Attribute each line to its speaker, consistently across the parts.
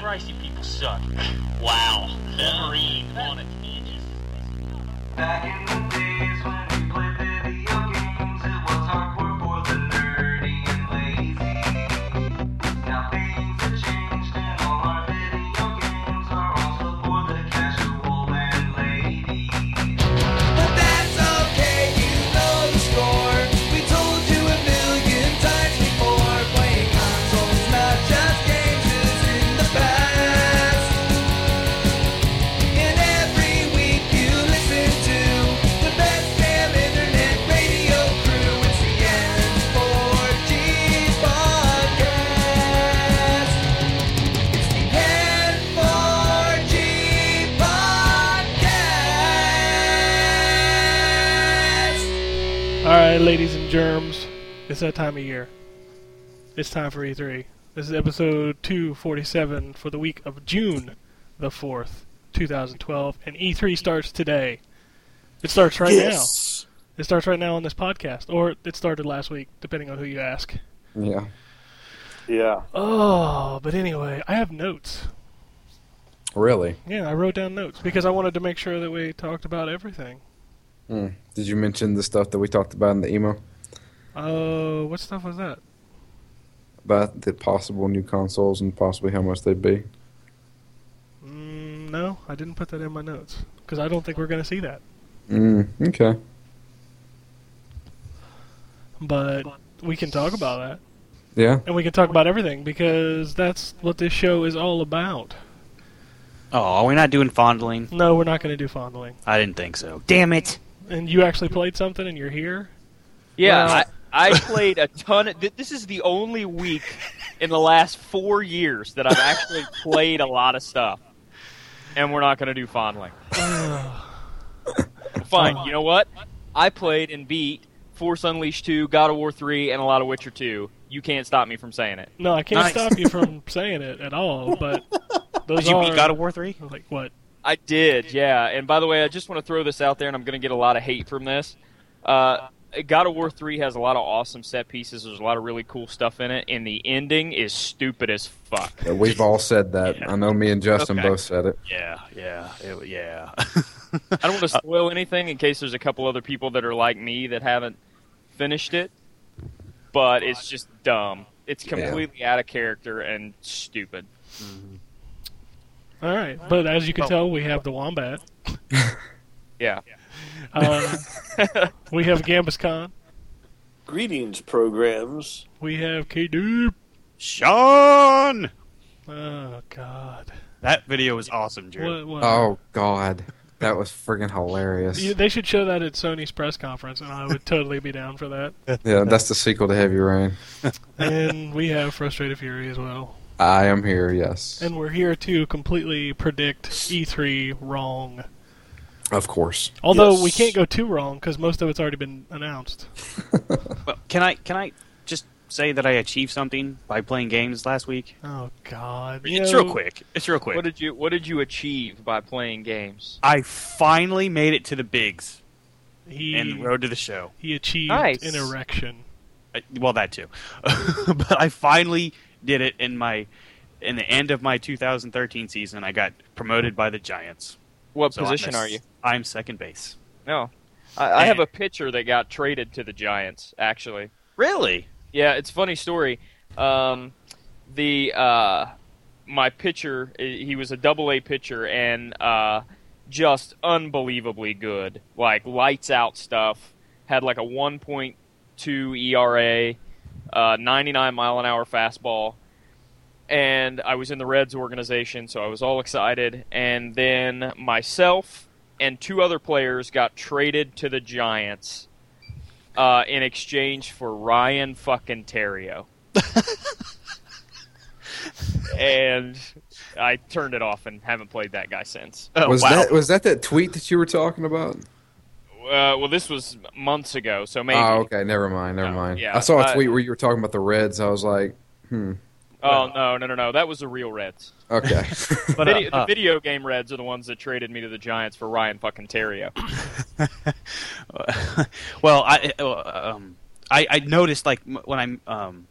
Speaker 1: Christ, you people suck.
Speaker 2: Wow.
Speaker 1: Wolverine on a tangent.
Speaker 3: Back in the days when we played video games, it was hardcore for the nerdy and lazy. Now things have changed, and all our video games are also for the casual and ladies.
Speaker 4: But that's okay, you know the score. We told you a million times before. Playing consoles, not just games, is in the past. And every week you listen to the best damn internet radio crew. It's the N4G podcast. It's the N4G podcast.
Speaker 5: All right, ladies and germs, it's that time of year. It's time for E3. This is episode 247 for the week of June the 4th, 2012, and E3 starts today. It starts right now. It starts right now on this podcast, or it started last week, depending on who you ask.
Speaker 6: Yeah.
Speaker 7: Yeah.
Speaker 5: Oh, but anyway, I have notes.
Speaker 6: Really?
Speaker 5: Yeah, I wrote down notes because I wanted to make sure that we talked about everything.
Speaker 6: Mm. Did you mention the stuff that we talked about in the email
Speaker 5: Oh, what stuff was that?
Speaker 6: about the possible new consoles and possibly how much they'd be?
Speaker 5: Mm, no, I didn't put that in my notes because I don't think we're going to see that.
Speaker 6: Mm. Okay.
Speaker 5: but we can talk about that
Speaker 6: Yeah.
Speaker 5: and we can talk about everything because that's what this show is all about
Speaker 2: Oh, are we not doing fondling?
Speaker 5: no we're not going to do fondling
Speaker 2: I didn't think so. Damn it.
Speaker 5: and you actually played something and you're here
Speaker 7: Yeah.
Speaker 5: Well-
Speaker 7: I, I played a ton. Of, th- this is the only week in the last four years that I've actually played a lot of stuff. And we're not going to do fondling. Fine. You know what? I played and beat Force Unleashed 2, God of War 3, and a lot of Witcher 2. You can't stop me from saying it.
Speaker 5: no i can't
Speaker 2: Nice.
Speaker 5: stop you from saying it at all but those
Speaker 2: Did you
Speaker 5: are
Speaker 2: beat God of War 3?
Speaker 5: like what
Speaker 7: I did, yeah. And by the way, I just want to throw this out there, and I'm going to get a lot of hate from this. Uh, God of War 3 has a lot of awesome set pieces. There's a lot of really cool stuff in it, and the ending is stupid as fuck.
Speaker 6: Yeah, We've all said that. I know me and Justin
Speaker 7: Okay.
Speaker 6: both said it.
Speaker 2: Yeah, yeah, it- yeah.
Speaker 7: I don't want to spoil anything in case there's a couple other people that are like me that haven't finished it, but it's just dumb. It's completely out of character and stupid.
Speaker 5: all right but as you can tell we have the wombat
Speaker 7: Yeah.
Speaker 5: uh, we have gambus khan
Speaker 8: Greetings, programs.
Speaker 5: we have k-doop
Speaker 2: Sean!
Speaker 5: oh god
Speaker 2: That video was awesome, Jared.
Speaker 5: what, what?
Speaker 6: Oh God, that was friggin' hilarious.
Speaker 5: Uh-huh. You- they should show that at sony's press conference and i would totally be down for that
Speaker 6: Yeah, that's the sequel to Heavy Rain.
Speaker 5: and we have frustrated fury as well
Speaker 6: I am here. Yes.
Speaker 5: And we're here to completely predict E3 wrong.
Speaker 6: Of course.
Speaker 5: Although we
Speaker 8: Yes.
Speaker 5: can't go too wrong because most of it's already been announced.
Speaker 2: Well, can I can I just say that I achieved something by playing games last week?
Speaker 5: Oh God! You
Speaker 2: It's
Speaker 5: know,
Speaker 2: real quick. It's real quick.
Speaker 7: What did you What did you achieve by playing games?
Speaker 2: I finally made it to the bigs
Speaker 5: He
Speaker 2: and road to the show.
Speaker 5: he achieved
Speaker 7: Nice.
Speaker 5: an erection.
Speaker 2: I- Well, that too, but I finally did it in my in the end of my 2013 season. I got promoted by the Giants.
Speaker 7: What
Speaker 2: So I'm
Speaker 7: position
Speaker 2: a-
Speaker 7: are you?
Speaker 2: I'm second base.
Speaker 7: No. I, I have
Speaker 2: Man.
Speaker 7: a pitcher that got traded to the Giants, actually.
Speaker 2: Really?
Speaker 7: Yeah, it's a funny story. Um, the uh, my pitcher, eh, he was a double A pitcher and uh, just unbelievably good, like lights out stuff. Had like a 1.2 ERA, E uh, 99 mile an hour fastball, and I was in the Reds organization, so I was all excited. And then myself and two other players got traded to the Giants uh, in exchange for Ryan fucking Terrio. and I turned it off and haven't played that guy since.
Speaker 2: Oh,
Speaker 6: was
Speaker 2: wow.
Speaker 6: that was that that tweet that you were talking about?
Speaker 7: Uh, well, this was months ago, so maybe.
Speaker 6: Oh, okay. Never mind. Never
Speaker 7: No,
Speaker 6: mind.
Speaker 7: yeah,
Speaker 6: I saw a
Speaker 7: uh,
Speaker 6: tweet where you were talking about the Reds. I was like, hmm.
Speaker 7: Oh no, no, no, no! That was the real Reds.
Speaker 6: Okay.
Speaker 2: But, uh,
Speaker 7: Video,
Speaker 2: uh,
Speaker 7: the video game Reds are the ones that traded me to the Giants for Ryan fucking Terrio.
Speaker 2: well, I uh, um, I, I noticed like m- when I um,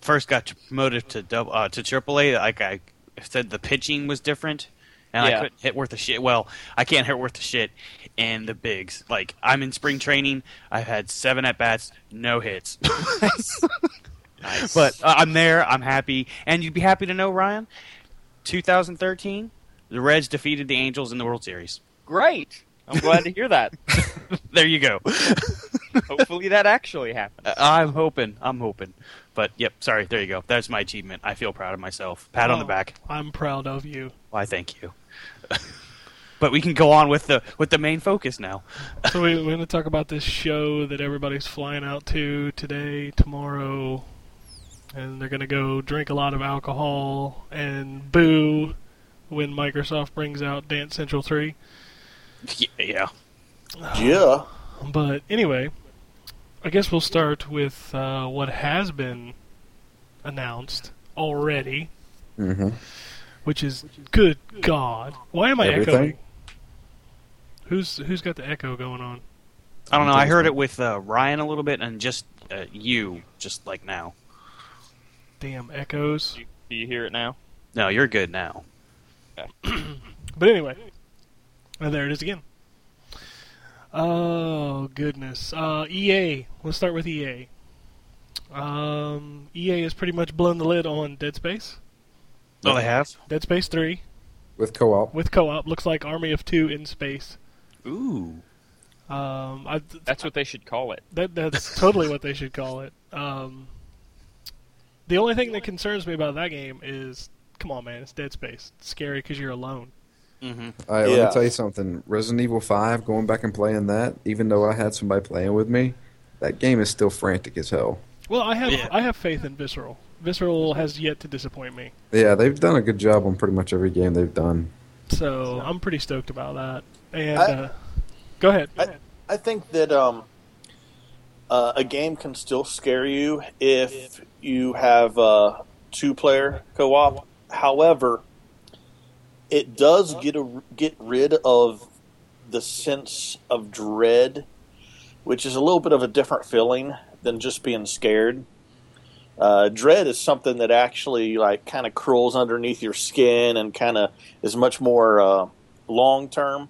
Speaker 2: first got promoted to double uh, to AAA, like I said the pitching was different, and
Speaker 7: Yeah.
Speaker 2: I couldn't hit worth a shit. Well, I can't hit worth a shit in the bigs. Like I'm in spring training, I've had seven at bats, no hits. But uh, I'm there, I'm happy, and you'd be happy to know, Ryan. 2013, the Reds defeated the Angels in the World Series.
Speaker 7: Great. I'm glad to hear that.
Speaker 2: There you go.
Speaker 7: Hopefully that actually happens.
Speaker 2: Uh, I'm hoping. I'm hoping. But yep, sorry. There you go. That's my achievement. I feel proud of myself. Pat on the
Speaker 5: Oh,
Speaker 2: back.
Speaker 5: I'm proud of you.
Speaker 2: Why? Thank you. but we can go on with the with the main focus now.
Speaker 5: So we, we're going to talk about this show that everybody's flying out to today, tomorrow, and they're going to go drink a lot of alcohol and boo when Microsoft brings out Dance Central 3.
Speaker 2: Y- Yeah.
Speaker 8: Yeah.
Speaker 5: But anyway, I guess we'll start with uh, what has been announced already,
Speaker 6: Mm-hmm.
Speaker 5: which is good God. Why am I
Speaker 6: Everything?
Speaker 5: echoing? Who's who's got the echo going on?
Speaker 2: I don't know. I heard it with uh, Ryan a little bit, and just uh, you, just like now.
Speaker 5: Damn echoes.
Speaker 7: Do you hear it now?
Speaker 2: No, you're good now.
Speaker 5: But anyway, and there it is again. Oh goodness. Uh, EA. Let's start with EA. Um, EA has pretty much blown the lid on Dead Space.
Speaker 2: Oh, they have.
Speaker 5: Dead Space Three
Speaker 6: With co-op.
Speaker 5: with co-op looks like Army of Two in space.
Speaker 2: Ooh.
Speaker 5: Um, I,
Speaker 7: That's what they should call it.
Speaker 5: that that's totally what they should call it. Um, the only thing that concerns me about that game is, come on, man, it's Dead Space. It's scary because you're alone.
Speaker 2: Mm-hmm.
Speaker 6: All right, let
Speaker 8: Yeah.
Speaker 6: me tell you something. Resident Evil 5, going back and playing that, even though I had somebody playing with me, that game is still frantic as hell.
Speaker 5: Well, I have
Speaker 2: Yeah.
Speaker 5: I have faith in Visceral. Visceral has yet to disappoint me.
Speaker 6: Yeah, they've done a good job on pretty much every game they've done.
Speaker 5: So I'm pretty stoked about that. And
Speaker 8: I-
Speaker 5: uh, go ahead.
Speaker 8: I- I think that um, uh, a game can still scare you if you have uh, two player co op. However, it does get a, get rid of the sense of dread, which is a little bit of a different feeling than just being scared. Uh, dread is something that actually like kind of crawls underneath your skin and kind of is much more uh, long term.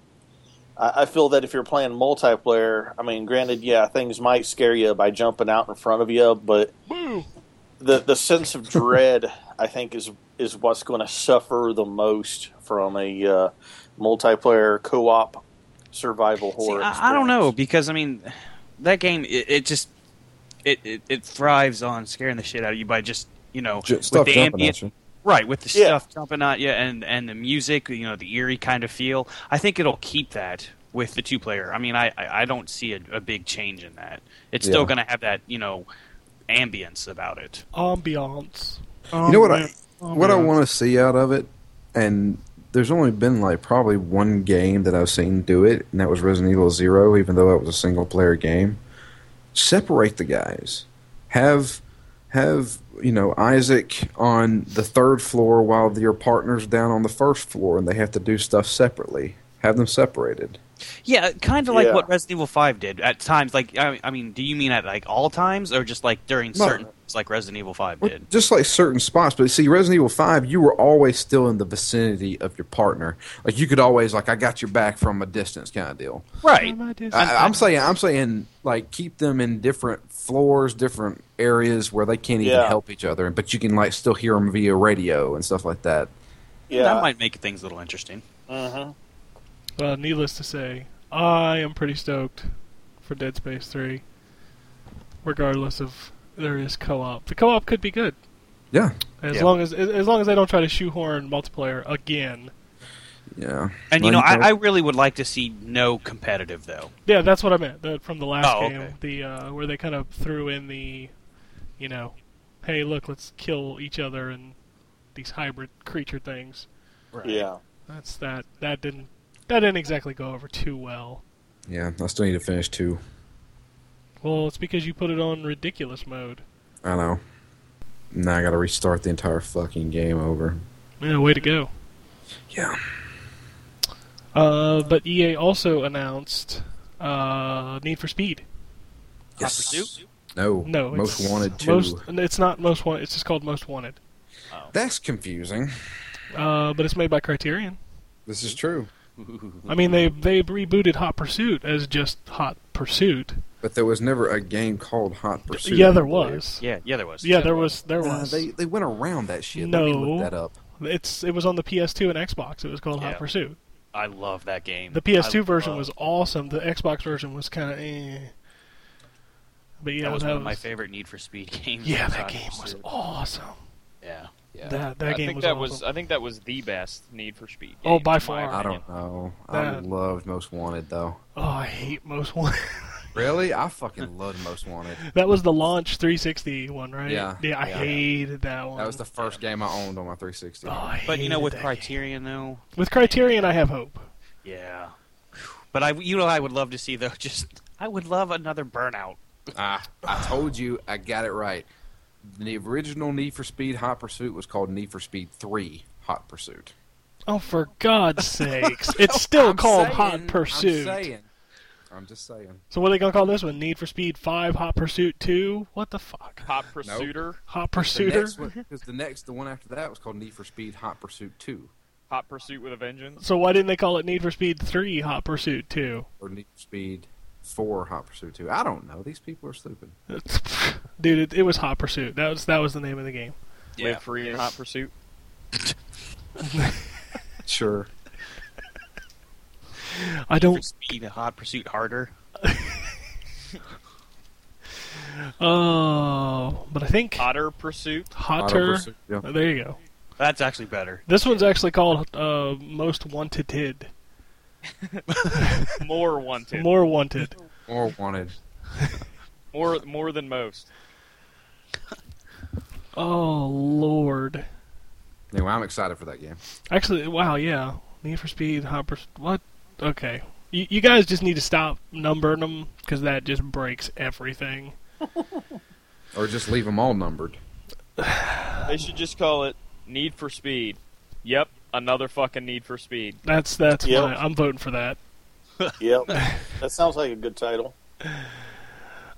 Speaker 8: I, I feel that if you're playing multiplayer, I mean, granted, yeah, things might scare you by jumping out in front of you, but the the sense of dread, I think, is is what's going to suffer the most from a uh, multiplayer co-op survival horror.
Speaker 2: See, I, I don't know
Speaker 8: experience.
Speaker 2: because I mean, that game it, it just it, it it thrives on scaring the shit out of you by just you know
Speaker 6: Ju- stuff
Speaker 2: with the
Speaker 6: jumping
Speaker 2: ambient
Speaker 6: at you.
Speaker 2: right with the
Speaker 8: Yeah.
Speaker 2: stuff jumping at you and and the music you know the eerie kind of feel. I think it'll keep that with the two player. I mean, I I, I don't see a, a big change in that. It's still
Speaker 6: Yeah.
Speaker 2: going to have that you know ambience about it.
Speaker 5: Ambiance.
Speaker 6: You know what I what I want to see out of it, and there's only been like probably one game that I've seen do it, and that was Resident Evil Zero, even though it was a single player game. Separate the guys. Have have you know Isaac on the third floor while your partner's down on the first floor, and they have to do stuff separately. Have them separated.
Speaker 2: Yeah, kind of like
Speaker 8: Yeah.
Speaker 2: what Resident Evil Five did at times. Like I, I mean, do you mean at like all times or just like during
Speaker 6: No.
Speaker 2: certain like Resident Evil Five
Speaker 6: Well,
Speaker 2: did?
Speaker 6: Just like certain spots, but see, Resident Evil Five, you were always still in the vicinity of your partner. Like you could always, like, I got your back from a distance, kind of deal.
Speaker 2: Right.
Speaker 6: I, I'm saying, I'm saying, like, keep them in different floors, different areas where they can't even
Speaker 8: Yeah.
Speaker 6: help each other, but you can like still hear them via radio and stuff like that.
Speaker 8: Yeah,
Speaker 2: That
Speaker 6: uh,
Speaker 2: might make things a little interesting.
Speaker 8: Mhm.
Speaker 5: Well, needless to say, I am pretty stoked for Dead Space 3, regardless of there is co-op. The co-op could be good
Speaker 6: Yeah,
Speaker 5: as
Speaker 2: Yeah.
Speaker 5: long as as as long as they don't try to shoehorn multiplayer again.
Speaker 6: yeah.
Speaker 2: And you
Speaker 6: Well,
Speaker 2: know, I, I
Speaker 6: can't-
Speaker 2: really would like to see no competitive though.
Speaker 5: Yeah, that's what I meant the, from the last
Speaker 2: Oh,
Speaker 5: game,
Speaker 2: okay.
Speaker 5: the uh, where they kind of threw in the, you know, hey, look, let's kill each other and these hybrid creature things.
Speaker 8: yeah.
Speaker 5: That's that. That didn't. That didn't exactly go over too well.
Speaker 6: yeah, I still need to finish two.
Speaker 5: Well, it's because you put it on ridiculous mode.
Speaker 6: I know. Now I got to restart the entire fucking game over.
Speaker 5: Yeah, way to go.
Speaker 6: Yeah.
Speaker 5: Uh, but EA also announced uh, Need for Speed.
Speaker 2: Pursuit?
Speaker 6: No.
Speaker 5: No,
Speaker 6: Most
Speaker 5: it's
Speaker 6: Wanted two.
Speaker 5: Most, it's not Most Wanted. It's just called Most Wanted.
Speaker 6: That's confusing.
Speaker 5: uh, but it's made by Criterion.
Speaker 6: This is true.
Speaker 5: I mean, they they rebooted Hot Pursuit as just Hot Pursuit.
Speaker 6: But there was never a game called Hot Pursuit.
Speaker 5: yeah, there
Speaker 6: I believe.
Speaker 5: was.
Speaker 2: Yeah, yeah, there was.
Speaker 5: Yeah, there was. There
Speaker 6: Uh,
Speaker 5: was.
Speaker 6: they they went around that shit. Let me
Speaker 5: No.
Speaker 6: look that up.
Speaker 5: It's it was on the PS2 and Xbox. It was called
Speaker 2: Yeah.
Speaker 5: Hot Pursuit.
Speaker 2: I love that game.
Speaker 5: The PS2
Speaker 2: I
Speaker 5: version
Speaker 2: love-
Speaker 5: was awesome. The Xbox version was kind of eh. But yeah,
Speaker 2: that was one of my favorite Need for Speed games.
Speaker 5: Yeah, that
Speaker 2: Hot
Speaker 5: game was
Speaker 2: Pursuit.
Speaker 5: awesome.
Speaker 2: Yeah.
Speaker 7: Yeah.
Speaker 5: That- that
Speaker 7: I
Speaker 5: game
Speaker 7: think
Speaker 5: was
Speaker 7: that was
Speaker 5: awesome.
Speaker 7: I think that was the best Need for Speed. Game,
Speaker 5: Oh, by
Speaker 7: in my
Speaker 5: far.
Speaker 6: I
Speaker 7: opinion.
Speaker 6: don't know. I
Speaker 5: That-
Speaker 6: loved Most Wanted though.
Speaker 5: Oh, I hate most one.
Speaker 6: Really? I fucking loved Most Wanted.
Speaker 5: that was the launch 360 one, right?
Speaker 6: Yeah,
Speaker 5: Yeah, I
Speaker 6: yeah.
Speaker 5: hated that one.
Speaker 6: That was the first game I owned on my 360.
Speaker 5: Oh, I
Speaker 2: But you know,
Speaker 5: hated
Speaker 2: with
Speaker 5: that game.
Speaker 2: Criterion though,
Speaker 5: with Criterion, I have hope.
Speaker 2: yeah. But I, you know, I would love to see though. Just I would love another Burnout.
Speaker 6: Ah, I told you, I got it right. The original Need for Speed Hot Pursuit was called Need for Speed 3 Hot Pursuit.
Speaker 5: Oh, for God's sakes! It's still
Speaker 6: I'm
Speaker 5: called
Speaker 6: saying-
Speaker 5: Hot Pursuit.
Speaker 6: I'm saying. I'm just saying.
Speaker 5: So what are they gonna call this one? Need for Speed Five, Hot Pursuit Two? What the fuck?
Speaker 7: Hot Pursuiter,
Speaker 5: Hot
Speaker 6: The next
Speaker 5: Pursuiter.
Speaker 6: one, because the next, the one after that was called Need for Speed Hot Pursuit 2
Speaker 7: Hot Pursuit with a Vengeance.
Speaker 5: So why didn't they call it Need for Speed Three, Hot Pursuit Two?
Speaker 6: or Need for Speed 4 Hot Pursuit 2. I don't know. These people are stupid.
Speaker 5: Dude, it, it was Hot Pursuit. That was that was the name of the game.
Speaker 7: Live free in Hot Pursuit.
Speaker 6: Sure.
Speaker 5: I
Speaker 2: For
Speaker 5: don't.
Speaker 2: Speed Hot Pursuit Harder.
Speaker 5: Oh, but I think
Speaker 7: Hotter Pursuit.
Speaker 5: Hotter.
Speaker 6: Pursuit, yeah.
Speaker 5: Oh, There you go.
Speaker 2: That's actually better.
Speaker 5: This one's actually called uh, Most Wanted.
Speaker 7: More wanted. More
Speaker 5: More Wanted.
Speaker 6: Or Wanted.
Speaker 7: more, than most.
Speaker 5: Oh Lord.
Speaker 6: Anyway, I'm excited for that game.
Speaker 5: Actually, wow, yeah. Need for Speed, Hot Pursuit. What? Okay. You, you guys just need to stop numbering them because that just breaks everything.
Speaker 6: Or just leave them all numbered.
Speaker 7: They should just call it Need for Speed. Yep, another fucking Need for Speed.
Speaker 5: That's that's
Speaker 8: Yep.
Speaker 5: my, I'm voting for that.
Speaker 8: Yep. that sounds like a good title.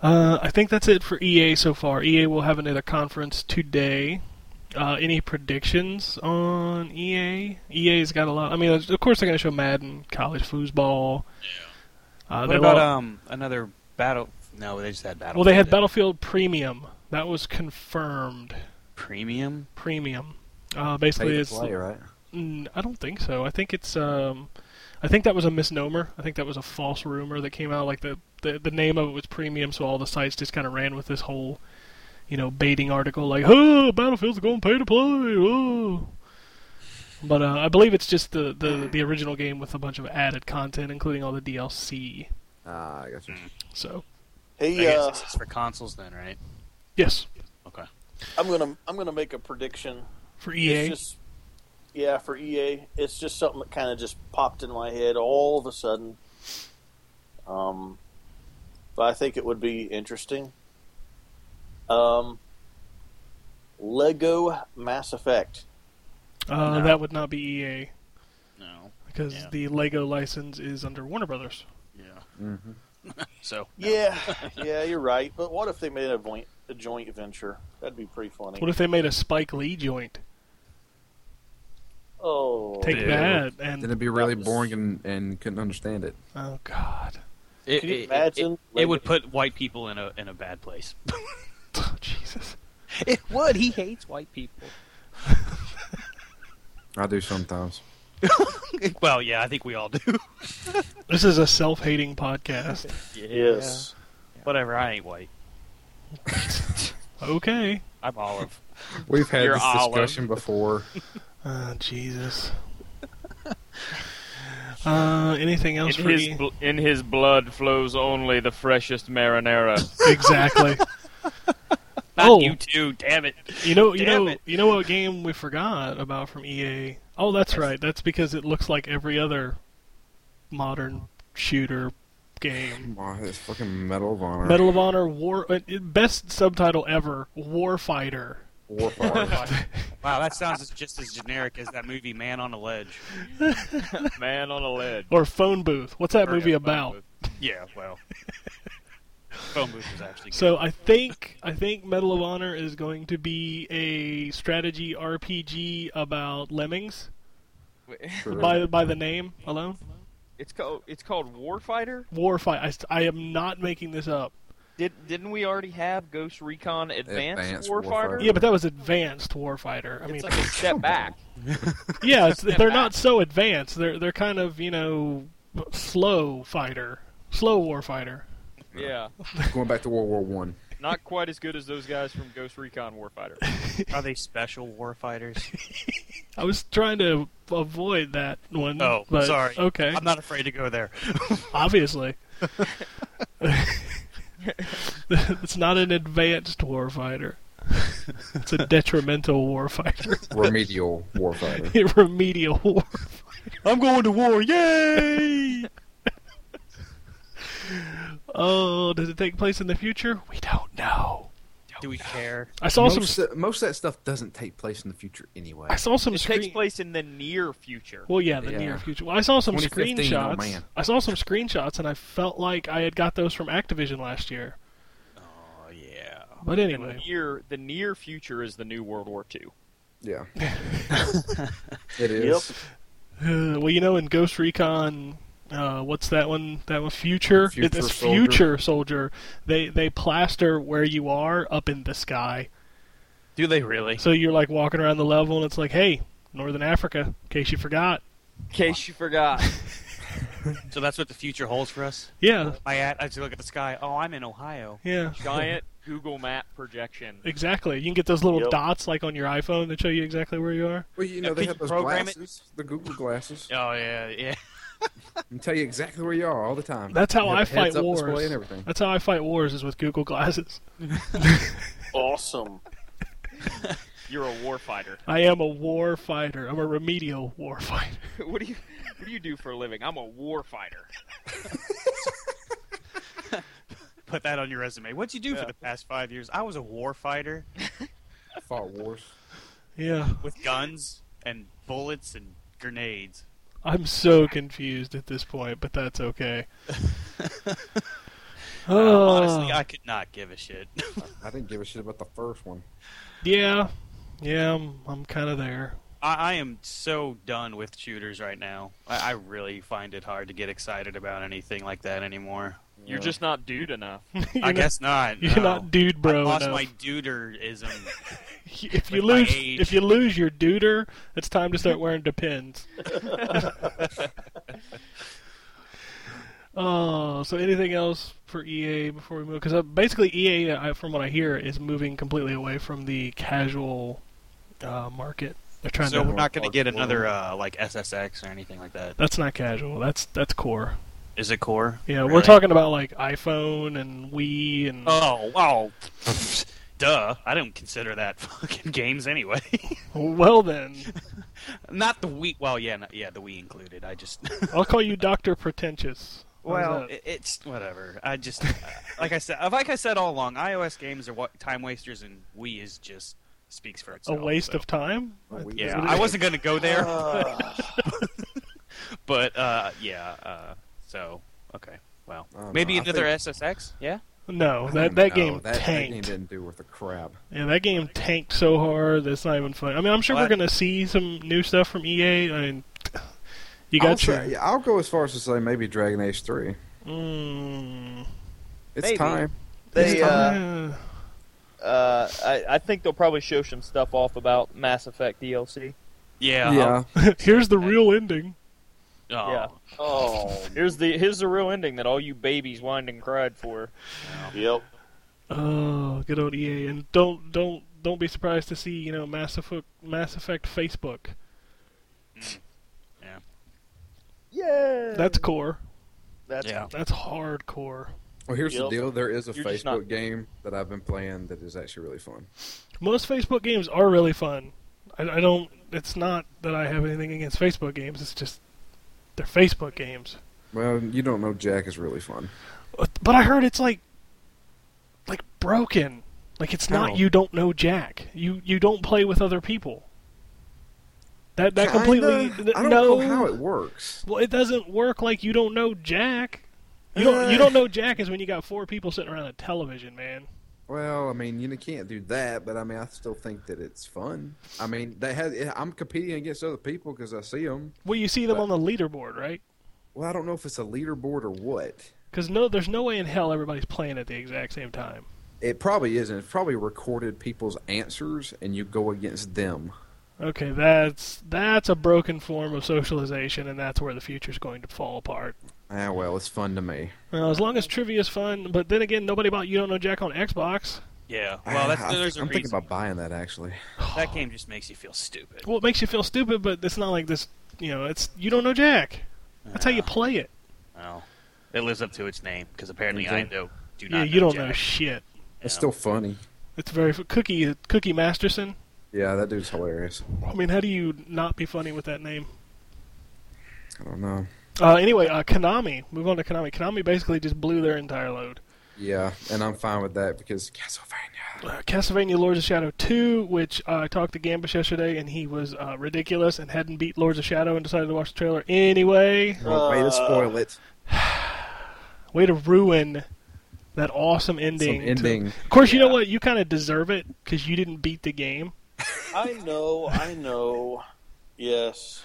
Speaker 5: Uh, I think that's it for EA so far. EA will have another conference today. Uh, any predictions on EA? EA's got a lot. I mean, of course they're going to show Madden, college foosball. Yeah. Uh,
Speaker 2: What
Speaker 5: they
Speaker 2: about
Speaker 5: lo-
Speaker 2: um another Battle? No, they just had Battle.
Speaker 5: well, they had Battlefield Premium. That was confirmed.
Speaker 2: Premium.
Speaker 5: Premium. Uh, basically,
Speaker 6: Pay to
Speaker 5: it's
Speaker 6: play, right?
Speaker 5: Mm, I don't think so. I think it's um, I think that was a misnomer. I think that was a false rumor that came out. Like the the, the name of it was premium, so all the sites just kind of ran with this whole, you know, baiting article like, "Oh, Battlefield's going pay to play." Oh. But uh, I believe it's just the, the the original game with a bunch of added content, including all the DLC.
Speaker 6: Ah, I got you.
Speaker 8: Mm-hmm.
Speaker 5: So
Speaker 2: I
Speaker 8: Hey,
Speaker 2: guess
Speaker 8: uh,
Speaker 2: this is for consoles then, right?
Speaker 5: yes,
Speaker 2: Okay.
Speaker 8: I'm gonna I'm gonna make a prediction.
Speaker 5: for E
Speaker 8: It's
Speaker 5: EA,
Speaker 8: just yeah, for EA, it's just something that kind of just popped in my head all of a sudden. Um, but I think it would be interesting. Um, Lego Mass Effect.
Speaker 5: uh,
Speaker 2: No.
Speaker 5: that would not be EA
Speaker 2: No.
Speaker 5: because
Speaker 2: Yeah.
Speaker 5: the Lego license is under Warner Brothers.
Speaker 2: Yeah.
Speaker 6: Mm-hmm.
Speaker 2: So
Speaker 8: Yeah, yeah, you're right. But what if they made a joint a joint venture? That'd be pretty funny.
Speaker 5: What if they made a Spike Lee joint?
Speaker 8: oh,
Speaker 5: Take
Speaker 2: Ew.
Speaker 5: that
Speaker 6: Then
Speaker 5: and
Speaker 6: it'd be really
Speaker 8: That was-
Speaker 6: boring and, and couldn't understand it.
Speaker 5: Oh God!
Speaker 2: it,
Speaker 8: Can you
Speaker 2: it- it-
Speaker 8: imagine?
Speaker 2: it, it would put white people in a in a bad place.
Speaker 5: Oh, Jesus!
Speaker 2: it would. He hates white people.
Speaker 6: I do sometimes.
Speaker 2: well, yeah, I think we all do.
Speaker 5: This is a self-hating podcast.
Speaker 8: yes.
Speaker 2: Whatever. I ain't white.
Speaker 5: Okay.
Speaker 2: I'm olive.
Speaker 6: We've had
Speaker 7: Your
Speaker 6: this
Speaker 7: olive.
Speaker 6: discussion before.
Speaker 5: Oh, Jesus. Uh, anything else
Speaker 7: In
Speaker 5: for
Speaker 7: his,
Speaker 5: you?
Speaker 7: bl- in his blood flows only the freshest marinara.
Speaker 5: exactly.
Speaker 2: Not
Speaker 5: Oh.
Speaker 2: you two. Damn it.
Speaker 5: You know, you
Speaker 2: Damn
Speaker 5: know,
Speaker 2: it.
Speaker 5: you know what game we forgot about from EA? Oh, that's right. That's because it looks like every other modern shooter game.
Speaker 6: Wow, this fucking Medal of Honor.
Speaker 5: Medal of Honor War uh, best subtitle ever, Warfighter.
Speaker 6: Warfighter.
Speaker 2: Wow, that sounds as- just as generic as that movie Man on a Ledge.
Speaker 7: Man on a ledge.
Speaker 5: Or Phone Booth. What's that movie
Speaker 7: Yeah,
Speaker 5: about?
Speaker 2: Yeah. Well. Phone booth was actually good.
Speaker 5: So I think I think Medal of Honor is going to be a strategy RPG about lemmings
Speaker 6: Sure.
Speaker 5: by by the name alone.
Speaker 7: It's called it's called Warfighter.
Speaker 5: Warfight. I, st- I am not making this up.
Speaker 7: Did didn't we already have Ghost Recon Advanced,
Speaker 6: Advanced
Speaker 7: Warfighter?
Speaker 6: Warfighter.
Speaker 5: Yeah, but that was advanced warfighter. I
Speaker 7: It's
Speaker 5: mean,
Speaker 7: like a step back.
Speaker 5: yeah, it's,
Speaker 7: step
Speaker 5: they're
Speaker 7: back.
Speaker 5: not so advanced. They're they're kind of you know slow fighter, slow warfighter.
Speaker 7: Yeah,
Speaker 6: Going back to World War One.
Speaker 7: not quite as good as those guys from Ghost Recon Warfighter.
Speaker 2: Are they special warfighters?
Speaker 5: I was trying to avoid that one.
Speaker 2: Oh,
Speaker 5: but,
Speaker 2: sorry.
Speaker 5: Okay,
Speaker 2: I'm not afraid to go there.
Speaker 5: obviously. it's not an advanced warfighter. it's a detrimental warfighter.
Speaker 6: Remedial warfighter.
Speaker 5: a remedial war.
Speaker 2: I'm going to war. Yay!
Speaker 5: Oh, does it take place in the future? We don't know.
Speaker 2: Do we care?
Speaker 5: I saw some.
Speaker 6: most, of- most of that stuff doesn't take place in the future anyway.
Speaker 5: I saw some
Speaker 7: It
Speaker 5: screen.
Speaker 7: takes place in the near future.
Speaker 5: well, yeah, the
Speaker 6: Yeah.
Speaker 5: near future. Well, I saw some
Speaker 6: 2015, oh,
Speaker 5: screenshots.
Speaker 6: man.
Speaker 5: I saw some screenshots, and I felt like I had got those from Activision last year.
Speaker 2: Oh yeah.
Speaker 5: But
Speaker 7: The
Speaker 5: anyway,
Speaker 7: near the near future is the new World War II.
Speaker 6: Yeah. it is.
Speaker 5: Uh, well, you know, in Ghost Recon, uh, what's that one? That one, Future.
Speaker 6: Future
Speaker 5: it's
Speaker 6: Soldier.
Speaker 5: Future Soldier. They they plaster where you are up in the sky,
Speaker 2: Do they really?
Speaker 5: so you're like walking around the level, and it's like, hey, Northern Africa. In case you forgot.
Speaker 7: In case you forgot,
Speaker 2: So that's what the future holds for us.
Speaker 5: Yeah,
Speaker 2: I at, I just look at the sky. Oh, I'm in Ohio.
Speaker 5: yeah.
Speaker 7: giant Google Map projection.
Speaker 5: Exactly. You can get those little
Speaker 8: Yep.
Speaker 5: dots like on your iPhone that show you exactly where you are.
Speaker 6: Well, you know,
Speaker 2: Yeah,
Speaker 6: they
Speaker 2: could
Speaker 6: have
Speaker 2: you
Speaker 6: those
Speaker 2: program it?
Speaker 6: glasses, the Google glasses,
Speaker 2: Oh yeah, yeah.
Speaker 6: and tell you exactly where you are all the time.
Speaker 5: That's how
Speaker 6: They have
Speaker 5: I
Speaker 6: a
Speaker 5: fight
Speaker 6: heads-up display
Speaker 5: wars.
Speaker 6: And everything.
Speaker 5: That's how I fight wars is with Google glasses.
Speaker 8: Awesome.
Speaker 7: You're a warfighter.
Speaker 5: I am a war fighter. I'm a remedial war fighter.
Speaker 7: what do you what do you do for a living? I'm a warfighter.
Speaker 2: Put that on your resume. What'd you do for the past five years? I was a war fighter
Speaker 6: Fought wars.
Speaker 5: Yeah.
Speaker 2: with guns and bullets and grenades.
Speaker 5: I'm so confused at this point, but that's okay. Oh,
Speaker 2: Uh, Honestly, I could not give a shit.
Speaker 6: I didn't give a shit about the first one.
Speaker 5: yeah, yeah, I'm, I'm kind of there.
Speaker 2: I, I am so done with shooters right now. I, I really find it hard to get excited about anything like that anymore.
Speaker 7: You're just not dude enough.
Speaker 5: You're
Speaker 2: I
Speaker 5: not-
Speaker 2: guess not.
Speaker 5: you're
Speaker 2: no.
Speaker 5: not dude bro
Speaker 2: I lost
Speaker 5: enough.
Speaker 2: my duderism.
Speaker 5: If you
Speaker 2: with my
Speaker 5: lose,
Speaker 2: age.
Speaker 5: if you lose your duder, it's time to start wearing depends. Oh, so anything else for EA before we move? Because basically EA, I, from what I hear, is moving completely away from the casual uh, market. They're trying
Speaker 2: so
Speaker 5: to.
Speaker 2: we're not going to get
Speaker 6: Hardcore.
Speaker 2: another uh, like SSX or anything like that.
Speaker 5: That's not casual. That's that's core.
Speaker 2: Is it core?
Speaker 5: Yeah, we're
Speaker 2: Really?
Speaker 5: talking about like iPhone and Wii and
Speaker 2: Oh wow, duh! I don't consider that fucking games anyway.
Speaker 5: well then,
Speaker 2: not the Wii. Well, yeah, not, yeah, the Wii included. I just
Speaker 5: I'll call you Doctor Pretentious. How's
Speaker 2: well,
Speaker 5: that?
Speaker 2: it, it's whatever. I just uh, like I said, like I said all along, iOS games are what time wasters, and Wii is just speaks for
Speaker 5: a
Speaker 2: itself.
Speaker 5: waste
Speaker 2: so.
Speaker 5: of time.
Speaker 2: Yeah, I wasn't gonna go there,
Speaker 6: Uh.
Speaker 2: but uh, yeah. Uh, so okay, well,
Speaker 6: I don't
Speaker 2: maybe
Speaker 6: know, I
Speaker 2: another
Speaker 6: think-
Speaker 2: SSX. Yeah.
Speaker 5: No,
Speaker 6: I
Speaker 5: that
Speaker 6: don't
Speaker 5: that
Speaker 6: know.
Speaker 5: game
Speaker 6: that, that game
Speaker 5: tanked.
Speaker 6: didn't do worth a crap.
Speaker 5: yeah, that game tanked so hard that's not even funny. I mean, I'm sure
Speaker 2: Well,
Speaker 5: we're
Speaker 2: that-
Speaker 5: gonna see some new stuff from EA. I mean, you got
Speaker 6: I'll,
Speaker 5: your.
Speaker 6: say- I'll go as far as to say maybe Dragon Age Three.
Speaker 5: Mm,
Speaker 6: It's
Speaker 7: Maybe.
Speaker 6: time.
Speaker 7: They
Speaker 5: it's-
Speaker 7: uh,
Speaker 5: yeah.
Speaker 7: uh I, I think they'll probably show some stuff off about Mass Effect DLC.
Speaker 2: Yeah.
Speaker 6: yeah,
Speaker 5: here's the real ending.
Speaker 2: Oh,
Speaker 7: Yeah.
Speaker 8: Oh,
Speaker 7: Here's the here's the real ending that all you babies whined and cried for.
Speaker 8: yep.
Speaker 5: Oh, good old EA, and don't don't don't be surprised to see you know Mass Effect Mass Effect Facebook.
Speaker 2: yeah.
Speaker 7: Yeah.
Speaker 5: That's core.
Speaker 7: that's
Speaker 2: Yeah.
Speaker 5: That's hardcore.
Speaker 6: Well, here's the
Speaker 8: Yep.
Speaker 6: deal. There is a
Speaker 7: You're
Speaker 6: Facebook
Speaker 7: just not-
Speaker 6: game that I've been playing that is actually really fun.
Speaker 5: Most Facebook games are really fun. I, I don't. It's not that I have anything against Facebook games. It's just they're Facebook games.
Speaker 6: Well, you don't know Jack is really fun.
Speaker 5: But I heard it's like like broken. Like it's
Speaker 6: How?
Speaker 5: not you don't know Jack. You you don't play with other people. That that
Speaker 6: Kinda.
Speaker 5: completely
Speaker 6: I don't
Speaker 5: no.
Speaker 6: know how it works.
Speaker 5: Well, it doesn't work like you don't know Jack. You don't
Speaker 6: Uh.
Speaker 5: you don't know Jack is when you got four people sitting around a television, man.
Speaker 6: Well, I mean, you can't do that, but I mean, I still think that it's fun. I mean, they has I'm competing against other people because I see them.
Speaker 5: Well, you see them on the leaderboard, right?
Speaker 6: Well, I don't know if it's a leaderboard or what.
Speaker 5: Because no, there's no way in hell everybody's playing at the exact same time.
Speaker 6: It probably isn't. It's probably recorded people's answers, and you go against them.
Speaker 5: Okay, that's that's a broken form of socialization, and that's where the future's going to fall apart.
Speaker 6: Ah, well, it's fun to me.
Speaker 5: Well, as long as trivia is fun, but then again, nobody bought You Don't Know Jack on Xbox.
Speaker 2: Yeah. Well, that's,
Speaker 6: I,
Speaker 2: there's a
Speaker 6: Ah, I'm thinking
Speaker 2: reason.
Speaker 6: about buying that actually.
Speaker 2: that game just makes you feel stupid.
Speaker 5: Well, it makes you feel stupid, but it's not like this. You know, it's You Don't Know Jack. That's how you play it.
Speaker 2: Well, it lives up to its name because apparently I know do not.
Speaker 5: yeah, you don't know
Speaker 2: Jack.
Speaker 5: shit.
Speaker 6: It's
Speaker 2: Yeah.
Speaker 6: still funny.
Speaker 5: It's very f- Cookie Cookie Masterson.
Speaker 6: Yeah, that dude's hilarious.
Speaker 5: I mean, how do you not be funny with that name?
Speaker 6: I don't know.
Speaker 5: Uh, anyway, uh, Konami. Move on to Konami. Konami basically just blew their entire load.
Speaker 6: Yeah, and I'm fine with that because Castlevania.
Speaker 5: Uh, Castlevania Lords of Shadow 2, which uh, I talked to Gambish yesterday, and he was uh, ridiculous and hadn't beat Lords of Shadow and decided to watch the trailer anyway.
Speaker 6: Well, way to spoil it.
Speaker 5: Way to ruin that awesome ending.
Speaker 6: Some
Speaker 5: to-
Speaker 6: ending.
Speaker 5: of course, you know what? You kind of deserve it because you didn't beat the game.
Speaker 8: I know, I know. Yes,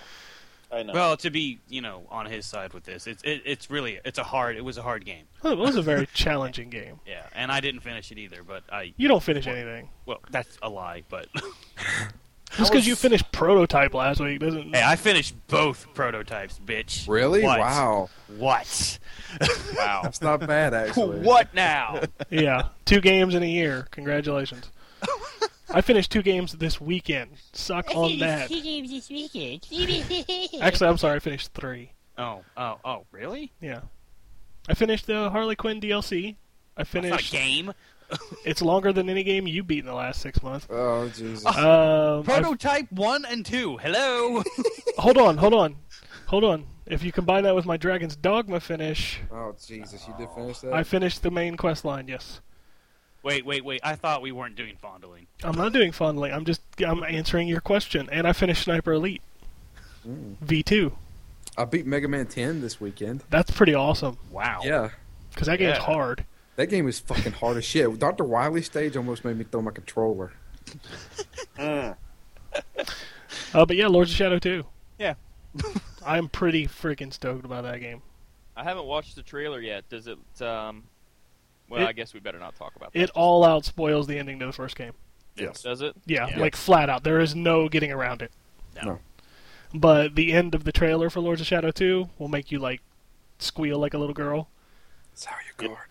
Speaker 8: I know.
Speaker 2: Well, to be you know on his side with this, it's it, it's really it's a hard. It was a hard game.
Speaker 5: Well, it was a very challenging game.
Speaker 2: Yeah, and I didn't finish it either. But I
Speaker 5: You don't finish anything.
Speaker 2: well, that's a lie. But
Speaker 5: Just because you finished Prototype last week doesn't.
Speaker 2: hey, I finished both prototypes, bitch.
Speaker 6: Really?
Speaker 2: What?
Speaker 6: Wow.
Speaker 2: What? Wow.
Speaker 6: That's not bad actually.
Speaker 2: what now?
Speaker 5: Yeah, two games in a year. Congratulations. I finished two games this weekend. Suck on that.
Speaker 9: games this weekend.
Speaker 5: Actually, I'm sorry. I finished three.
Speaker 2: oh, oh, oh, really?
Speaker 5: Yeah, I finished the Harley Quinn DLC. I
Speaker 2: It's not a
Speaker 5: finished.
Speaker 2: game.
Speaker 5: It's longer than any game you beat in the last six months.
Speaker 6: Oh Jesus.
Speaker 2: Uh,
Speaker 5: Um, I've-
Speaker 2: Prototype one and two. Hello.
Speaker 5: hold on, hold on, hold on. If you combine that with my Dragon's Dogma finish,
Speaker 6: Oh Jesus, you did finish that?
Speaker 5: I finished the main quest line. Yes,
Speaker 2: wait, wait, wait. I thought we weren't doing fondling.
Speaker 5: I'm not doing fondling. I'm just I'm answering your question, and I finished Sniper Elite V2.
Speaker 6: I beat Mega Man 10 this weekend.
Speaker 5: That's pretty awesome
Speaker 2: Wow.
Speaker 6: Yeah.
Speaker 5: because that game's
Speaker 2: Yeah.
Speaker 5: hard.
Speaker 6: That game is fucking hard as shit. Dr. Wily's stage almost made me throw my controller.
Speaker 5: Uh, but yeah, Lords of Shadow 2.
Speaker 2: Yeah.
Speaker 5: I'm pretty freaking stoked about that game.
Speaker 7: I haven't watched the trailer yet. Does it? Um, well,
Speaker 5: It-
Speaker 7: I guess we better not talk about that.
Speaker 5: It all out spoils the ending to the first game.
Speaker 6: Yes.
Speaker 7: Does it?
Speaker 5: Yeah,
Speaker 2: Yeah.
Speaker 5: like flat out. There is no getting around it.
Speaker 2: No.
Speaker 6: No.
Speaker 5: But the end of the trailer for Lords of Shadow 2 will make you like squeal like a little girl.
Speaker 6: That's how you guard.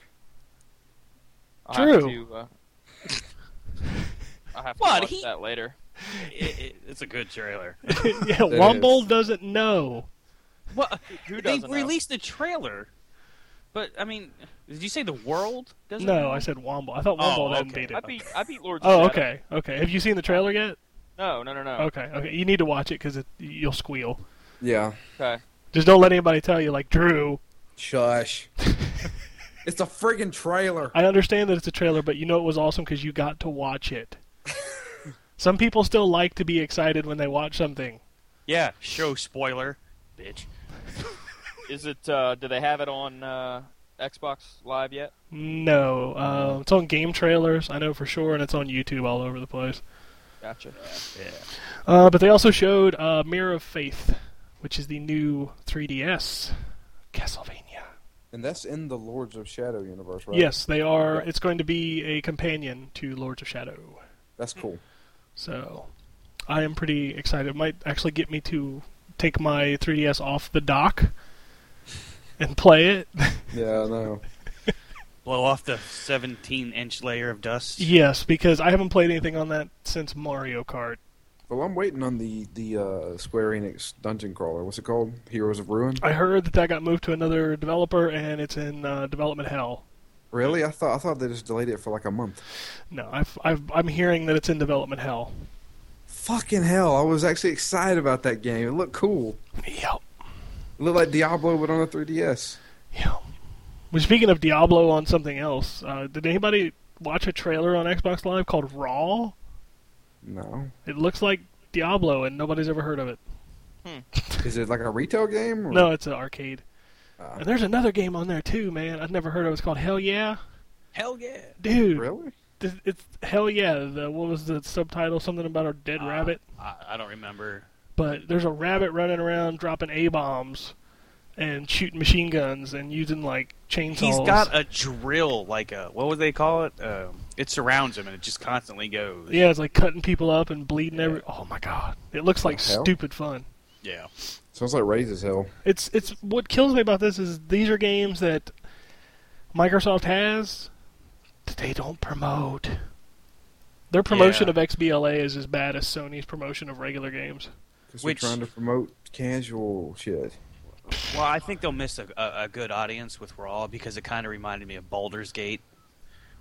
Speaker 7: I'll have
Speaker 5: True.
Speaker 7: to, uh, I have to
Speaker 2: What?
Speaker 7: watch
Speaker 2: He-
Speaker 7: that later.
Speaker 2: It- it- it's a good trailer.
Speaker 5: yeah,
Speaker 6: It
Speaker 5: Wumble
Speaker 6: is.
Speaker 5: doesn't know.
Speaker 2: What?
Speaker 7: Who
Speaker 2: they
Speaker 7: doesn't know?
Speaker 2: released a trailer, but I mean, did you say the world doesn't?
Speaker 5: No,
Speaker 2: know?
Speaker 5: I said Womble. I thought
Speaker 2: Oh,
Speaker 5: Womble hadn't
Speaker 2: okay.
Speaker 5: beat
Speaker 7: I
Speaker 5: it.
Speaker 7: beat I beat Lords.
Speaker 5: Oh,
Speaker 7: of Shadow.
Speaker 5: okay, okay. Have you seen the trailer yet?
Speaker 7: No, no, no, no.
Speaker 5: Okay, okay. You need to watch it because you'll squeal.
Speaker 6: Yeah.
Speaker 7: Okay.
Speaker 5: Just don't let anybody tell you, like, Drew,
Speaker 6: Shush. it's a friggin' trailer.
Speaker 5: I understand that it's a trailer, but you know it was awesome because you got to watch it. Some people still like to be excited when they watch something.
Speaker 2: Yeah, show spoiler, bitch.
Speaker 7: Is it? Uh, do they have it on uh, Xbox Live yet?
Speaker 5: No, uh, it's on game trailers, I know for sure, and it's on YouTube all over the place.
Speaker 7: Gotcha.
Speaker 5: Uh, but they also showed uh, Mirror of Faith, which is the new 3DS Castlevania.
Speaker 6: And that's in the Lords of Shadow universe, right?
Speaker 5: Yes, they are. It's going to be a companion to Lords of Shadow.
Speaker 6: That's cool.
Speaker 5: So I am pretty excited. It might actually get me to take my 3DS off the dock and play it.
Speaker 6: Yeah, I know.
Speaker 2: Blow off the 17-inch layer of dust.
Speaker 5: yes, because I haven't played anything on that since Mario Kart.
Speaker 6: Well, I'm waiting on the the uh, Square Enix dungeon crawler. What's it called? Heroes of Ruin.
Speaker 5: I heard that that got moved to another developer and it's in uh, development hell.
Speaker 6: Really? I thought I thought they just delayed it for like a month.
Speaker 5: No, I've, I've, I'm hearing that it's in development hell.
Speaker 6: Fucking hell! I was actually excited about that game. It looked cool.
Speaker 5: Yep.
Speaker 6: It looked like Diablo, but on a 3DS.
Speaker 5: Yep. Well, speaking of Diablo on something else, uh, did anybody watch a trailer on Xbox Live called Raw?
Speaker 6: No.
Speaker 5: It looks like Diablo and nobody's ever heard of it.
Speaker 6: Is it like a retail game? Or?
Speaker 5: No, it's an arcade.
Speaker 6: Ah.
Speaker 5: and there's another game on there too, man. I'd never heard of. it. It's called Hell Yeah,
Speaker 7: Hell yeah.
Speaker 5: dude.
Speaker 6: Really?
Speaker 5: This, it's Hell Yeah. The, what was the subtitle? Something about a dead rabbit.
Speaker 2: I, I don't remember.
Speaker 5: But there's a rabbit running around dropping a bombs, and shooting machine guns and using like chainsaws.
Speaker 2: He's got a drill, like a what would they call it? Um, it surrounds him and it just constantly goes.
Speaker 5: yeah, it's like cutting people up and bleeding every. Oh my god, it looks like
Speaker 6: The hell?
Speaker 5: stupid fun.
Speaker 2: Yeah.
Speaker 6: Sounds like Raises Hell.
Speaker 5: It's it's what kills me about this is these are games that Microsoft has that they don't promote. Their promotion
Speaker 2: Yeah.
Speaker 5: of XBLA is as bad as Sony's promotion of regular games.
Speaker 6: Because
Speaker 2: Which-
Speaker 6: we're trying to promote casual shit.
Speaker 2: Well, I think they'll miss a, a, a good audience with Raw because it kind of reminded me of Baldur's Gate,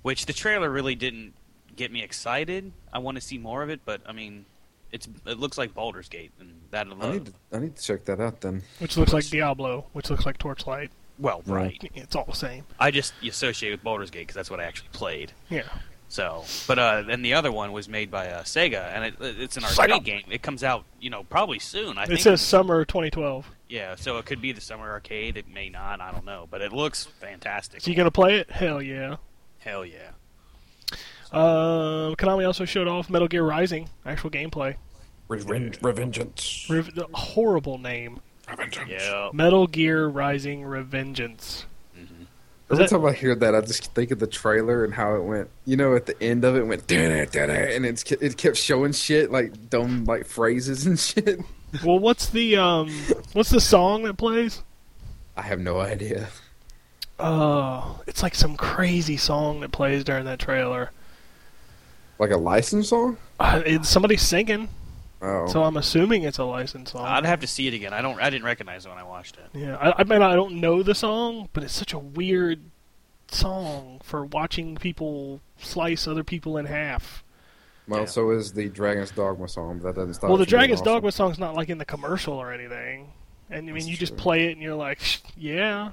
Speaker 2: which the trailer really didn't get me excited. I want to see more of it, but I mean, it's it looks like Baldur's Gate, and that
Speaker 6: I need to, I need to check that out then.
Speaker 5: Which looks like Diablo, which looks like Torchlight.
Speaker 2: well, right.
Speaker 5: It's all the same.
Speaker 2: I just associate with Baldur's Gate because that's what I actually played.
Speaker 5: Yeah.
Speaker 2: So, but uh, and the other one was made by uh, Sega, and it, it's an arcade game. It comes out, you know, probably soon. I
Speaker 5: it
Speaker 2: think.
Speaker 5: says summer 2012.
Speaker 2: yeah, so it could be the summer arcade. It may not. I don't know, but it looks fantastic.
Speaker 5: So you gonna play it? Hell yeah.
Speaker 2: Hell yeah!
Speaker 5: Um, Konami also showed off Metal Gear Rising actual gameplay.
Speaker 6: Revenge, revengeance.
Speaker 5: Rev- the horrible name.
Speaker 6: Revengeance.
Speaker 2: Yeah.
Speaker 5: Metal Gear Rising Revengeance.
Speaker 6: Every
Speaker 5: Is that-
Speaker 6: time I hear that, I just think of the trailer and how it went. You know, at the end of it, it went da da and it's ke- it kept showing shit like dumb like phrases and shit.
Speaker 5: Well, what's the um, what's the song that plays?
Speaker 6: I have no idea.
Speaker 5: Oh, it's like some crazy song that plays during that trailer.
Speaker 6: Like a license song?
Speaker 5: Uh, it's somebody singing,
Speaker 6: Oh,
Speaker 5: so I'm assuming it's a licensed song.
Speaker 2: I'd have to see it again. I don't. I didn't recognize it when I watched it.
Speaker 5: yeah, I, I mean I don't know the song, but it's such a weird song for watching people slice other people in half.
Speaker 6: well,
Speaker 2: yeah.
Speaker 6: so is the Dragon's Dogma song. But that doesn't stop.
Speaker 5: well, the
Speaker 6: it from being
Speaker 5: Dragon's
Speaker 6: awesome.
Speaker 5: Dogma song's not like in the commercial or anything, and I mean
Speaker 6: That's
Speaker 5: you just
Speaker 6: true.
Speaker 5: play it and you're like, "Sh- yeah,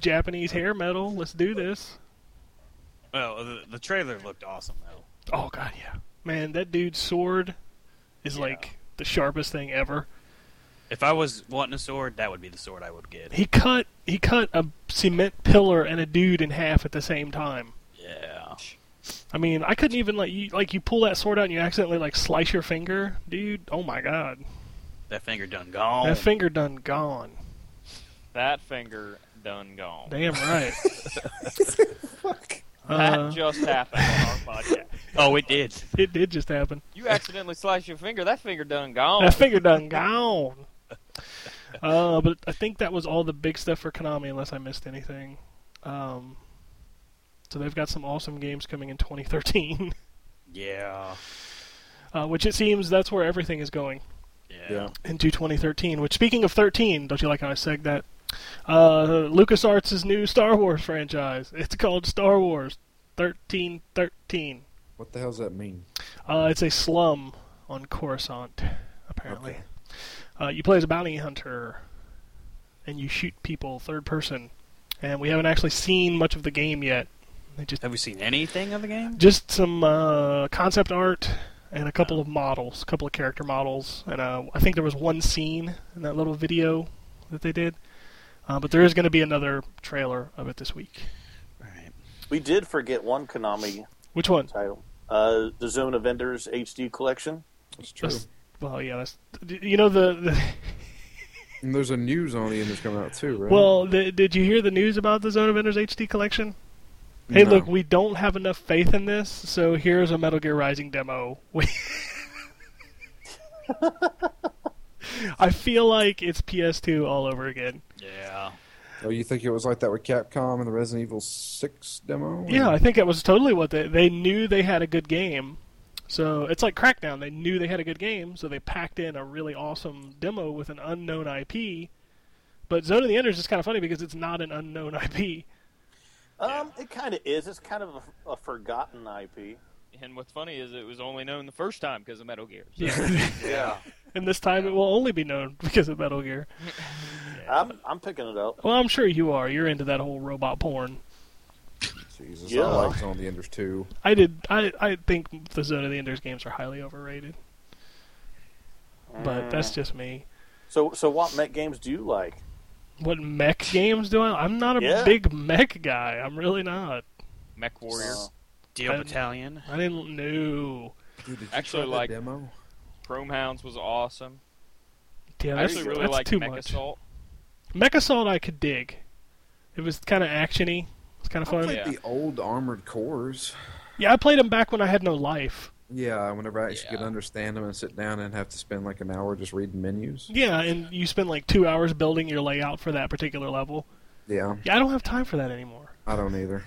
Speaker 5: Japanese hair metal, let's do this.
Speaker 2: Well, the, the trailer looked awesome though.
Speaker 5: Oh god, yeah. Man, that dude's sword is
Speaker 2: Yeah.
Speaker 5: like the sharpest thing ever.
Speaker 2: If I was wanting a sword, that would be the sword I would get.
Speaker 5: He cut he cut a cement pillar and a dude in half at the same time.
Speaker 2: Yeah.
Speaker 5: I mean, I couldn't even like you like you pull that sword out and you accidentally like slice your finger, dude. Oh my god,
Speaker 2: That finger done gone.
Speaker 5: that finger done gone.
Speaker 7: That finger done gone.
Speaker 5: Damn right. Uh,
Speaker 7: That just happened on our podcast.
Speaker 2: oh, it did.
Speaker 5: it did just happen.
Speaker 7: You accidentally slice your finger. That finger done gone.
Speaker 5: That finger done gone. Uh, but I think that was all the big stuff for Konami, unless I missed anything. Um, so they've got some awesome games coming in 2013,
Speaker 2: Yeah.
Speaker 5: uh, which it seems that's where everything is going
Speaker 2: Yeah.
Speaker 6: Yeah.
Speaker 5: into 2013. Which, speaking of 13, don't you like how I said that? Uh, LucasArts' new Star Wars franchise. It's called Star Wars 1313.
Speaker 6: What the hell does that mean?
Speaker 5: Uh, it's a slum on Coruscant, apparently.
Speaker 6: Okay.
Speaker 5: Uh, you play as a bounty hunter, and you shoot people third person. And we haven't actually seen much of the game yet. They just
Speaker 2: Have we seen anything of the game?
Speaker 5: just some uh, concept art and a couple of models, a couple of character models, and uh, I think there was one scene in that little video that they did. Uh, but there is going to be another trailer of it this week.
Speaker 2: Right.
Speaker 8: We did forget one Konami
Speaker 5: Which one?
Speaker 8: title. Uh, the Zone of Enders HD Collection.
Speaker 6: That's true.
Speaker 5: That's- well, yeah, that's you know the, the
Speaker 6: And there's a news on the end that's coming out too, right?
Speaker 5: Well, th- did you hear the news about the Zone of Enders HD collection? Hey,
Speaker 6: No.
Speaker 5: look, we don't have enough faith in this, so here's a Metal Gear Rising demo. We- I feel like it's PS2 all over again.
Speaker 2: Yeah.
Speaker 6: Oh, you think it was like that with Capcom and the Resident Evil Six demo?
Speaker 5: Yeah, I think that was totally what they they knew they had a good game. So it's like Crackdown. They knew they had a good game, so they packed in a really awesome demo with an unknown IP. But Zone of the Enders is kind of funny because it's not an unknown IP.
Speaker 8: Um, It kind of is. It's kind of a, a forgotten IP.
Speaker 7: And what's funny is it was only known the first time because of Metal Gear. So
Speaker 5: Yeah.
Speaker 8: Yeah.
Speaker 5: and this time it will only be known because of Metal Gear.
Speaker 8: I'm, I'm picking it up.
Speaker 5: Well, I'm sure you are. You're into that whole robot porn.
Speaker 6: Jesus,
Speaker 8: Yeah.
Speaker 6: I like Zone of the Enders too.
Speaker 5: I did. I I think the Zone of the Enders games are highly overrated, but that's just me.
Speaker 7: Mm.
Speaker 8: So, so what mech games do you like?
Speaker 5: What mech games do I? I'm not a
Speaker 8: Yeah.
Speaker 5: big mech guy. I'm really not.
Speaker 7: Mech Warrior.
Speaker 8: Uh,
Speaker 2: Deal
Speaker 5: I-
Speaker 2: Battalion.
Speaker 5: I didn't know.
Speaker 6: Dude, did you
Speaker 7: Actually,
Speaker 6: try that
Speaker 7: like-
Speaker 6: demo.
Speaker 7: Chrome Hounds was awesome.
Speaker 5: Damn,
Speaker 7: I
Speaker 5: that's,
Speaker 7: actually really
Speaker 5: that's
Speaker 7: like
Speaker 5: too
Speaker 7: Mech
Speaker 5: much.
Speaker 7: Assault.
Speaker 5: Mech Assault I could dig. It was kind of actiony. It's kind of
Speaker 6: I
Speaker 5: fun.
Speaker 6: played
Speaker 7: Yeah.
Speaker 6: the old Armored Cores.
Speaker 5: Yeah, I played them back when I had no life.
Speaker 6: Yeah, whenever I actually
Speaker 7: Yeah.
Speaker 6: could understand them and sit down and have to spend like an hour just reading menus.
Speaker 5: Yeah, and you spend like two hours building your layout for that particular level.
Speaker 6: Yeah,
Speaker 5: Yeah, I don't have time for that anymore.
Speaker 6: I don't either.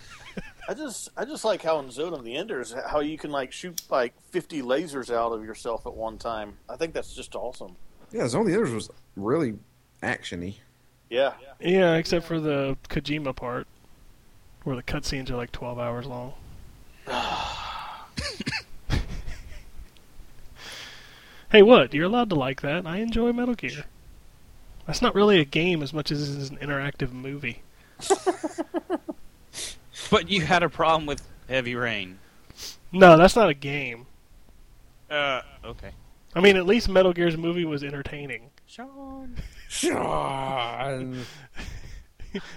Speaker 8: I just I just like how in Zone of the Enders how you can like shoot like fifty lasers out of yourself at one time. I think that's just awesome.
Speaker 6: Yeah, Zone of the Enders was really actiony.
Speaker 8: Yeah.
Speaker 5: Yeah, except for the Kojima part, where the cutscenes are like 12 hours long. hey, what? You're allowed to like that. I enjoy Metal Gear. That's not really a game as much as it is an interactive movie.
Speaker 2: But you had a problem with Heavy Rain.
Speaker 5: No, that's not a game.
Speaker 2: Uh, okay.
Speaker 5: I mean, at least Metal Gear's movie was entertaining.
Speaker 2: Sean.
Speaker 5: At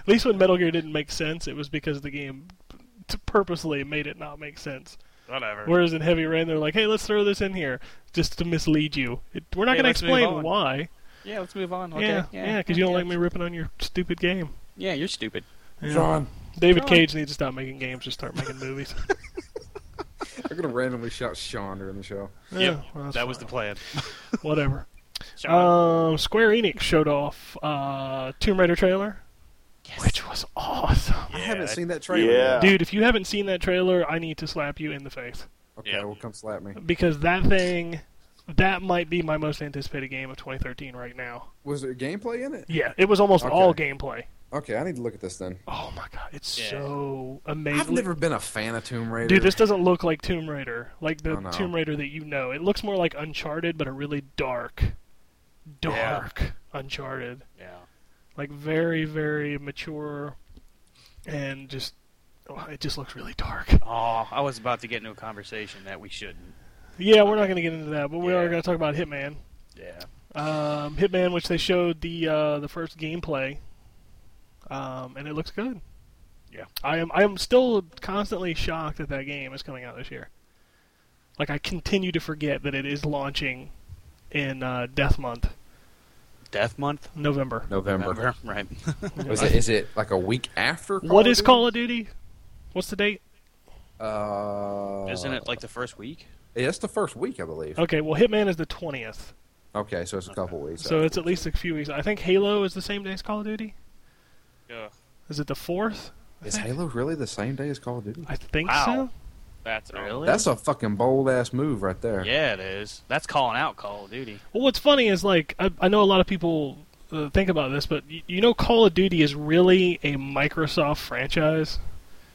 Speaker 5: least when Metal Gear didn't make sense, it was because the game t- purposely made it not make sense.
Speaker 2: Whatever.
Speaker 5: Whereas in Heavy Rain, they're like, "Hey, let's throw this in here just to mislead you. It, we're not
Speaker 2: Hey,
Speaker 5: going to
Speaker 2: let's move
Speaker 5: explain
Speaker 2: on.
Speaker 5: why.
Speaker 2: yeah, let's move on. Okay.
Speaker 5: yeah, yeah, because you don't like me ripping on your stupid game."
Speaker 2: Yeah, you're stupid.
Speaker 6: John,
Speaker 5: David Cage needs to stop making games and start making movies.
Speaker 6: I'm gonna randomly shout Sean during the show.
Speaker 5: Yeah, well, that's
Speaker 2: that was the
Speaker 5: fine.
Speaker 2: plan.
Speaker 5: whatever.
Speaker 2: Sean.
Speaker 5: Um, Square Enix showed off uh, Tomb Raider trailer, which was awesome.
Speaker 6: I haven't
Speaker 2: that-
Speaker 6: seen that trailer.
Speaker 8: Yeah.
Speaker 6: yet.
Speaker 5: Dude, if you haven't seen that trailer, I need to slap you in the face.
Speaker 6: Okay,
Speaker 2: Yeah.
Speaker 6: well, come slap me.
Speaker 5: because that thing that might be my most anticipated game of 2013 right now.
Speaker 6: Was there gameplay in it?
Speaker 5: Yeah, it was almost
Speaker 6: Okay.
Speaker 5: all gameplay.
Speaker 6: Okay, I need to look at this then.
Speaker 5: Oh my god, it's
Speaker 2: Yeah.
Speaker 5: so amazing.
Speaker 6: I've never been a fan of Tomb Raider.
Speaker 5: Dude, this doesn't look like Tomb Raider, like the
Speaker 6: Oh, no.
Speaker 5: Tomb Raider that you know. It looks more like Uncharted, but a really dark, dark Uncharted.
Speaker 2: Yeah.
Speaker 5: Like very, very mature, and just oh, it just looks really dark.
Speaker 2: Oh, I was about to get into a conversation that we shouldn't.
Speaker 5: Yeah, we're not going to get into that, but we are
Speaker 2: Yeah.
Speaker 5: going to talk about Hitman.
Speaker 2: Yeah.
Speaker 5: um, Hitman, which they showed the uh, the first gameplay, um, and it looks good.
Speaker 2: Yeah.
Speaker 5: I am I am still constantly shocked that that game is coming out this year. Like I continue to forget that it is launching in uh, Death Month,
Speaker 2: Death month.
Speaker 5: November.
Speaker 6: November.
Speaker 2: Remember? Right.
Speaker 6: Is it, is it like a week after? Call
Speaker 5: what
Speaker 6: of
Speaker 5: is
Speaker 6: Duty?
Speaker 5: Call of Duty? What's the date?
Speaker 6: Uh,
Speaker 2: Isn't it like the first week?
Speaker 6: Yeah, it's the first week, I believe.
Speaker 5: Okay, well Hitman is the twentieth,
Speaker 6: Okay, so it's a couple weeks.
Speaker 5: so
Speaker 6: after.
Speaker 5: it's at least a few weeks. I think Halo is the same day as Call of Duty.
Speaker 2: Yeah.
Speaker 5: Is it the fourth?
Speaker 6: is Halo really the same day as Call of Duty?
Speaker 5: I think
Speaker 2: Wow.
Speaker 7: That's
Speaker 2: Really?
Speaker 6: That's a fucking bold ass move right there.
Speaker 2: yeah, it is. That's calling out Call of Duty.
Speaker 5: Well, what's funny is like I, I know a lot of people uh, think about this, but y- you know, Call of Duty is really a Microsoft franchise.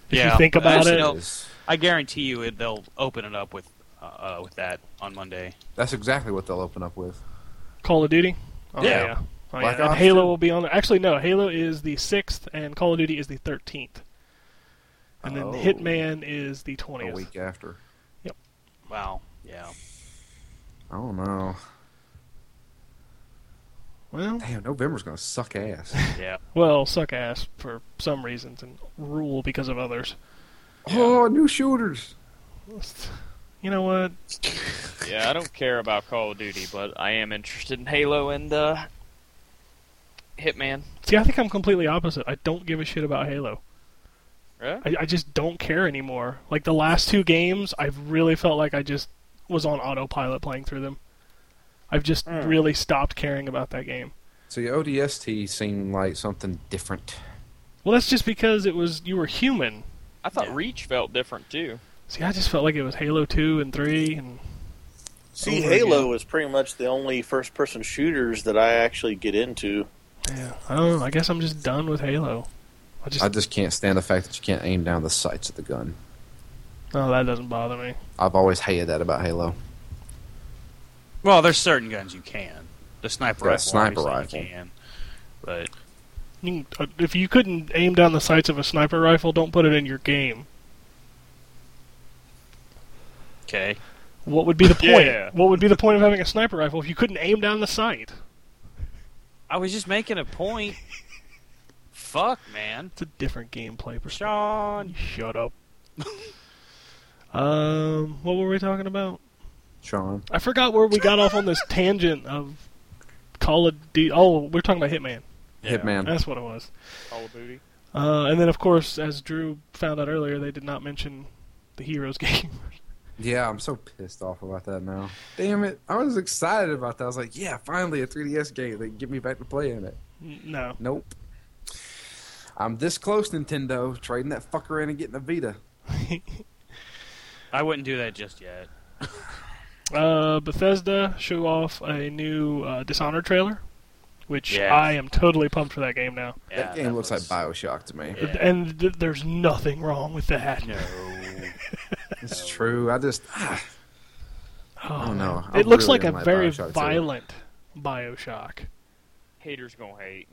Speaker 5: If
Speaker 2: Yeah.
Speaker 5: you think about
Speaker 2: Actually,
Speaker 5: it,
Speaker 2: no.
Speaker 6: It's-
Speaker 2: I guarantee you, it, they'll open it up with uh, uh, with that on Monday.
Speaker 6: That's exactly what they'll open up with.
Speaker 5: Call of Duty. Oh,
Speaker 2: Yeah.
Speaker 5: Oh,
Speaker 6: Black
Speaker 5: yeah. And
Speaker 6: Ops
Speaker 5: Halo
Speaker 6: 2.
Speaker 5: will be on there. Actually, no. Halo is the sixth, and Call of Duty is the thirteenth, and then
Speaker 6: Oh.
Speaker 5: Hitman is the
Speaker 6: A
Speaker 5: twentieth.
Speaker 6: week after.
Speaker 2: Wow. Yeah.
Speaker 6: I don't know.
Speaker 5: Well,
Speaker 6: Damn, November's gonna suck ass.
Speaker 2: Yeah.
Speaker 5: well, suck ass for some reasons, and rule because of others.
Speaker 6: Oh, new shooters.
Speaker 5: You know what?
Speaker 7: Yeah, I don't care about Call of Duty, but I am interested in Halo and uh, Hitman.
Speaker 5: See, I think I'm completely opposite. I don't give a shit about Halo.
Speaker 7: Really?
Speaker 5: I, I just don't care anymore. Like the last two games, I've really felt like I just was on autopilot playing through them. I've just really stopped caring about that game.
Speaker 6: See, ODST seemed like something different.
Speaker 5: Well, that's just because it was you were human.
Speaker 7: I thought
Speaker 2: Yeah.
Speaker 7: Reach felt different too.
Speaker 5: See, I just felt like it was Halo two and three, and
Speaker 8: See,
Speaker 5: Over
Speaker 8: Halo is pretty much the only first-person shooters that I actually get into.
Speaker 5: yeah, I don't know. I guess I'm just done with Halo. I just,
Speaker 6: I just can't stand the fact that you can't aim down the sights of the gun.
Speaker 5: oh, that doesn't bother me.
Speaker 6: I've always hated that about Halo.
Speaker 2: Well, there's certain guns you can. The sniper
Speaker 6: Yeah,
Speaker 2: rifle.
Speaker 6: sniper
Speaker 2: obviously,
Speaker 6: rifle.
Speaker 2: You can. But
Speaker 5: You can, uh, if you couldn't aim down the sights of a sniper rifle, don't put it in your game.
Speaker 2: okay.
Speaker 5: What would be the point?
Speaker 7: Yeah.
Speaker 5: What would be the point of having a sniper rifle if you couldn't aim down the sight?
Speaker 2: I was just making a point. fuck, man?
Speaker 5: It's a different gameplay perspective.
Speaker 2: Sean.
Speaker 5: Shut up. um, what were we talking about?
Speaker 6: Sean.
Speaker 5: I forgot where we got off on this tangent of Call of Duty. Oh, we're talking about Hitman.
Speaker 6: Hitman.
Speaker 5: That's what it was.
Speaker 7: Call of Duty.
Speaker 5: Uh, and then, of course, as Drew found out earlier, they did not mention the Heroes game.
Speaker 6: Yeah, I'm so pissed off about that now. Damn it. I was excited about that. I was like, yeah, finally a 3DS game. They can get me back to playing it.
Speaker 5: no.
Speaker 6: Nope. I'm this close, Nintendo. Trading that fucker in and getting a Vita.
Speaker 2: I wouldn't do that just yet.
Speaker 5: Uh, Bethesda show off a new uh, Dishonored trailer, which
Speaker 2: Yes.
Speaker 5: I am totally pumped for that game now.
Speaker 2: Yeah,
Speaker 6: that game
Speaker 2: that
Speaker 6: looks
Speaker 2: looks-
Speaker 6: like Bioshock to me.
Speaker 2: Yeah.
Speaker 5: And th- there's nothing wrong with that.
Speaker 2: No.
Speaker 6: It's true. I just. ah,
Speaker 5: Oh,
Speaker 6: no.
Speaker 5: man.
Speaker 6: I
Speaker 5: It looks
Speaker 6: really
Speaker 5: like a
Speaker 6: don't like
Speaker 5: very
Speaker 6: Bioshock too.
Speaker 5: violent Bioshock.
Speaker 7: Haters gonna hate.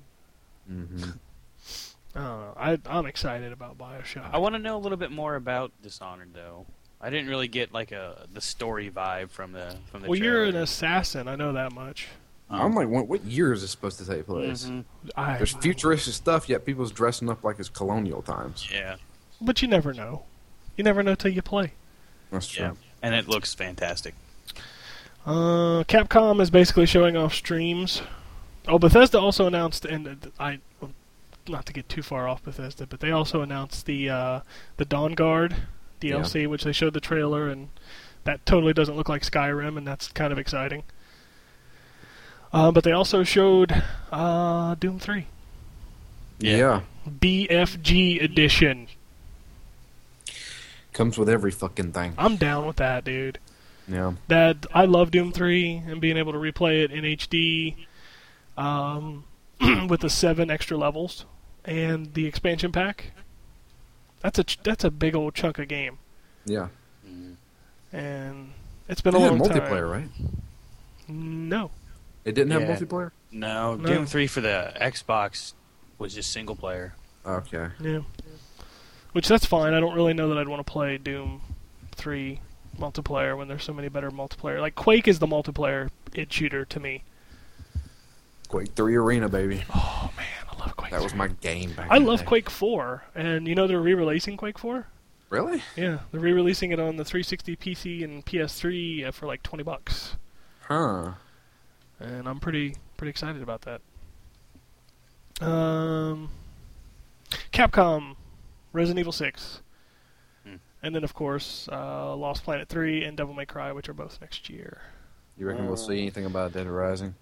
Speaker 5: Uh, I, I'm excited about Bioshock.
Speaker 2: I want to know a little bit more about Dishonored, though. I didn't really get like a the story vibe from the from the.
Speaker 5: well, you're an
Speaker 2: trailer.
Speaker 5: assassin. I know that much.
Speaker 6: I'm like, what, what year is this supposed to take place?
Speaker 5: Mm-hmm. I,
Speaker 6: There's futuristic stuff, yet people's dressing up like it's colonial times.
Speaker 2: yeah,
Speaker 5: but you never know. You never know till you play.
Speaker 6: That's true.
Speaker 2: yeah, and it looks fantastic.
Speaker 5: Uh, Capcom is basically showing off streams. Oh, Bethesda also announced, and uh, I, not to get too far off Bethesda, but they also announced the uh, the Dawn Guard DLC, which they showed the trailer, and that totally doesn't look like Skyrim, and that's kind of exciting. Uh, but they also showed uh, Doom Three
Speaker 2: Yeah.
Speaker 6: yeah.
Speaker 5: BFG edition.
Speaker 6: Comes with every fucking thing.
Speaker 5: I'm down with that, dude.
Speaker 6: Yeah.
Speaker 5: that I love Doom 3 and being able to replay it in HD um, with the seven extra levels and the expansion pack. That's a ch- that's a big old chunk of game,
Speaker 6: Yeah.
Speaker 5: and it's been
Speaker 6: It
Speaker 5: a
Speaker 6: had
Speaker 5: long
Speaker 6: multiplayer,
Speaker 5: time.
Speaker 6: right?
Speaker 5: No,
Speaker 6: It didn't have
Speaker 2: Yeah.
Speaker 6: multiplayer?
Speaker 2: No,
Speaker 5: No.
Speaker 2: Doom Three for the Xbox was just single player.
Speaker 6: Okay.
Speaker 5: yeah, which that's fine. I don't really know that I'd want to play Doom 3 multiplayer when there's so many better multiplayer. Like Quake is the multiplayer it shooter to me.
Speaker 6: Quake 3 Arena, baby.
Speaker 5: Oh man, I love Quake.
Speaker 6: That was
Speaker 5: 3.
Speaker 6: my game back
Speaker 5: I
Speaker 6: in the
Speaker 5: love
Speaker 6: day.
Speaker 5: Quake 4, and you know they're re-releasing Quake 4.
Speaker 6: Really?
Speaker 5: Yeah, they're re-releasing it on the 360 PC and PS3 uh, for like 20 bucks,
Speaker 6: Huh.
Speaker 5: and I'm pretty pretty excited about that. Um, Capcom, Resident Evil 6,
Speaker 2: Hmm.
Speaker 5: and then of course uh, Lost Planet 3 and Devil May Cry, which are both next year.
Speaker 6: You reckon we'll
Speaker 5: Uh.
Speaker 6: see anything about Dead Rising?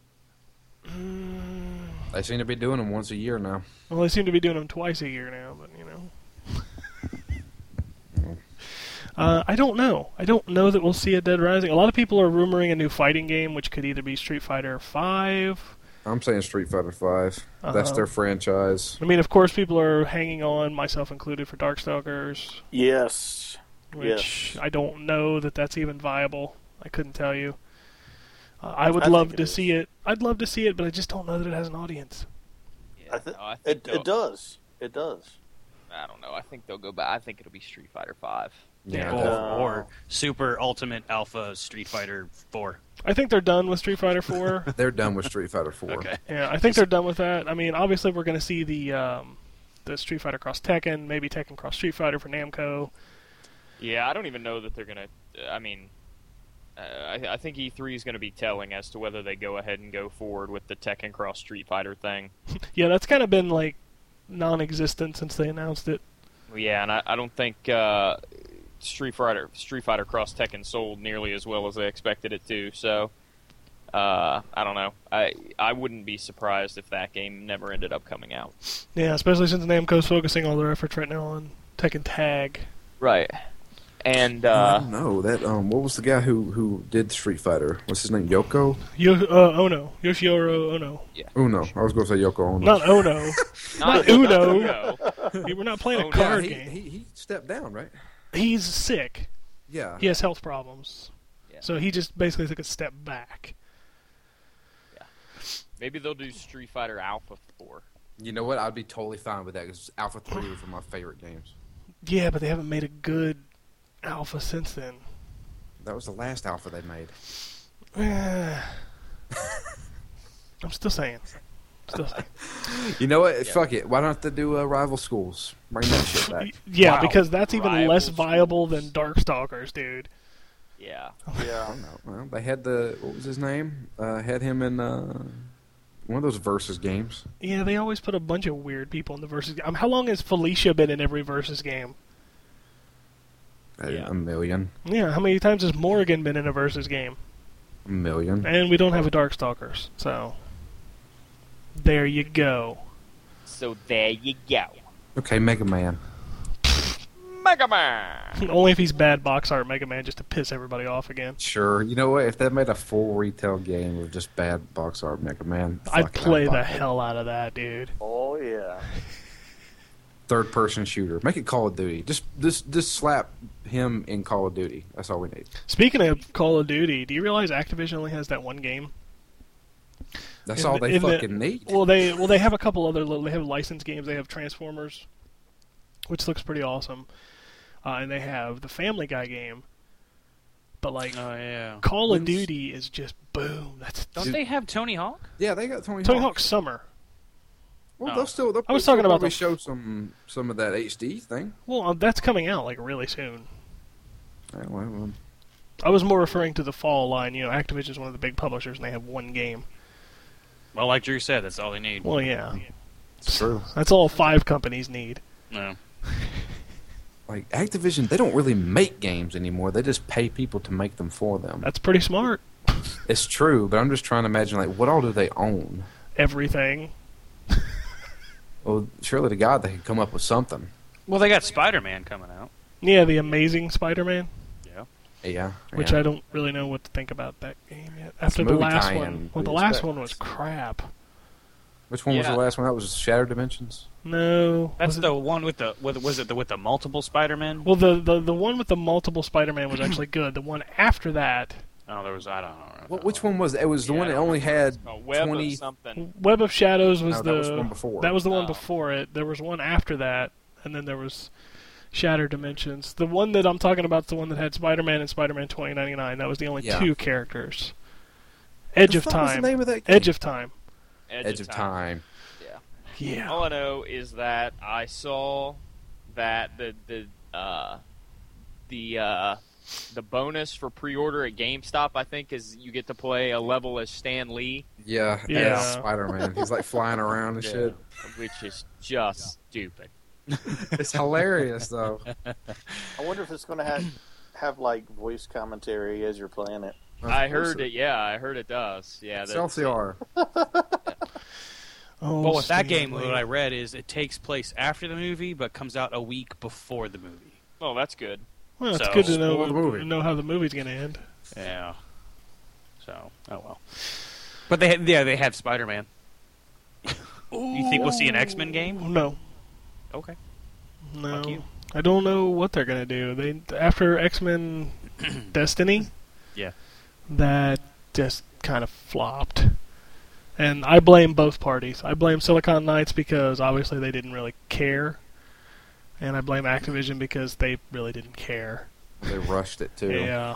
Speaker 5: Mm.
Speaker 6: They seem to be doing them once a year now.
Speaker 5: Well, they seem to be doing them twice a year now, but you know. Uh, I don't know. I don't know that we'll see a Dead Rising. A lot of people are rumoring a new fighting game, which could either be Street Fighter Five.
Speaker 6: I'm saying Street Fighter Five. That's
Speaker 5: Uh-huh.
Speaker 6: their franchise.
Speaker 5: I mean, of course, people are hanging on, myself included, for Darkstalkers,
Speaker 8: Yes.
Speaker 5: which
Speaker 8: Yes.
Speaker 5: I don't know that that's even viable. I couldn't tell you. Uh, I
Speaker 8: I
Speaker 5: would
Speaker 8: think
Speaker 5: love
Speaker 8: it
Speaker 5: to
Speaker 8: is.
Speaker 5: see it. I'd love to see it, but I just don't know that it has an audience.
Speaker 8: I thi-
Speaker 7: No, I think
Speaker 8: It, it
Speaker 7: they'll-
Speaker 8: does. It does.
Speaker 7: I don't know. I think they'll go back. I think it'll be Street Fighter Five.
Speaker 6: Yeah.
Speaker 2: or,
Speaker 6: that-
Speaker 8: Uh,
Speaker 2: or Super Ultimate Alpha Street Fighter Four.
Speaker 5: I think they're done with Street Fighter Four.
Speaker 6: They're done with Street Fighter Four.
Speaker 2: Okay.
Speaker 5: Yeah, I think they're done with that. I mean, obviously we're going to see the um, the Street Fighter Cross Tekken, maybe Tekken Cross Street Fighter for Namco.
Speaker 7: Yeah, I don't even know that they're gonna. I mean, uh, I, I think E3 is gonna be telling as to whether they go ahead and go forward with the Tekken Cross Street Fighter thing.
Speaker 5: Yeah, that's kind of been like non-existent since they announced it.
Speaker 7: Yeah, and I, I don't think uh, Street Fighter Street Fighter Cross Tekken sold nearly as well as they expected it to. So uh, I don't know. I I wouldn't be surprised if that game never ended up coming out.
Speaker 5: Yeah, especially since Namco's focusing all their efforts right now on Tekken Tag.
Speaker 7: Right. And
Speaker 6: I
Speaker 7: uh,
Speaker 6: don't know that. Um, what was the guy who who did Street Fighter? What's his name? Yoko
Speaker 5: Yo- uh, Ono, Yoshihiro Ono,
Speaker 6: Uno. I was going to say Yoko Ono.
Speaker 5: not Ono.
Speaker 7: not,
Speaker 5: Uno.
Speaker 7: Uno.
Speaker 5: Hey, we're not playing a
Speaker 7: Ono.
Speaker 6: Oh, yeah,
Speaker 5: card
Speaker 6: he,
Speaker 5: game.
Speaker 6: he he stepped down, right?
Speaker 5: He's sick.
Speaker 6: Yeah.
Speaker 5: He has health problems,
Speaker 7: Yeah.
Speaker 5: so he just basically took a step back.
Speaker 7: Maybe they'll do Street Fighter Alpha Four.
Speaker 6: You know what? I'd be totally fine with that because Alpha Three was one of my favorite games.
Speaker 5: Yeah, but they haven't made a good alpha since then.
Speaker 6: That was the last Alpha they made.
Speaker 5: I'm still saying. Still say-
Speaker 6: You know what? Fuck it. Why don't they do uh, rival schools? Bring that shit back.
Speaker 5: yeah,
Speaker 7: Wow.
Speaker 5: because that's even less
Speaker 7: Rivals.
Speaker 5: viable than Darkstalkers, dude.
Speaker 7: Yeah.
Speaker 8: Yeah.
Speaker 6: No, well, they had the what was his name? Uh, had him in uh, one of those versus games.
Speaker 5: Yeah, they always put a bunch of weird people in the versus game. How long has Felicia been in every versus game?
Speaker 6: A,
Speaker 7: Yeah.
Speaker 6: Oh, a million,
Speaker 5: Yeah, how many times has Morgan been in a versus game?
Speaker 6: a million.
Speaker 5: And we don't have a Darkstalkers, so there you go.
Speaker 7: So there you go.
Speaker 6: Okay, Mega Man.
Speaker 7: Mega Man.
Speaker 5: Only if he's bad box art Mega Man just to piss everybody off again.
Speaker 6: Sure. You know what? If they made a full retail game of just bad box art Mega Man,
Speaker 5: I'd
Speaker 6: fuck it,
Speaker 5: play
Speaker 6: buy
Speaker 5: the
Speaker 6: it.
Speaker 5: hell out of that, dude.
Speaker 8: Oh yeah.
Speaker 6: third person shooter. Make it Call of Duty. Just just just slap him in Call of Duty. That's all we need.
Speaker 5: Speaking of Call of Duty, do you realize Activision only has that one game?
Speaker 6: That's
Speaker 5: In
Speaker 6: all
Speaker 5: the-
Speaker 6: they
Speaker 5: in the-
Speaker 6: fucking need.
Speaker 5: Well, they well they have a couple other little. They have licensed games. They have Transformers, which looks pretty awesome, uh, and they have the Family Guy game. But like
Speaker 2: Oh yeah.
Speaker 5: Call of Duty is just boom. That's
Speaker 2: Don't they have Tony Hawk?
Speaker 6: yeah, they got Tony,
Speaker 5: Tony
Speaker 6: Hawk.
Speaker 5: Hawk Summer.
Speaker 6: Well, they'll still. They'll
Speaker 5: I was
Speaker 6: still
Speaker 5: talking about
Speaker 6: probably
Speaker 5: the-
Speaker 6: show some some of that HD thing.
Speaker 5: Well, um, that's coming out like really soon.
Speaker 6: Yeah, well, well, um,
Speaker 5: I was more referring to the fall line. You know, Activision's one of the big publishers, and they have one game.
Speaker 2: Well, like Drew said, that's all they need.
Speaker 5: Well, yeah,
Speaker 6: it's true.
Speaker 5: that's all five companies need.
Speaker 2: No.
Speaker 6: Like Activision, they don't really make games anymore. They just pay people to make them for them.
Speaker 5: That's pretty smart.
Speaker 6: It's true, but I'm just trying to imagine like what all do they own?
Speaker 5: Everything.
Speaker 6: Well, surely to God they could come up with something.
Speaker 2: Well, they got Spider-Man coming out.
Speaker 5: Yeah, the Amazing Spider-Man,
Speaker 6: Yeah,
Speaker 5: which I don't really know what to think about that game yet. After the
Speaker 6: movie
Speaker 5: last
Speaker 6: tie-in.
Speaker 5: one,
Speaker 6: What
Speaker 5: well,
Speaker 6: do
Speaker 5: the
Speaker 6: you
Speaker 5: last
Speaker 6: expect?
Speaker 5: one was crap.
Speaker 6: Which one was
Speaker 7: Yeah.
Speaker 6: the last one? That was Shattered Dimensions.
Speaker 5: No,
Speaker 2: That's
Speaker 5: was it-
Speaker 2: the one with the with, was it the with the multiple Spider-Man?
Speaker 5: well the, the the one with the multiple Spider-Man was actually good. The one after that,
Speaker 2: Oh, there was I don't know.
Speaker 6: What, which one was it? It was the
Speaker 7: Yeah,
Speaker 6: one
Speaker 7: I
Speaker 6: that
Speaker 7: don't
Speaker 6: only had
Speaker 7: A web
Speaker 6: twenty.
Speaker 7: of something.
Speaker 5: Web of Shadows was
Speaker 6: No,
Speaker 5: the
Speaker 6: that was one before.
Speaker 5: that was the one
Speaker 7: Oh.
Speaker 5: before it. There was one after that, and then there was Shattered Dimensions. The one that I'm talking about is the one that had Spider-Man and Spider-Man 2099. That was the only
Speaker 6: Yeah.
Speaker 5: two characters. Edge
Speaker 6: The
Speaker 5: of
Speaker 6: fuck was the
Speaker 5: Time.
Speaker 6: name of that
Speaker 5: Edge
Speaker 6: game?
Speaker 5: of Time.
Speaker 7: Edge,
Speaker 6: Edge of Time.
Speaker 5: Yeah.
Speaker 7: All I know is that I saw that the the uh, the uh, the bonus for pre-order at GameStop, I think, is you get to play a level as Stan Lee,
Speaker 6: Yeah,
Speaker 5: Yeah.
Speaker 6: Spider Man. He's like flying around and shit.
Speaker 7: which is just stupid.
Speaker 6: It's hilarious though.
Speaker 8: I wonder if it's going to have have like voice commentary as you're playing it.
Speaker 7: I heard it. Yeah, I heard it does. Yeah, that's,
Speaker 6: Excelsior.
Speaker 5: Oh,
Speaker 2: Well, with
Speaker 5: Stan
Speaker 2: that game,
Speaker 5: Lee.
Speaker 2: what I read is it takes place after the movie, but comes out a week before the movie.
Speaker 7: oh, that's good.
Speaker 5: Well, it's
Speaker 2: So-
Speaker 5: good to
Speaker 6: Spoil
Speaker 5: know
Speaker 6: the movie.
Speaker 5: know how the movie's gonna end.
Speaker 2: Yeah. So, oh well. But they had, yeah they have Spider Man. you think we'll see an X Men game?
Speaker 5: No,
Speaker 2: Okay.
Speaker 5: no.
Speaker 2: Fuck you.
Speaker 5: I don't know what they're gonna do. They after X Men Destiny.
Speaker 2: Yeah.
Speaker 5: That just kind of flopped. And I blame both parties. I blame Silicon Knights because obviously they didn't really care. And I blame Activision because they really didn't care. uh,
Speaker 6: They rushed it too.
Speaker 5: Yeah.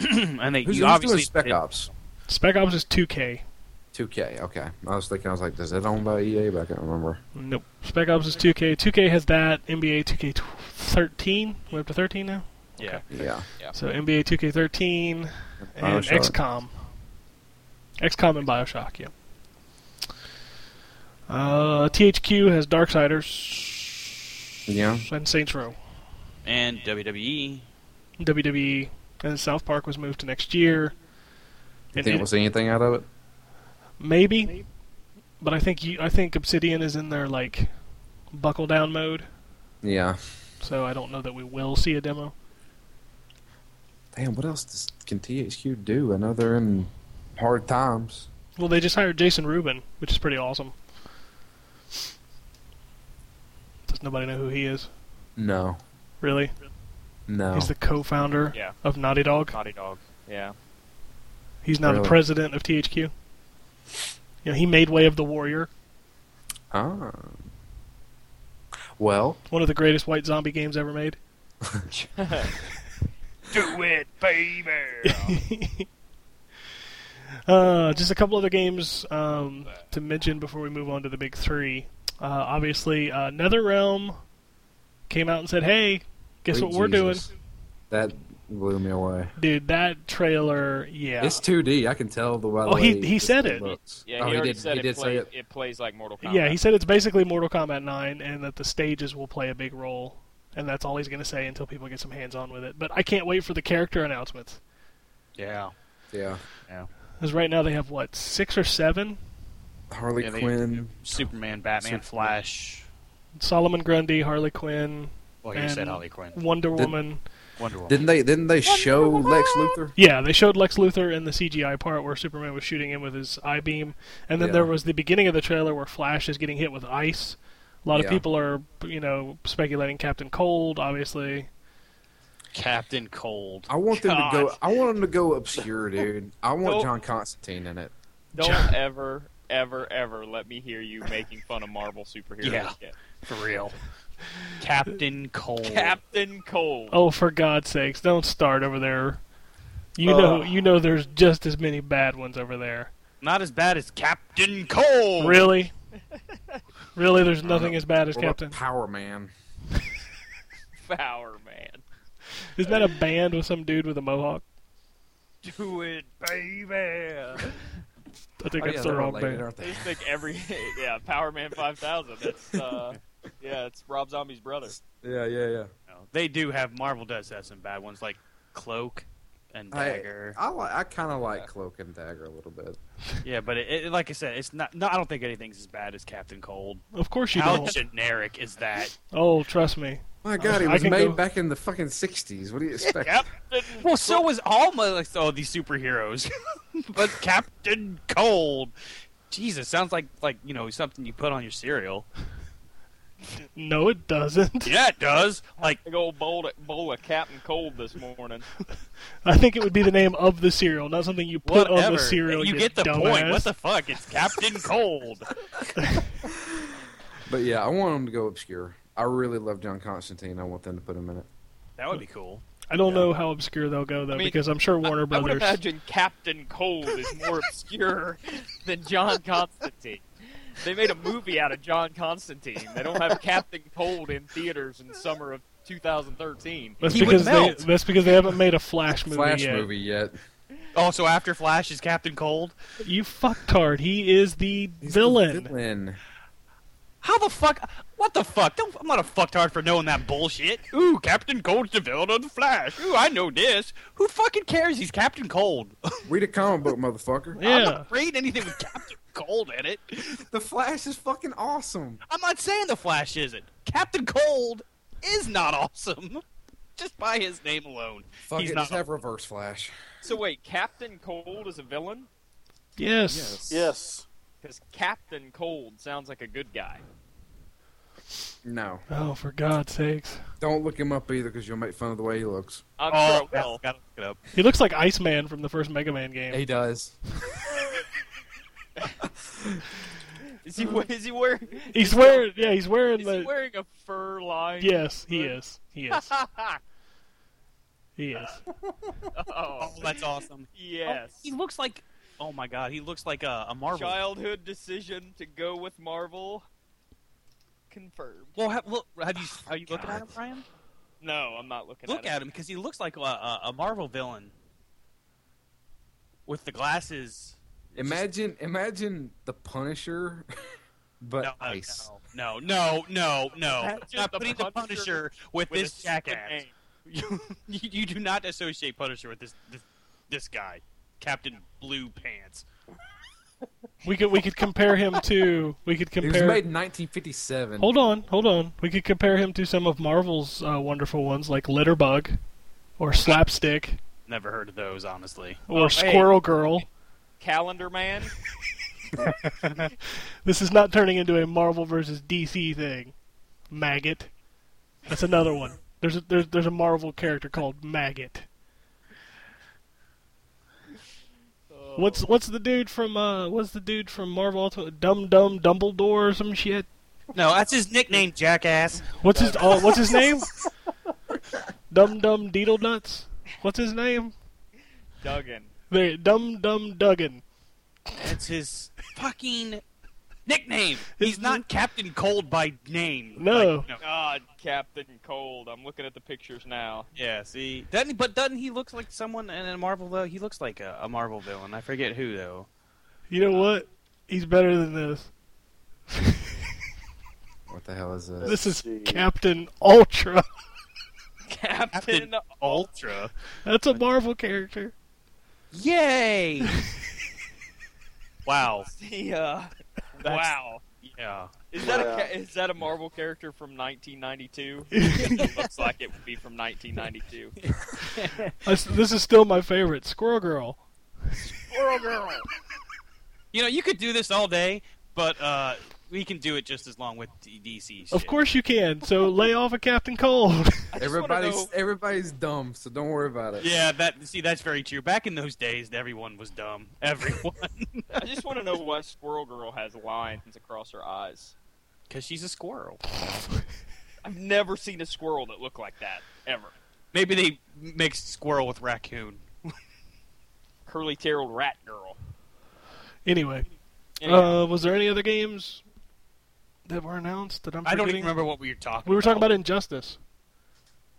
Speaker 2: and they
Speaker 6: Who's,
Speaker 2: you
Speaker 6: who's
Speaker 2: obviously
Speaker 6: doing Spec
Speaker 2: they-
Speaker 6: Ops?
Speaker 5: Spec Ops is 2K.
Speaker 6: 2K. Okay. I was thinking. I was like, is it owned by EA? But I can't remember.
Speaker 5: Nope. Spec Ops is 2K. 2K has that. NBA 2K13. We're up to 13 now?
Speaker 2: Yeah.
Speaker 6: Yeah.
Speaker 5: So NBA 2K13 and
Speaker 6: Bioshock.
Speaker 5: XCOM. XCOM and Bioshock, yeah. Uh, THQ has Darksiders
Speaker 6: Yeah.
Speaker 5: and Saints Row.
Speaker 2: And E. WWE.
Speaker 5: WWE E and South Park was moved to next year.
Speaker 6: You
Speaker 5: And
Speaker 6: think
Speaker 5: it-
Speaker 6: we'll see anything out of it?
Speaker 5: maybe, but I think you, I think Obsidian is in their like buckle down mode,
Speaker 6: Yeah.
Speaker 5: so I don't know that we will see a demo.
Speaker 6: Damn. What else does, can THQ do? I know they're in hard times.
Speaker 5: Well, they just hired Jason Rubin, which is pretty awesome. Does nobody know who he is?
Speaker 6: No.
Speaker 5: Really?
Speaker 6: No.
Speaker 5: He's the co-founder
Speaker 7: Yeah.
Speaker 5: of Naughty Dog.
Speaker 7: Naughty Dog. Yeah.
Speaker 5: He's now the
Speaker 6: Really?
Speaker 5: president of THQ. You know, he made Way of the Warrior,
Speaker 6: Ah. Well,
Speaker 5: one of the greatest white zombie games ever made.
Speaker 7: Do it, baby.
Speaker 5: Uh, just a couple other games um, to mention before we move on to the big three. Uh, obviously, uh, NetherRealm came out and said, "Hey, guess
Speaker 6: Sweet
Speaker 5: what we're
Speaker 6: Jesus. That blew me away.
Speaker 5: doing, dude?" That trailer, yeah,
Speaker 6: It's 2D. I can tell the by the
Speaker 5: Oh, he-
Speaker 6: way
Speaker 5: he
Speaker 6: this
Speaker 5: said
Speaker 6: thing
Speaker 5: it.
Speaker 6: looks.
Speaker 7: Yeah,
Speaker 6: Oh,
Speaker 7: he,
Speaker 6: he
Speaker 7: already
Speaker 6: did.
Speaker 7: said
Speaker 6: he
Speaker 7: it,
Speaker 6: did say
Speaker 7: play,
Speaker 6: it.
Speaker 7: it plays like Mortal Kombat.
Speaker 5: yeah. He said it's basically Mortal Kombat 9, and that the stages will play a big role, and that's all he's going to say until people get some hands-on with it. But I can't wait for the character announcements.
Speaker 2: Yeah.
Speaker 6: Yeah,
Speaker 5: Because right now they have what six or seven.
Speaker 6: Harley
Speaker 2: Yeah, they-
Speaker 6: Quinn.
Speaker 2: Superman, Batman,
Speaker 6: Superman.
Speaker 2: Flash.
Speaker 5: Solomon Grundy, Harley Quinn,
Speaker 2: Well, you said
Speaker 5: And-
Speaker 2: Harley Quinn.
Speaker 5: Wonder
Speaker 6: Did-
Speaker 5: Woman.
Speaker 2: Wonder Woman.
Speaker 6: Didn't they? Didn't they show Lex Luthor?
Speaker 5: Yeah, they showed Lex Luthor in the CGI part where Superman was shooting him with his eye beam, and then
Speaker 6: Yeah.
Speaker 5: there was the beginning of the trailer where Flash is getting hit with ice. A lot
Speaker 6: Yeah.
Speaker 5: of people are, you know, speculating Captain Cold, obviously.
Speaker 2: Captain Cold.
Speaker 6: I want them to go.
Speaker 2: God.
Speaker 6: I want them to go obscure, dude. I want
Speaker 7: Nope.
Speaker 6: John Constantine in it.
Speaker 7: Don't ever, ever, ever let me hear you making fun of Marvel superheroes
Speaker 2: Yeah.
Speaker 7: again.
Speaker 2: for real. Captain Cold.
Speaker 7: Captain Cold.
Speaker 5: Oh, for God's sakes, don't start over there. You know,
Speaker 8: Ugh.
Speaker 5: you know, there's just as many bad ones over there.
Speaker 2: Not as bad as Captain Cold.
Speaker 5: Really, really, there's nothing as bad as
Speaker 6: What about
Speaker 5: Captain.
Speaker 6: Power Man.
Speaker 7: Power Man.
Speaker 5: Isn't that a band with some dude with a mohawk?
Speaker 7: Do it, baby.
Speaker 5: I think
Speaker 6: Oh, yeah,
Speaker 5: that's the
Speaker 6: they're
Speaker 5: wrong
Speaker 6: related,
Speaker 5: band.
Speaker 6: aren't
Speaker 7: They
Speaker 6: they?
Speaker 7: just make every yeah, Power Man five thousand. That's uh, yeah, it's Rob Zombie's brother.
Speaker 6: Yeah, yeah, yeah.
Speaker 2: No, They do have Marvel does have some bad ones like Cloak and
Speaker 6: I,
Speaker 2: Dagger.
Speaker 6: I, li- I kind of like Cloak and Dagger a little bit.
Speaker 2: yeah, but it, it, like I said, it's not. No, I don't think anything's as bad as Captain Cold.
Speaker 5: Of course you
Speaker 2: How
Speaker 5: don't.
Speaker 2: generic is that?
Speaker 5: Oh, trust me.
Speaker 6: My God, he
Speaker 5: I
Speaker 6: was
Speaker 5: can
Speaker 6: made
Speaker 5: go-
Speaker 6: back in the fucking '60s. What do you expect?
Speaker 7: Captain.
Speaker 2: Well, so was all my like, all these superheroes, but Captain Cold. Jesus, sounds like like you know something you put on your cereal.
Speaker 5: No, it doesn't.
Speaker 2: Yeah, it does. Like
Speaker 7: Big old bowl, bowl of Captain Cold this morning.
Speaker 5: I think it would be the name of the cereal, not something you put
Speaker 2: whatever.
Speaker 5: on the cereal.
Speaker 2: you, get the
Speaker 5: dumbass.
Speaker 2: point. What the fuck? It's Captain Cold.
Speaker 6: But yeah, I want them to go obscure. I really love John Constantine. I want them to put him in it.
Speaker 2: That would be cool.
Speaker 5: I don't know how obscure they'll go though,
Speaker 7: mean,
Speaker 5: because I'm sure Warner
Speaker 7: I would
Speaker 5: Brothers.
Speaker 7: imagine Captain Cold is more obscure than John Constantine. They made a movie out of John Constantine. They don't have Captain Cold in theaters in summer of 2013.
Speaker 5: that's
Speaker 2: He would
Speaker 5: because they
Speaker 2: melt.
Speaker 5: that's because they haven't made a Flash movie
Speaker 6: Flash
Speaker 5: yet.
Speaker 6: movie yet?
Speaker 2: Also, after Flash is Captain Cold.
Speaker 5: You fucktard. He is the
Speaker 6: He's the
Speaker 5: villain.
Speaker 6: villain.
Speaker 2: How the fuck? What the fuck? Don't, I'm not a fucktard for knowing that bullshit. Ooh, Captain Cold's the villain of the Flash. Ooh, I know this. Who fucking cares? He's Captain Cold.
Speaker 6: Read a comic book, motherfucker.
Speaker 2: I'm
Speaker 5: Yeah.
Speaker 2: not reading anything with Captain Cold in it.
Speaker 6: The Flash is fucking awesome.
Speaker 2: I'm not saying the Flash isn't. Captain Cold is not awesome. Just by his name alone,
Speaker 6: Fuck
Speaker 2: he's
Speaker 6: it,
Speaker 2: not.
Speaker 6: just have Reverse Flash.
Speaker 7: So wait, Captain Cold is a villain?
Speaker 5: Yes.
Speaker 8: Yes.
Speaker 7: Because Captain Cold sounds like a good guy.
Speaker 6: No.
Speaker 5: Oh, for God's sakes!
Speaker 6: Don't look him up either, because you'll make fun of the way he looks.
Speaker 7: I'm
Speaker 2: oh,
Speaker 7: sure. Well,
Speaker 2: gotta look it up.
Speaker 5: He looks like Iceman from the first Mega Man game.
Speaker 6: does.
Speaker 7: is he we- is he wearing
Speaker 5: He's wearing yeah, he's wearing
Speaker 7: is
Speaker 5: the
Speaker 7: he wearing a fur line?
Speaker 5: yes, he is, he is, he is.
Speaker 7: oh,
Speaker 2: Oh, that's awesome.
Speaker 7: yes.
Speaker 2: He looks like. Oh my god, he looks like a, a Marvel.
Speaker 7: Childhood decision to go with Marvel confirmed.
Speaker 2: Well, have, look, have you are you looking at him, Brian?
Speaker 7: No, I'm not looking.
Speaker 2: Look
Speaker 7: at,
Speaker 2: at him because he looks like a, a, a Marvel villain with the glasses.
Speaker 6: Imagine, imagine the Punisher, but
Speaker 2: No, no,
Speaker 6: ice.
Speaker 2: no, no, no, no.
Speaker 7: That's
Speaker 2: Not
Speaker 7: just the
Speaker 2: putting
Speaker 7: Punisher
Speaker 2: the Punisher with
Speaker 7: with
Speaker 2: this
Speaker 7: a stupid
Speaker 2: jackass.
Speaker 7: name.
Speaker 2: You, you you do not associate Punisher with this this, this guy, Captain Blue Pants.
Speaker 5: We could we could compare him to we could
Speaker 6: It was
Speaker 5: compare.
Speaker 6: made in 1957.
Speaker 5: Hold on, hold on. We could compare him to some of Marvel's uh, wonderful ones like Litterbug or Slapstick
Speaker 2: Never heard of those, honestly.
Speaker 5: or
Speaker 7: Oh, hey.
Speaker 5: Squirrel Girl.
Speaker 7: Calendar Man.
Speaker 5: This is not turning into a Marvel versus DC thing. Maggot. That's another one. There's a, there's there's a Marvel character called Maggot. What's what's the dude from uh what's the dude from Marvel Ultimate Dum Dum Dumbledore or some shit?
Speaker 2: No, that's his nickname, Jackass.
Speaker 5: What's his oh, what's his name? Dum Dum Deedle Nuts. What's his name?
Speaker 7: Duggan?
Speaker 5: There, Dum Dum Duggan.
Speaker 2: That's his fucking nickname. He's not Captain Cold by name.
Speaker 5: No.
Speaker 2: Like,
Speaker 7: God, Captain Cold. I'm looking at the pictures now.
Speaker 2: Yeah, see, doesn't but doesn't he look like someone in a Marvel though? He looks like a, a Marvel villain. I forget who though.
Speaker 5: You know what? He's better than this.
Speaker 6: What the hell is this?
Speaker 5: This is
Speaker 8: see.
Speaker 5: Captain Ultra.
Speaker 7: Captain,
Speaker 2: Ultra.
Speaker 5: That's a Marvel character.
Speaker 2: Yay! wow.
Speaker 7: the, uh,
Speaker 2: That's-
Speaker 7: wow.
Speaker 2: Yeah.
Speaker 7: Is that a
Speaker 8: Yeah.
Speaker 7: ca- is that a Marvel character from 1992? it
Speaker 5: I
Speaker 7: looks like it would be from 1992.
Speaker 5: s this is still my favorite. Squirrel Girl.
Speaker 2: You know, you could do this all day, but uh, we can do it just as long with D- DC. Shit.
Speaker 5: Of course you can. So lay off of Captain Cold.
Speaker 6: Everybody's
Speaker 7: know-
Speaker 6: everybody's dumb, so don't worry about it.
Speaker 2: Yeah, that see, that's very true. Back in those days, everyone was dumb. Everyone,
Speaker 7: I just want to know why Squirrel Girl has lines across her eyes.
Speaker 2: because she's a squirrel.
Speaker 7: I've never seen a squirrel that looked like that ever.
Speaker 2: Maybe they mixed squirrel with raccoon.
Speaker 7: Curly-tailed rat girl.
Speaker 5: anyway,
Speaker 7: Anyhow,
Speaker 5: uh, was there any other games that were announced that I'm
Speaker 2: I
Speaker 5: forgetting?
Speaker 2: don't even remember what we were talking.
Speaker 5: We were talking about Injustice.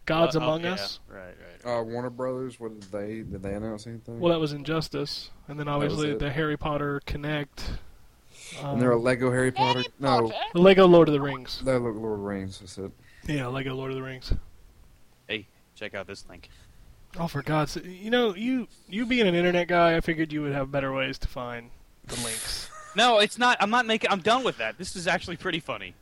Speaker 5: Gods
Speaker 2: Uh, oh,
Speaker 5: Among
Speaker 2: yeah.
Speaker 5: Us.
Speaker 2: Right, right.
Speaker 6: Uh, Warner Brothers, what did they did they announce anything?
Speaker 5: Well, that was Injustice, and then obviously
Speaker 6: it.
Speaker 5: the Harry Potter Connect. Um,
Speaker 6: and they're a Lego Harry Potter. No,
Speaker 5: the Lego Lord of the Rings.
Speaker 6: they're Lord of the Rings. That's it.
Speaker 5: Yeah, Lego Lord of the Rings.
Speaker 2: Hey, check out this link.
Speaker 5: Oh, for God's sake! You know, you you being an internet guy, I figured you would have better ways to find the links.
Speaker 2: No, it's not. I'm not making. I'm done with that. This is actually pretty funny.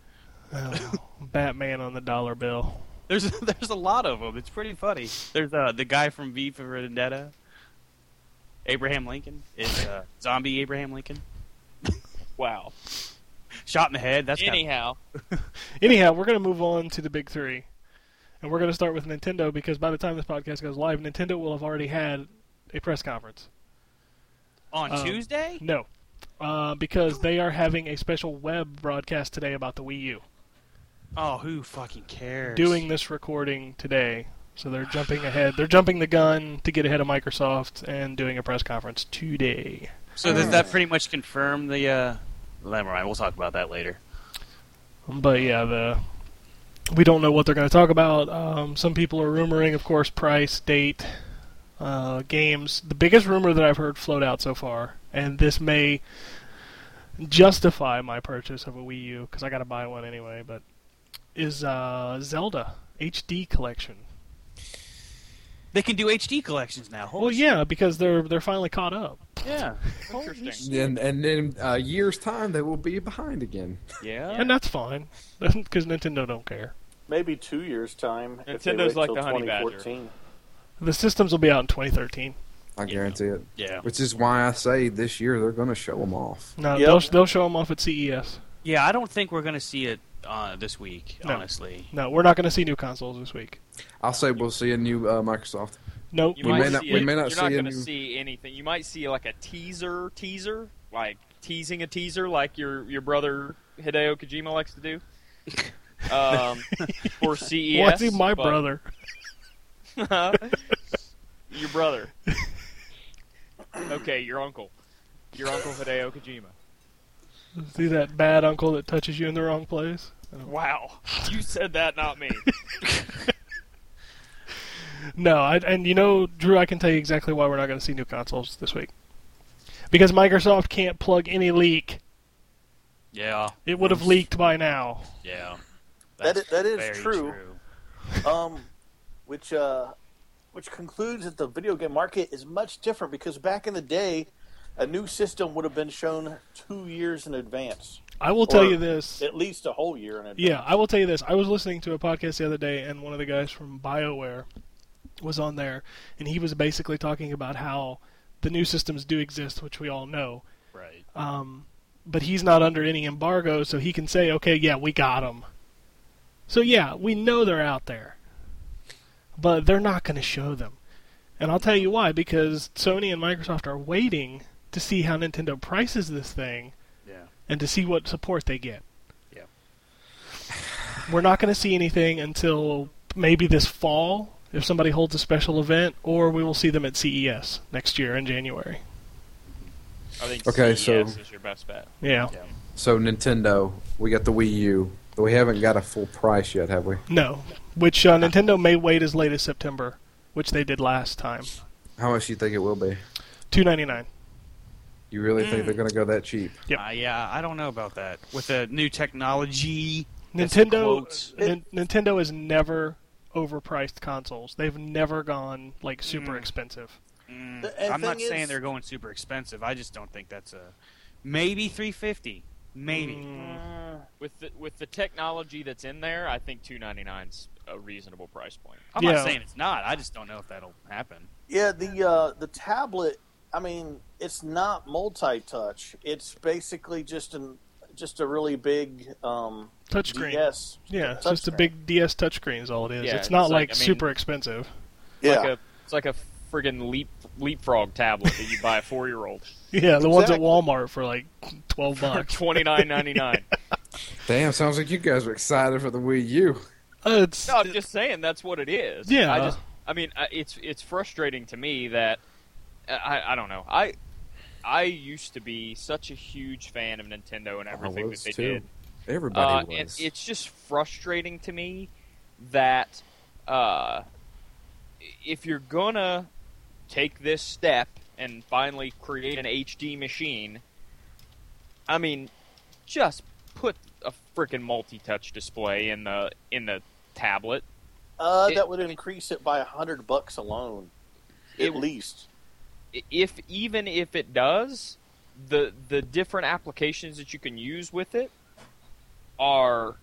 Speaker 5: Oh, Batman on the dollar bill.
Speaker 2: There's there's a lot of them. It's pretty funny. There's uh, the guy from V for Vendetta. Abraham Lincoln is uh, zombie Abraham Lincoln.
Speaker 7: wow.
Speaker 2: Shot in the head. That's kinda-
Speaker 7: Anyhow,
Speaker 5: Anyhow, we're gonna move on to the big three, and we're gonna start with Nintendo because by the time this podcast goes live, Nintendo will have already had a press conference.
Speaker 2: on
Speaker 5: Um,
Speaker 2: Tuesday.
Speaker 5: No, uh, because they are having a special web broadcast today about the Wii U.
Speaker 2: Oh, who fucking cares?
Speaker 5: Doing this recording today, so they're jumping ahead. They're jumping the gun to get ahead of Microsoft and doing a press conference today.
Speaker 2: So does that pretty much confirm the? Uh... Never mind. We'll talk about that later.
Speaker 5: But yeah, the we don't know what they're going to talk about. Um, some people are rumoring, of course, price, date, uh, games. The biggest rumor that I've heard float out so far, and this may justify my purchase of a Wii U because I got to buy one anyway. But is uh, Zelda HD collection?
Speaker 2: They can do HD collections now. Holy
Speaker 5: Well, yeah, because they're they're finally caught up.
Speaker 2: shit. yeah,
Speaker 7: interesting.
Speaker 6: And and in a year's time, they will be behind again.
Speaker 2: yeah.
Speaker 5: And that's fine, because Nintendo don't care.
Speaker 8: Maybe two years time. if they
Speaker 7: Nintendo's like
Speaker 8: wait till
Speaker 7: the honey badger.
Speaker 8: 2014.
Speaker 5: The systems will be out in 2013.
Speaker 6: I guarantee it.
Speaker 2: Yeah.
Speaker 6: Which is why I say this year they're going to show them off.
Speaker 5: No,
Speaker 8: Yep.
Speaker 5: they'll they'll show them off at E CES.
Speaker 2: Yeah, I don't think we're gonna see it uh, this week.
Speaker 5: No.
Speaker 2: Honestly,
Speaker 5: No, we're not going to see new consoles this week.
Speaker 6: I'll say we'll see a new uh, Microsoft.
Speaker 5: Nope.
Speaker 7: You
Speaker 6: We
Speaker 7: might
Speaker 6: may not-
Speaker 7: see
Speaker 6: we
Speaker 7: it.
Speaker 6: may not
Speaker 7: You're
Speaker 6: see
Speaker 7: not
Speaker 6: a
Speaker 7: going to
Speaker 6: new-
Speaker 7: see anything. You might see like a teaser, teaser, like teasing a teaser, like your your brother Hideo Kojima likes to do. Um, for CES.
Speaker 5: Why is he my
Speaker 7: but-
Speaker 5: brother?
Speaker 7: your brother. Okay, your uncle. Your uncle Hideo Kojima.
Speaker 5: See that bad uncle that touches you in the wrong place?
Speaker 7: Wow, you said that, not me.
Speaker 5: No, I, and you know, Drew, I can tell you exactly why we're not going to see new consoles this week. Because Microsoft can't plug any leak.
Speaker 2: yeah,
Speaker 5: It would have leaked by now.
Speaker 2: yeah.
Speaker 8: That is- that is
Speaker 2: very
Speaker 8: true. um, which uh, which concludes that the video game market is much different because back in the day, a new system would have been shown two years in advance,
Speaker 5: I will tell
Speaker 8: Or-
Speaker 5: you this.
Speaker 8: at least a whole year in advance.
Speaker 5: Yeah, I will tell you this. I was listening to a podcast the other day, and one of the guys from BioWare was on there, and he was basically talking about how the new systems do exist, which we all know.
Speaker 2: Right.
Speaker 5: Um, but he's not under any embargo, so he can say, okay, yeah, we got them. So, yeah, we know they're out there. But they're not going to show them. And I'll tell you why, because Sony and Microsoft are waiting to see how Nintendo prices this thing
Speaker 2: Yeah.
Speaker 5: and to see what support they get.
Speaker 2: Yeah.
Speaker 5: We're not going to see anything until maybe this fall, if somebody holds a special event, or we will see them at CES next year in January.
Speaker 7: I think
Speaker 6: Okay,
Speaker 2: E
Speaker 7: CES
Speaker 6: so-
Speaker 7: is your best bet.
Speaker 5: Yeah.
Speaker 6: So Nintendo, we got the Wii U. but We haven't got a full price yet, have we?
Speaker 5: No. Which uh, Nintendo may wait as late as September, which they did last time.
Speaker 6: How much do you think it will be?
Speaker 5: Two ninety nine.
Speaker 6: You really
Speaker 2: Mm.
Speaker 6: think they're going to go that cheap?
Speaker 5: Yep.
Speaker 2: Uh, yeah, I don't know about that. With the new technology, that's in
Speaker 5: Nintendo uh,
Speaker 2: quotes.
Speaker 5: Nin- Nintendo has never overpriced consoles. They've never gone like super expensive.
Speaker 2: Mm,
Speaker 8: The- and
Speaker 2: I'm not
Speaker 8: thing is-
Speaker 2: saying they're going super expensive. I just don't think that's a maybe 350, maybe.
Speaker 5: Mm.
Speaker 7: With the, with the technology that's in there, I think two ninety nine's a reasonable price point.
Speaker 2: I'm
Speaker 5: Yeah.
Speaker 2: not saying it's not. I just don't know if that'll happen.
Speaker 8: Yeah, the uh, the tablet. I mean, it's not multi-touch. It's basically just an just a really big um,
Speaker 5: Touchscreen.
Speaker 8: DS.
Speaker 5: Yeah, it's
Speaker 8: touch
Speaker 5: just a
Speaker 8: screen.
Speaker 5: big DS touchscreen is all it is.
Speaker 7: Yeah,
Speaker 5: it's not
Speaker 7: it's
Speaker 5: like,
Speaker 7: like, I mean-
Speaker 5: super expensive.
Speaker 8: Yeah,
Speaker 7: Like a, it's like a friggin' leap leapfrog tablet that you buy a four year old
Speaker 5: Yeah, the ones at
Speaker 8: Exactly.
Speaker 5: Walmart for like twelve
Speaker 7: for
Speaker 5: bucks.
Speaker 7: twenty nine ninety nine.
Speaker 6: Damn, sounds like you guys are excited for the Wii U.
Speaker 5: Uh, it's
Speaker 7: No, I'm just saying that's what it is.
Speaker 5: Yeah.
Speaker 7: I just, I mean, I- it's it's frustrating to me that uh, I I don't know. I I used to be such a huge fan of Nintendo and everything
Speaker 6: was
Speaker 7: that they
Speaker 6: too.
Speaker 7: did.
Speaker 6: Everybody
Speaker 7: uh, and
Speaker 6: was.
Speaker 7: it's just frustrating to me that uh, if you're gonna take this step and finally create an HD machine, I mean, just put a freaking multi-touch display in the in the tablet.
Speaker 8: uh,
Speaker 7: it-
Speaker 8: that would increase it by a hundred bucks alone,
Speaker 7: It-
Speaker 8: at least.
Speaker 7: If even if it does, the the different applications that you can use with it are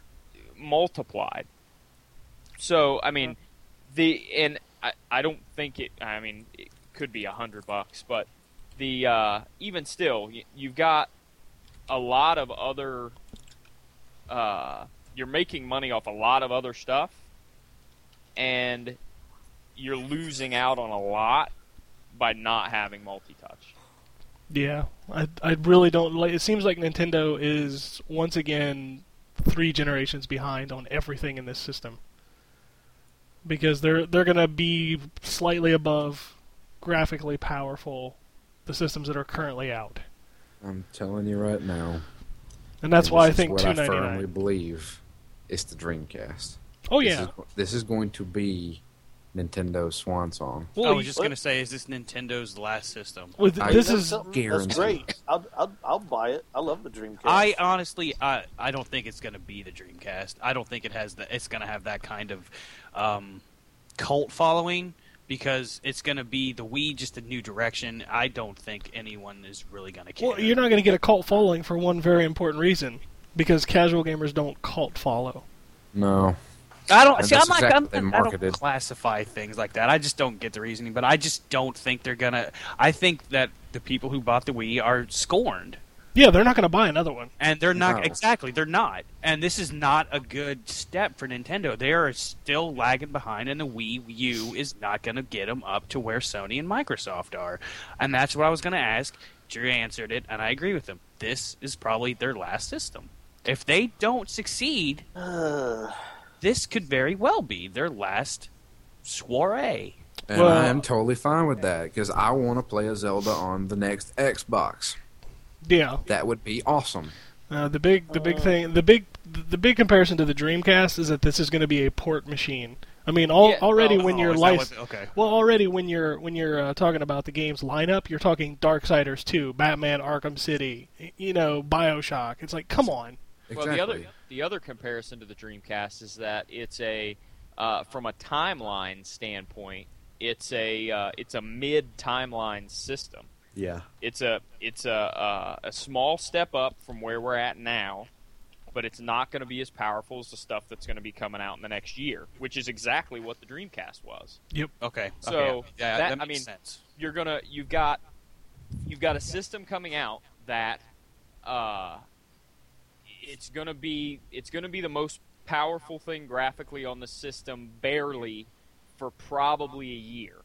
Speaker 7: multiplied. So I mean, the and I, I don't think it. I mean, it could be a hundred bucks, but the uh, even still, y- you've got a lot of other. Uh, you're making money off a lot of other stuff, and you're losing out on a lot by not having multi-touch.
Speaker 5: Yeah, I I really don't like. It seems like Nintendo is once again three generations behind on everything in this system because they're they're gonna be slightly above graphically powerful the systems that are currently out,
Speaker 6: I'm telling you right now.
Speaker 5: and that's
Speaker 6: and
Speaker 5: why I
Speaker 6: this is
Speaker 5: think
Speaker 6: what
Speaker 5: two
Speaker 6: I
Speaker 5: ninety
Speaker 6: firmly
Speaker 5: nine.
Speaker 6: believe it's the Dreamcast.
Speaker 5: Oh
Speaker 6: This
Speaker 5: yeah,
Speaker 6: is- this is going to be Nintendo's swan song.
Speaker 2: I was
Speaker 8: you-
Speaker 2: Oh, just gonna say, is this Nintendo's last system?
Speaker 5: Well, th-
Speaker 6: I-
Speaker 5: this
Speaker 8: That's
Speaker 5: is
Speaker 8: something-
Speaker 6: guaranteed.
Speaker 8: that's great. I'll, I'll I'll buy it. I love the Dreamcast.
Speaker 2: I honestly, I, I don't think it's going to be the Dreamcast. I don't think it has the. It's going to have that kind of um, cult following because it's going to be the Wii, just a new direction. I don't think anyone is really going to care.
Speaker 5: well, you're not gonna get a cult following for one very important reason because casual gamers don't cult follow.
Speaker 6: No.
Speaker 2: I don't
Speaker 6: And
Speaker 2: see. I'm
Speaker 6: that's
Speaker 2: not.
Speaker 6: exactly
Speaker 2: I'm,
Speaker 6: what they
Speaker 2: I don't
Speaker 6: marketed.
Speaker 2: classify things like that. I just don't get the reasoning. But I just don't think they're gonna. I think that the people who bought the Wii are scorned,
Speaker 5: Yeah, they're not gonna buy another one.
Speaker 2: and they're not
Speaker 6: No.
Speaker 2: exactly. They're not. And this is not a good step for Nintendo. They are still lagging behind, and the Wii U is not gonna get them up to where Sony and Microsoft are. And that's what I was gonna ask. Drew answered it, and I agree with him. This is probably their last system. If they don't succeed, this could very well be their last soiree.
Speaker 6: And
Speaker 5: Well-
Speaker 6: I am totally fine with that because I want to play a Zelda on the next Xbox.
Speaker 5: Yeah,
Speaker 6: That would be awesome.
Speaker 5: Uh, the big, the big thing, the big, the big comparison to the Dreamcast is that this is going to be a port machine. I mean, al-
Speaker 7: Yeah,
Speaker 5: already
Speaker 2: oh,
Speaker 5: when
Speaker 2: oh,
Speaker 5: you're
Speaker 2: is that
Speaker 5: lic-
Speaker 2: what- okay.
Speaker 5: well, already when you're when you're uh, talking about the game's lineup, you're talking Darksiders 2, Batman Arkham City, y- you know, BioShock. It's like, come on.
Speaker 6: Exactly.
Speaker 7: Well, the other the other comparison to the Dreamcast is that it's a uh, from a timeline standpoint, it's a uh, it's a mid timeline system.
Speaker 6: yeah.
Speaker 7: It's a it's a uh, a small step up from where we're at now, but it's not going to be as powerful as the stuff that's going to be coming out in the next year, which is exactly what the Dreamcast was.
Speaker 2: Okay.
Speaker 7: So,
Speaker 2: okay. Yeah,
Speaker 7: that-
Speaker 2: that
Speaker 7: I mean,
Speaker 2: makes sense.
Speaker 7: you're gonna you've got you've got a system coming out that uh, it's gonna be it's gonna be the most powerful thing graphically on the system barely for probably a year.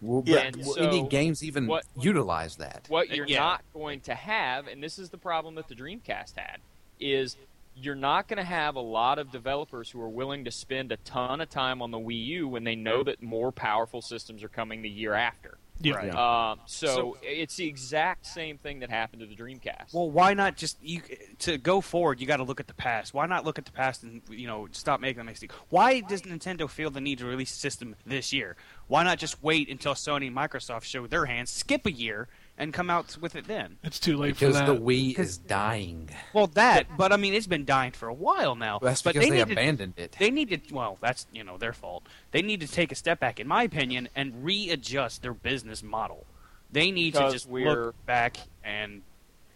Speaker 6: Well,
Speaker 8: Yeah,
Speaker 6: but
Speaker 7: and
Speaker 6: will
Speaker 7: so
Speaker 6: any games even
Speaker 7: what-
Speaker 6: utilize that?
Speaker 7: What you're
Speaker 2: Yeah.
Speaker 7: not going to have, and this is the problem that the Dreamcast had, is you're not going to have a lot of developers who are willing to spend a ton of time on the Wii U when they know that more powerful systems are coming the year after.
Speaker 5: Yeah.
Speaker 6: Right.
Speaker 7: Uh, so, it's the exact same thing that happened to the Dreamcast.
Speaker 2: Well, why not just you to go forward? You got to look at the past. Why not look at the past and you know stop making the mistake? Why does Nintendo feel the need to release a system this year? Why not just wait until Sony and Microsoft show their hands, skip a year, and come out with it then?
Speaker 5: It's too late for
Speaker 9: Because
Speaker 5: that.
Speaker 9: the Wii is dying.
Speaker 2: Well, that. But I mean, it's been dying for a while now.
Speaker 9: That's
Speaker 2: but
Speaker 9: because they,
Speaker 2: need to-
Speaker 9: abandoned it.
Speaker 2: They need to. Well, that's you know their fault. They need to take a step back, in my opinion, and readjust their business model. They need
Speaker 7: Because
Speaker 2: to just
Speaker 7: we're-
Speaker 2: look back and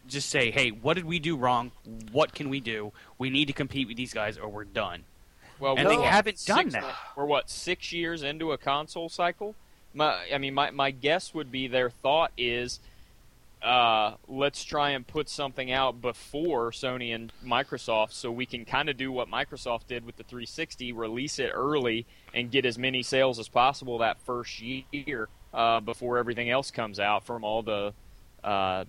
Speaker 2: just say, "Hey, what did we do wrong? What can we do? We need to compete with these guys, or we're done."
Speaker 7: Well,
Speaker 2: And
Speaker 7: we're
Speaker 2: they
Speaker 7: what,
Speaker 2: haven't
Speaker 7: six-
Speaker 2: done that.
Speaker 7: We're what six years into a console cycle. My, I mean, my my guess would be their thought is, uh, let's try and put something out before Sony and Microsoft, so we can kind of do what Microsoft did with the 360, release it early and get as many sales as possible that first year uh, before everything else comes out from all the uh,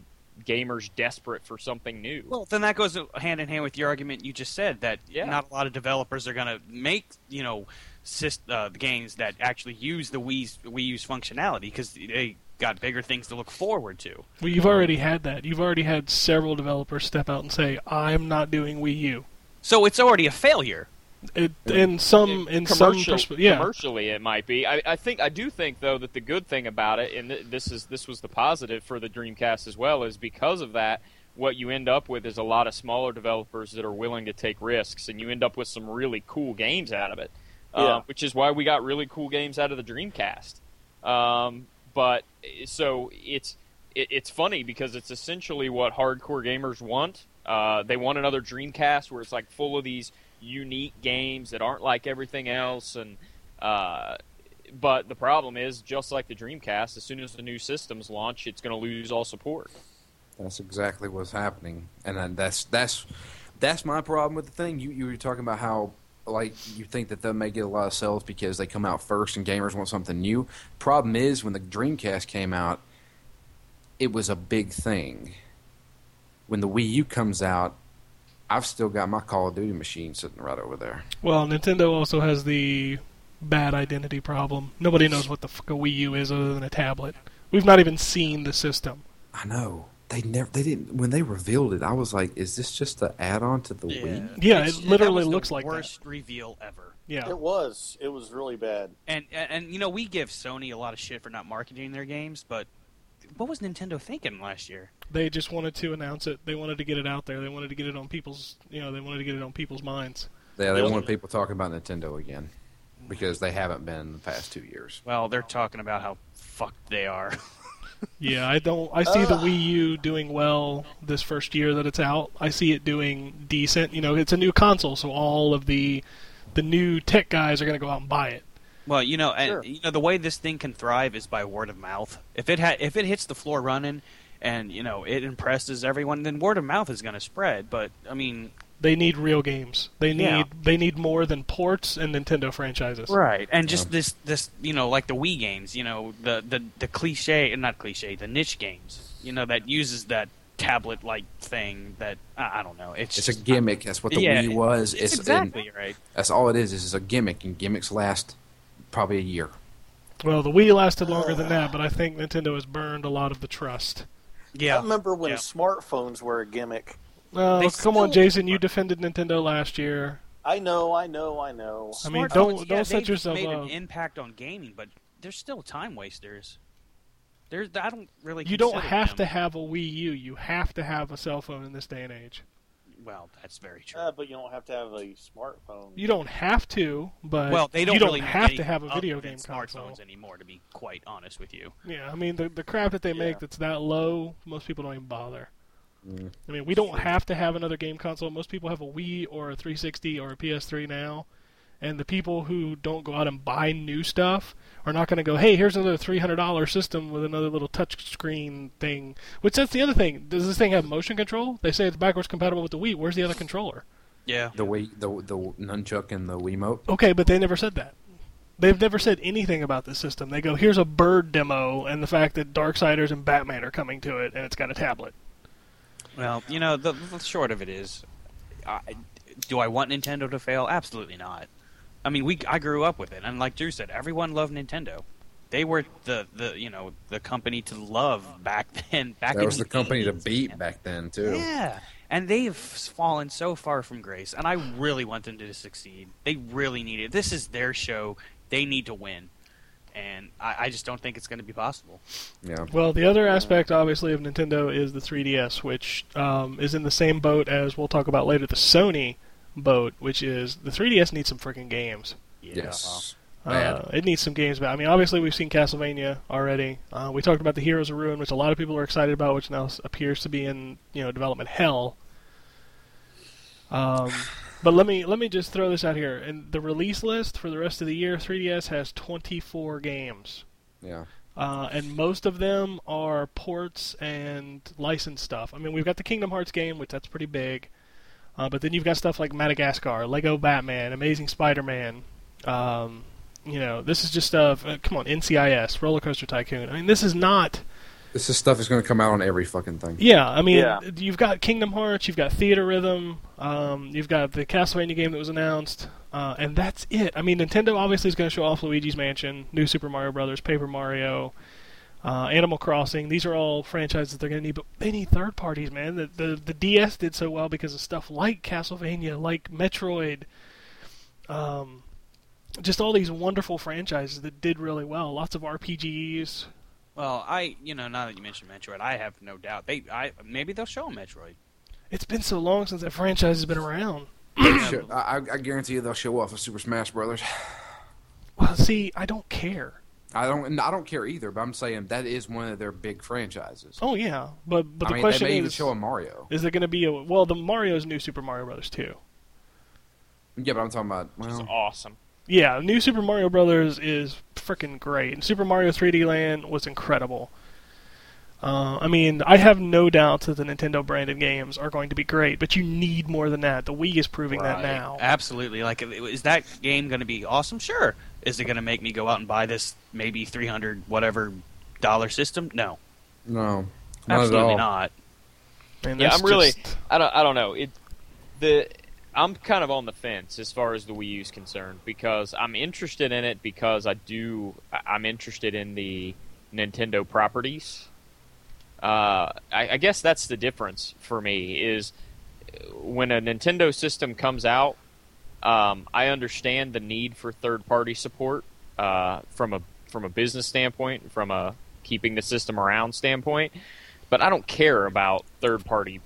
Speaker 7: gamers desperate for something new.
Speaker 2: Well, then that goes hand in hand with your argument you just said that
Speaker 7: Yeah.
Speaker 2: not a lot of developers are going to make you know syst- uh, games that actually use the Wii's Wii U's functionality because they got bigger things to look forward to.
Speaker 5: Well, you've already had that. You've already had several developers step out and say, "I'm not doing Wii U."
Speaker 2: So it's already a failure.
Speaker 5: It, in some, in some
Speaker 7: Commercial-
Speaker 5: perspective, yeah.
Speaker 7: commercially it might be. I, I think I do think though that the good thing about it, and th- this is this was the positive for the Dreamcast as well, is because of that, what you end up with is a lot of smaller developers that are willing to take risks, and you end up with some really cool games out of it,
Speaker 8: Yeah.
Speaker 7: uh, which is why we got really cool games out of the Dreamcast. Um, but eh, so it's it, it's funny because it's essentially what hardcore gamers want. Uh, they want another Dreamcast where it's like full of these unique games that aren't like everything else, and uh, but the problem is just like the Dreamcast, as soon as the new systems launch, it's going to lose all support.
Speaker 9: That's exactly what's happening, and then that's that's that's my problem with the thing. You you were talking about how like you think that they may get a lot of sales because they come out first and gamers want something new. Problem is when the Dreamcast came out, it was a big thing. When the Wii U comes out, I've still got my Call of Duty machine sitting right over there.
Speaker 5: Well, Nintendo also has the bad identity problem. Nobody knows what the fuck a Wii U is other than a tablet. We've not even seen the system.
Speaker 9: I know. They never they didn't when they revealed it, I was like, is this just an add on to the Wii?
Speaker 5: Yeah,
Speaker 2: It's-
Speaker 5: it
Speaker 2: that
Speaker 5: literally
Speaker 2: was the
Speaker 5: looks like
Speaker 2: worst reveal ever.
Speaker 5: that. Yeah.
Speaker 8: It was. It was really bad.
Speaker 2: And, and and you know we give Sony a lot of shit for not marketing their games, but what was Nintendo thinking last year?
Speaker 5: They just wanted to announce it. They wanted to get it out there. They wanted to get it on people's, you know, they wanted to get it on people's minds.
Speaker 9: Yeah, they
Speaker 8: Really?
Speaker 9: want people talking about Nintendo again because they haven't been in the past two years.
Speaker 2: Well, they're talking about how fucked they are.
Speaker 5: Yeah, I don't I see the Wii U doing well this first year that it's out. I see it doing decent. You know, it's a new console, so all of the the new tech guys are going to go out and buy it.
Speaker 2: Well, you know, and
Speaker 7: Sure.
Speaker 2: you know the way this thing can thrive is by word of mouth. If it ha- if it hits the floor running, and you know it impresses everyone, then word of mouth is going to spread. But I mean,
Speaker 5: They need real games. They need
Speaker 2: Yeah.
Speaker 5: they need more than ports and Nintendo franchises.
Speaker 2: right? And just this this you know like the Wii games, you know the the the cliche not cliche the niche games, you know that uses that tablet like thing that I, I don't know. It's
Speaker 9: It's a
Speaker 2: just,
Speaker 9: gimmick. That's what the
Speaker 2: Yeah,
Speaker 9: Wii was. It's,
Speaker 2: It's
Speaker 9: and
Speaker 2: exactly right.
Speaker 9: that's all it is. It's a gimmick, and gimmicks last probably a year.
Speaker 5: Well, the Wii lasted longer than that, but I think Nintendo has burned a lot of the trust.
Speaker 8: I
Speaker 2: Yeah.
Speaker 8: remember when
Speaker 2: Yeah.
Speaker 8: smartphones were a gimmick.
Speaker 5: Well,
Speaker 2: They
Speaker 5: come on,
Speaker 2: still-
Speaker 5: Jason, you defended Nintendo last year.
Speaker 8: I know, I know, I know.
Speaker 5: I mean,
Speaker 2: Smartphones,
Speaker 5: don't-
Speaker 2: yeah,
Speaker 5: don't set
Speaker 2: they've
Speaker 5: yourself
Speaker 2: made
Speaker 5: up.
Speaker 2: an impact on gaming, but they're still time wasters. There's I don't really.
Speaker 5: You don't
Speaker 2: consider
Speaker 5: have
Speaker 2: them-
Speaker 5: to have a Wii U. You have to have a cell phone in this day and age.
Speaker 2: Well, that's very true.
Speaker 8: Uh, but you don't have to have a smartphone.
Speaker 5: You don't have to, but
Speaker 2: well, they don't,
Speaker 5: you don't
Speaker 2: really make
Speaker 5: have to
Speaker 2: anything
Speaker 5: have a
Speaker 2: other
Speaker 5: video
Speaker 2: than
Speaker 5: game
Speaker 2: smartphones
Speaker 5: console.
Speaker 2: anymore. To be quite honest with you,
Speaker 5: Yeah, I mean the the crap that they make
Speaker 8: Yeah.
Speaker 5: that's that low, most people don't even bother. I mean, we don't have to have another game console. Most people have a Wii or a 360 or a PS3 now, and the people who don't go out and buy new stuff are not going to go, "Hey, here's another $300 system with another little touch screen thing." Which that's the other thing. Does this thing have motion control? They say it's backwards compatible with the Wii. Where's the other controller?
Speaker 2: yeah.
Speaker 9: The Wii, the the nunchuck and the Wiimote.
Speaker 5: Okay, but they never said that. They've never said anything about this system. They go, here's a bird demo, and the fact that Darksiders and Batman are coming to it, and it's got a tablet.
Speaker 2: Well, you know, the, the short of it is, I, do I want Nintendo to fail? Absolutely not. I mean, we I grew up with it, and like Drew said, everyone loved Nintendo. They were the, the you know the company to love back then. Back
Speaker 9: That
Speaker 2: in
Speaker 9: was the company to
Speaker 2: 80s,
Speaker 9: beat
Speaker 2: man.
Speaker 9: back then too.
Speaker 2: Yeah, and they've fallen so far from grace, and I really want them to succeed. They really need it. This is their show. They need to win, and I, I just don't think it's going to be possible.
Speaker 9: Yeah.
Speaker 5: Well, the other aspect, obviously, of Nintendo is the 3DS, which um, is in the same boat as we'll talk about later the Sony boat, which is the 3DS needs some freaking games.
Speaker 9: Yes. Bad.
Speaker 5: Uh, it needs some games, but I mean, obviously, we've seen Castlevania already. Uh, we talked about the Heroes of Ruin, which a lot of people are excited about, which now s- appears to be in you know development hell. Um, but let me let me just throw this out here. And the release list for the rest of the year, 3DS has 24 games.
Speaker 9: yeah.
Speaker 5: Uh, and most of them are ports and licensed stuff. I mean, we've got the Kingdom Hearts game, which that's pretty big. Uh, but then you've got stuff like Madagascar, Lego Batman, Amazing Spider-Man. Um, you know, this is just stuff. Uh, come on, NCIS, Roller Coaster Tycoon. I mean, this is not.
Speaker 9: This is stuff that's going to come out on every fucking thing.
Speaker 5: Yeah, I mean,
Speaker 8: Yeah.
Speaker 5: you've got Kingdom Hearts, you've got Theater Rhythm, um, you've got the Castlevania game that was announced, uh, and that's it. I mean, Nintendo obviously is going to show off Luigi's Mansion, New Super Mario Brothers, Paper Mario, uh, Animal Crossing. These are all franchises they're going to need, but they need third parties, man. The, the the DS did so well because of stuff like Castlevania, like Metroid, um, just all these wonderful franchises that did really well. Lots of RPGs.
Speaker 2: Well, I you know now that you mentioned Metroid, I have no doubt they I maybe they'll show 'em Metroid.
Speaker 5: It's been so long since that franchise has been around.
Speaker 9: Shit, I, I- I guarantee you they'll show off of Super Smash Brothers.
Speaker 5: Well, see, I don't care.
Speaker 9: I don't. and I don't care either. But I'm saying that is one of their big franchises.
Speaker 5: Oh yeah, but but
Speaker 9: I
Speaker 5: the
Speaker 9: mean,
Speaker 5: question
Speaker 9: they may even
Speaker 5: is,
Speaker 9: show a Mario.
Speaker 5: is there going to be a well? The Mario's new Super Mario Brothers two.
Speaker 9: Yeah, but I'm talking about.
Speaker 7: It's
Speaker 9: Well,
Speaker 7: awesome.
Speaker 5: Yeah, new Super Mario Brothers is freaking great. And Super Mario 3D Land was incredible. Uh, I mean, I have no doubt that the Nintendo branded games are going to be great, but you need more than that. The Wii is proving that now.
Speaker 2: Absolutely. Like, if- is that game going to be awesome? Sure. Is it going to make me go out and buy this maybe three hundred whatever dollar system? No,
Speaker 9: no, not at
Speaker 2: absolutely
Speaker 9: all.
Speaker 2: not.
Speaker 5: And
Speaker 7: yeah,
Speaker 5: that's
Speaker 7: I'm really.
Speaker 5: just-
Speaker 7: I don't. I don't know. It. The. I'm kind of on the fence as far as the Wii U is concerned because I'm interested in it because I do. I- I'm interested in the Nintendo properties. Uh, I, I guess that's the difference for me is when a Nintendo system comes out, um, I understand the need for third party support uh, from a from a business standpoint, from a keeping the system around standpoint, but I don't care about third party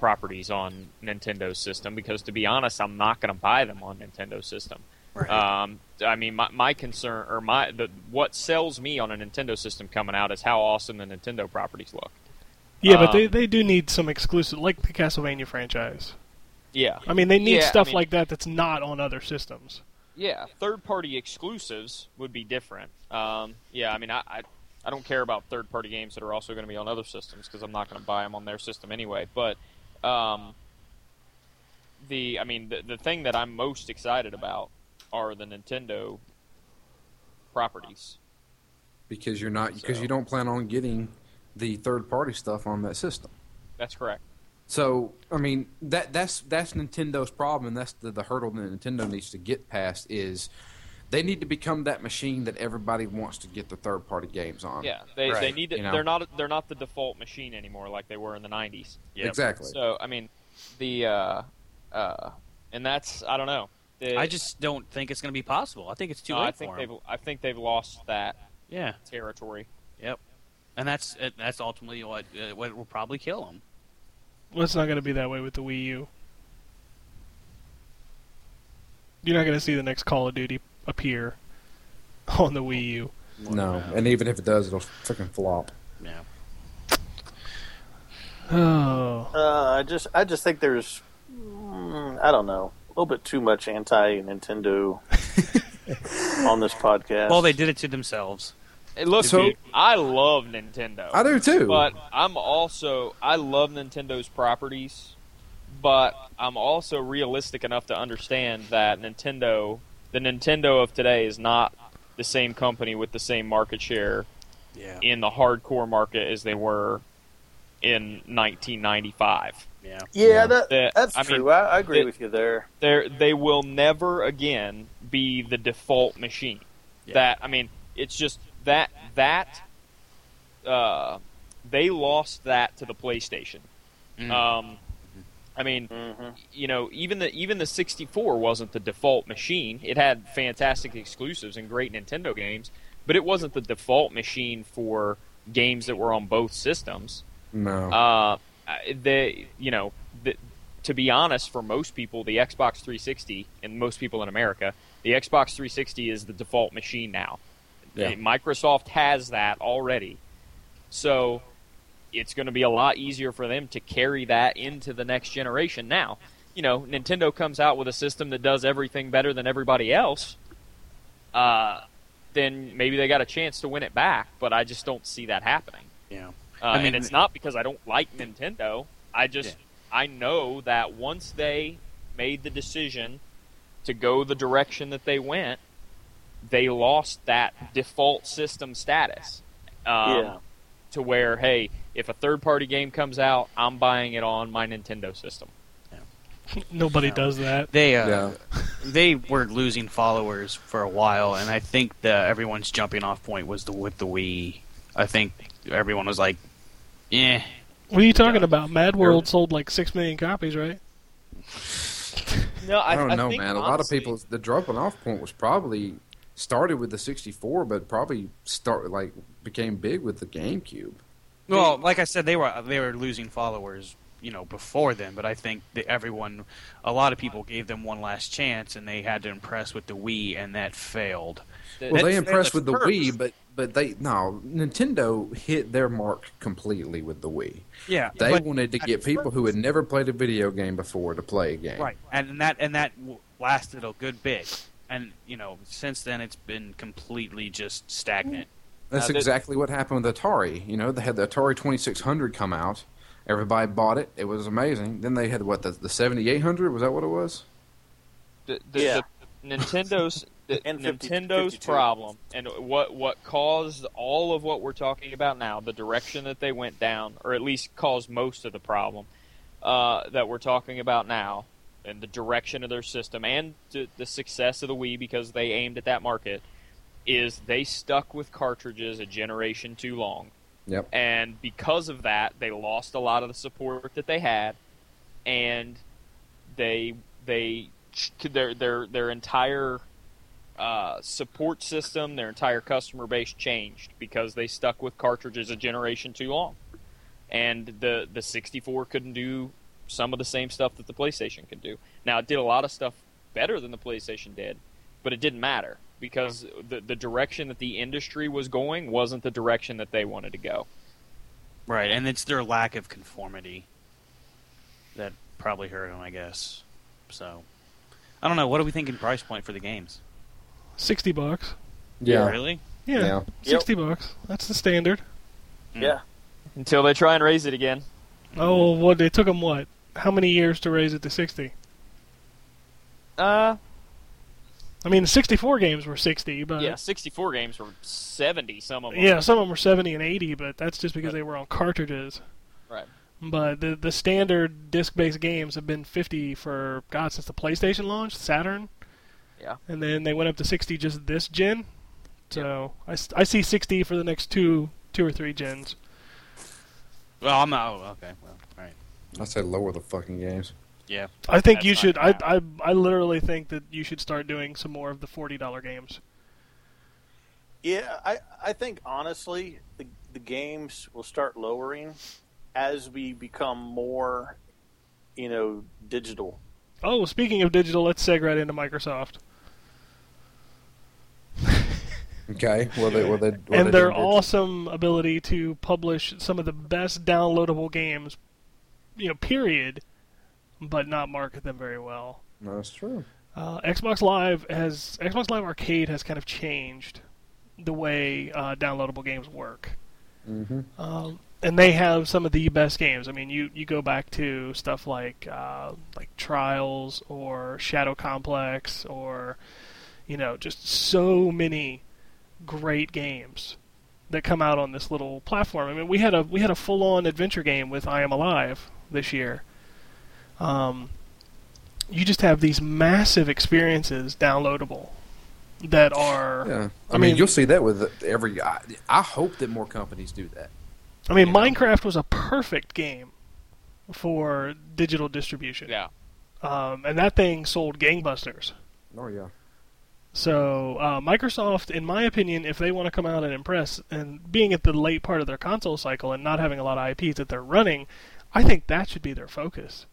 Speaker 7: properties on Nintendo's system because, to be honest, I'm not going to buy them on Nintendo's system. Um, I mean, my, my concern or my the, what sells me on a Nintendo system coming out is how awesome the Nintendo properties look.
Speaker 5: yeah, but they,
Speaker 7: um,
Speaker 5: they do need some exclusive, like the Castlevania franchise.
Speaker 7: Yeah,
Speaker 5: I mean, they need
Speaker 7: Yeah, I
Speaker 5: stuff
Speaker 7: mean-
Speaker 5: like that that's not on other systems.
Speaker 7: Yeah, third party exclusives would be different. Um, yeah, I mean, I, I, I don't care about third party games that are also going to be on other systems because I'm not going to buy them on their system anyway. But um, the, I mean, the, the thing that I'm most excited about are the Nintendo properties.
Speaker 9: because you're not because
Speaker 7: So-
Speaker 9: you don't plan on getting the third party stuff on that system.
Speaker 7: That's correct.
Speaker 9: So I mean that that's that's Nintendo's problem, and that's the, the hurdle that Nintendo needs to get past is they need to become that machine that everybody wants to get the third party games on.
Speaker 7: Yeah, they, they
Speaker 2: Right,
Speaker 7: need to,
Speaker 9: you know.
Speaker 7: they're not they're not the default machine anymore like they were in the 90s.
Speaker 9: exactly.
Speaker 7: So I mean, the uh, uh, and that's I don't know. The-
Speaker 2: I just don't think it's going to be possible. I think it's too
Speaker 7: no,
Speaker 2: late
Speaker 7: I think
Speaker 2: for 'em.
Speaker 7: they've I think they've lost that
Speaker 2: Yeah.
Speaker 7: territory.
Speaker 2: Yep. And that's uh, that's ultimately what uh, what will probably kill them.
Speaker 5: Well, it's not going to be that way with the Wii U. You're not going to see the next Call of Duty appear on the Wii U.
Speaker 9: no, and even if it does, it'll freaking flop.
Speaker 2: Yeah.
Speaker 5: Oh,
Speaker 8: Uh, I just I just think there's mm, I don't know a little bit too much anti Nintendo on this podcast.
Speaker 2: Well, they did it to themselves.
Speaker 7: Hey, look,
Speaker 9: So-
Speaker 7: dude, I love Nintendo.
Speaker 9: I do too.
Speaker 7: But I'm also I love Nintendo's properties, but I'm also realistic enough to understand that Nintendo, the Nintendo of today, is not the same company with the same market share
Speaker 2: Yeah.
Speaker 7: in the hardcore market as they were in 1995.
Speaker 2: Yeah.
Speaker 8: Yeah,
Speaker 6: Yeah.
Speaker 8: That,
Speaker 7: Yeah,
Speaker 8: that's
Speaker 7: I mean,
Speaker 8: true. I, I agree
Speaker 7: the-
Speaker 8: with you there.
Speaker 7: They're, they will never again be the default machine.
Speaker 2: Yeah.
Speaker 7: That I mean, it's just that that uh, they lost that to the PlayStation.
Speaker 2: Mm.
Speaker 7: Um, I mean,
Speaker 8: Mm-hmm.
Speaker 7: you know, even the even the 64 wasn't the default machine. It had fantastic exclusives and great Nintendo games, but it wasn't the default machine for games that were on both systems.
Speaker 6: No.
Speaker 7: Uh, they, you know, the, to be honest, for most people, the Xbox 360 and most people in America, the Xbox 360 is the default machine now.
Speaker 6: Yeah.
Speaker 7: Microsoft has that already, so it's going to be a lot easier for them to carry that into the next generation. Now, you know, Nintendo comes out with a system that does everything better than everybody else. Uh, then maybe they got a chance to win it back, but I just don't see that happening.
Speaker 2: Yeah.
Speaker 7: Uh,
Speaker 2: I mean-
Speaker 7: and it's not because I don't like Nintendo. I just
Speaker 2: Yeah.
Speaker 7: I know that once they made the decision to go the direction that they went, they lost that default system status. Um,
Speaker 8: Yeah.
Speaker 7: To where, hey, if a third party game comes out, I'm buying it on my Nintendo system.
Speaker 5: Nobody
Speaker 2: No.
Speaker 5: does that.
Speaker 2: They uh,
Speaker 6: yeah.
Speaker 2: they were losing followers for a while, and I think the everyone's jumping off point was the with the Wii. I think everyone was like, "Eh." "Yeah,
Speaker 5: What are you talking about? Mad World sold like six million copies, right?
Speaker 7: No,
Speaker 6: I don't know, man. a lot of people, the dropping off point was probably started with the 64, but probably start like became big with the GameCube.
Speaker 2: Well, like I said, they were they were losing followers, you know, before then. But I think that everyone, a lot of people, gave them one last chance, and they had to impress with the Wii, and that failed.
Speaker 6: Well, they
Speaker 2: That's-
Speaker 6: impressed with
Speaker 2: that's
Speaker 6: the
Speaker 2: first.
Speaker 6: Wii, but but they no Nintendo hit their mark completely with the Wii.
Speaker 2: Yeah,
Speaker 6: They wanted to get people who had never played a video game before to play a game.
Speaker 2: right, and that and that w- lasted a good bit. And you know, since then it's been completely just stagnant.
Speaker 6: That's
Speaker 7: Uh, that-
Speaker 6: exactly what happened with Atari. You know, they had the Atari 2600 come out. Everybody bought it. It was amazing. Then they had what the, the 7800 was that what it was?
Speaker 7: the, the,
Speaker 8: Yeah.
Speaker 7: the Nintendo's the,
Speaker 8: And 50
Speaker 7: Nintendo's
Speaker 8: 52.
Speaker 7: problem and what what caused all of what we're talking about now, the direction that they went down, or at least caused most of the problem uh, that we're talking about now, and the direction of their system and the, the success of the Wii because they aimed at that market, is they stuck with cartridges a generation too long
Speaker 6: Yep.
Speaker 7: and because of that, they lost a lot of the support that they had, and they they their their their entire uh, support system, their entire customer base changed because they stuck with cartridges a generation too long, and the the 64 couldn't do some of the same stuff that the PlayStation could do. Now it did a lot of stuff better than the PlayStation did, but it didn't matter because the the direction that the industry was going wasn't the direction that they wanted to go.
Speaker 2: Right, and it's their lack of conformity that probably hurt them, I guess. So, I don't know. What are we thinking price point for the games?
Speaker 5: Sixty bucks.
Speaker 2: really.
Speaker 5: Yeah,
Speaker 6: Yeah.
Speaker 5: sixty bucks. That's the standard.
Speaker 7: hmm.
Speaker 8: Yeah.
Speaker 7: Until they try and raise it again.
Speaker 5: Oh, what they took them what? How many years to raise it to sixty?
Speaker 7: Uh,
Speaker 5: I mean, the sixty-four games were sixty, but
Speaker 7: yeah, 64 games were 70, some of them.
Speaker 5: Uh-huh. yeah, some of them were seventy and eighty, but that's just because they were on cartridges.
Speaker 7: Right.
Speaker 5: But the the standard disc-based games have been fifty for God since the PlayStation launched, Saturn.
Speaker 7: Yeah.
Speaker 5: And then they went up to sixty just this gen. So I s I I, see sixty for the next two two or three gens.
Speaker 2: Well, I'm not. Oh, okay. Well, all right.
Speaker 6: I say lower the fucking games.
Speaker 2: Yeah.
Speaker 5: I think
Speaker 2: That's
Speaker 5: you
Speaker 2: not
Speaker 5: should. I,
Speaker 2: gonna
Speaker 5: I I literally think that you should start doing some more of the forty dollar games.
Speaker 8: Yeah, I, I think honestly, the, the games will start lowering as we become more, you know, digital.
Speaker 5: Oh, speaking of digital, let's segue right into Microsoft.
Speaker 6: Okay. Well, they, well, they, well,
Speaker 5: and
Speaker 6: they
Speaker 5: their
Speaker 6: did it.
Speaker 5: awesome ability to publish some of the best downloadable games, you know, period, but not market them very well.
Speaker 6: No, that's true.
Speaker 5: Uh, Xbox Live has Xbox Live Arcade has kind of changed the way uh, downloadable games work.
Speaker 6: Mm-hmm.
Speaker 5: Um, and they have some of the best games. I mean, you, you go back to stuff like uh, like Trials or Shadow Complex or you know just so many great games that come out on this little platform. I mean, we had a we had a full on adventure game with I Am Alive this year, um, you just have these massive experiences downloadable that are.
Speaker 6: Yeah,
Speaker 5: I
Speaker 6: I mean,
Speaker 5: mean-
Speaker 6: you'll see that with every. I, I hope that more companies do that.
Speaker 5: I mean,
Speaker 6: Yeah.
Speaker 5: Minecraft was a perfect game for digital distribution.
Speaker 7: Yeah.
Speaker 5: Um, and that thing sold gangbusters.
Speaker 6: Oh yeah,
Speaker 5: So uh, Microsoft, in my opinion, if they want to come out and impress, and being at the late part of their console cycle and not having a lot of IPs that they're running, I think that should be their focus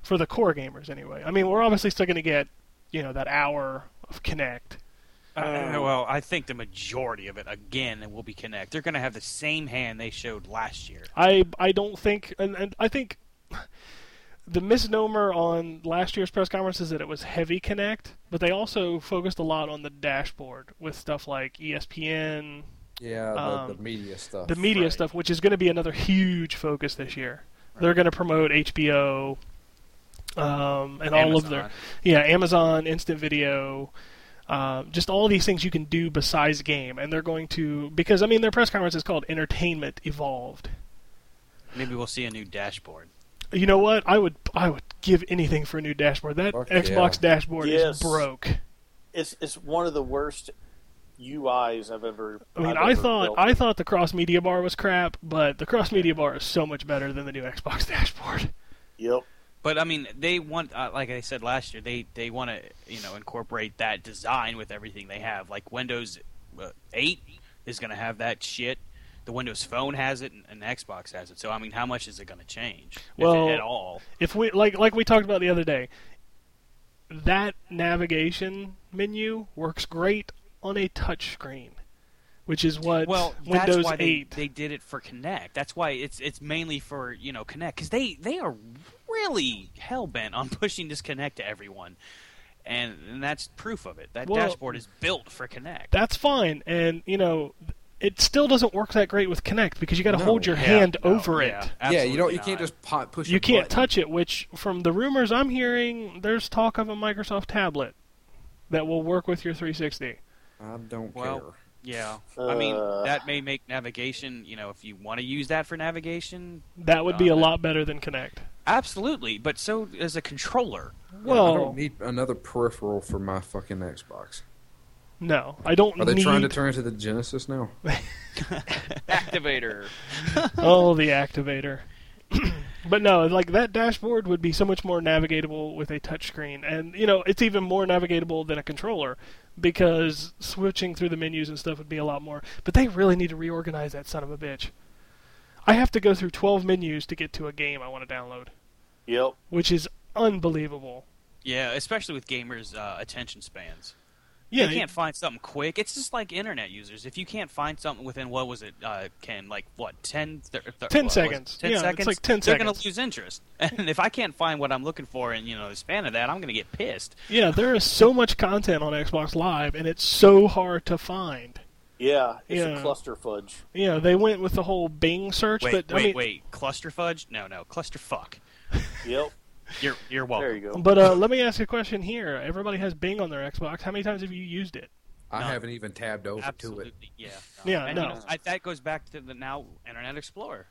Speaker 5: for the core gamers anyway. I mean, we're obviously still going to get you know that hour of Connect.
Speaker 2: Uh, well, I think the majority of it again will be Connect. They're going to have the same hand they showed last year.
Speaker 5: I I don't think, and, and I think the misnomer on last year's press conference is that it was heavy Connect, but they also focused a lot on the dashboard with stuff like E ESPN,
Speaker 6: yeah, the,
Speaker 5: Um,
Speaker 6: the media stuff.
Speaker 5: the media
Speaker 2: Right.
Speaker 5: stuff, which is going to be another huge focus this year. They're going to promote HBO um, and all of their
Speaker 2: Amazon.
Speaker 5: yeah Amazon Instant Video, uh, just all these things you can do besides game. And they're going to because I mean their press conference is called Entertainment Evolved.
Speaker 2: Maybe we'll see a new dashboard.
Speaker 5: You know what? I would I would give anything for a new dashboard. That
Speaker 6: Fuck
Speaker 5: Xbox dashboard
Speaker 8: Yes.
Speaker 5: is broke.
Speaker 8: It's it's one of the worst UIs I've ever.
Speaker 5: I mean,
Speaker 8: I've
Speaker 5: I
Speaker 8: ever
Speaker 5: thought
Speaker 8: built.
Speaker 5: I thought the cross media bar was crap, but the cross media bar is so much better than the new Xbox dashboard.
Speaker 8: Yep.
Speaker 2: But I mean, they want, uh, like I said last year, they they want to you know incorporate that design with everything they have. Like Windows uh, eight is going to have that shit. The Windows Phone has it, and, and Xbox has it. So I mean, how much is it going to change? if it-
Speaker 5: Well-
Speaker 2: at all.
Speaker 5: if we like like we talked about the other day that navigation menu works great on a touch screen which is what
Speaker 2: Well,
Speaker 5: windows
Speaker 2: that's why
Speaker 5: 8
Speaker 2: They, they did it for Connect. That's why it's it's mainly for you know Connect because they they are really hell bent on pushing this Connect to everyone, and, and that's proof of it. That
Speaker 5: Well-
Speaker 2: dashboard is built for Connect.
Speaker 5: that's fine and you know it still doesn't work that great with connect because you got to
Speaker 6: No.
Speaker 5: hold your
Speaker 2: Yeah,
Speaker 5: hand
Speaker 2: no,
Speaker 5: over
Speaker 2: yeah,
Speaker 5: it
Speaker 6: Yeah, you don't.
Speaker 2: absolutely
Speaker 6: You can't
Speaker 2: not.
Speaker 6: just pop, push.
Speaker 5: you
Speaker 6: a
Speaker 5: can't
Speaker 6: button.
Speaker 5: touch it which from the rumors i'm hearing there's talk of a microsoft tablet that will work with your 360
Speaker 6: I don't
Speaker 2: Well,
Speaker 6: care.
Speaker 2: Yeah, I mean
Speaker 8: Uh.
Speaker 2: that may make navigation. You know, if you want to use that for navigation,
Speaker 5: that would be a
Speaker 2: Uh,
Speaker 5: lot better than connect
Speaker 2: absolutely. But so is a controller.
Speaker 6: I
Speaker 5: well
Speaker 6: don't need another peripheral for my fucking Xbox.
Speaker 5: no i don't
Speaker 6: Are they
Speaker 5: need
Speaker 6: trying to turn into the Genesis now?
Speaker 7: Activator.
Speaker 5: oh, the activator. but no, like that dashboard would be so much more navigatable with a touchscreen, and you know it's even more navigatable than a controller because switching through the menus and stuff would be a lot more. But they really need to reorganize that son of a bitch. I have to go through 12 menus to get to a game I want to download,
Speaker 8: Yep.
Speaker 5: which is unbelievable.
Speaker 2: Yeah, especially with gamers' uh, attention spans.
Speaker 5: Yeah,
Speaker 2: they can't find something quick. It's just like internet users. If you can't find something within what was it, uh, Ken? Like what, 10, thir-
Speaker 5: 10
Speaker 2: thir- what was it,
Speaker 5: seconds.
Speaker 2: Ten
Speaker 5: Yeah, it's
Speaker 2: seconds.
Speaker 5: like 10
Speaker 2: They're gonna
Speaker 5: seconds.
Speaker 2: lose interest. And if I can't find what I'm looking for in you know the span of that, I'm gonna get pissed.
Speaker 5: yeah, there is so much content on Xbox Live, and it's so hard to find.
Speaker 8: Yeah. It's
Speaker 5: Yeah.
Speaker 8: a cluster fudge.
Speaker 5: You know, they went with the whole Bing search,
Speaker 2: Wait,
Speaker 5: but
Speaker 2: wait,
Speaker 5: I mean,
Speaker 2: wait. Cluster fudge? No, no. Cluster fuck.
Speaker 8: Yep.
Speaker 2: You're you're welcome.
Speaker 8: There you go.
Speaker 5: But uh, let me ask you a question here. Everybody has Bing on their Xbox. How many times have you used it?
Speaker 6: I
Speaker 2: No.
Speaker 6: haven't even tabbed over
Speaker 2: Absolutely,
Speaker 6: to it.
Speaker 2: yeah.
Speaker 5: Yeah,
Speaker 2: And, you
Speaker 5: no.
Speaker 2: know, I, that goes back to the now Internet Explorer.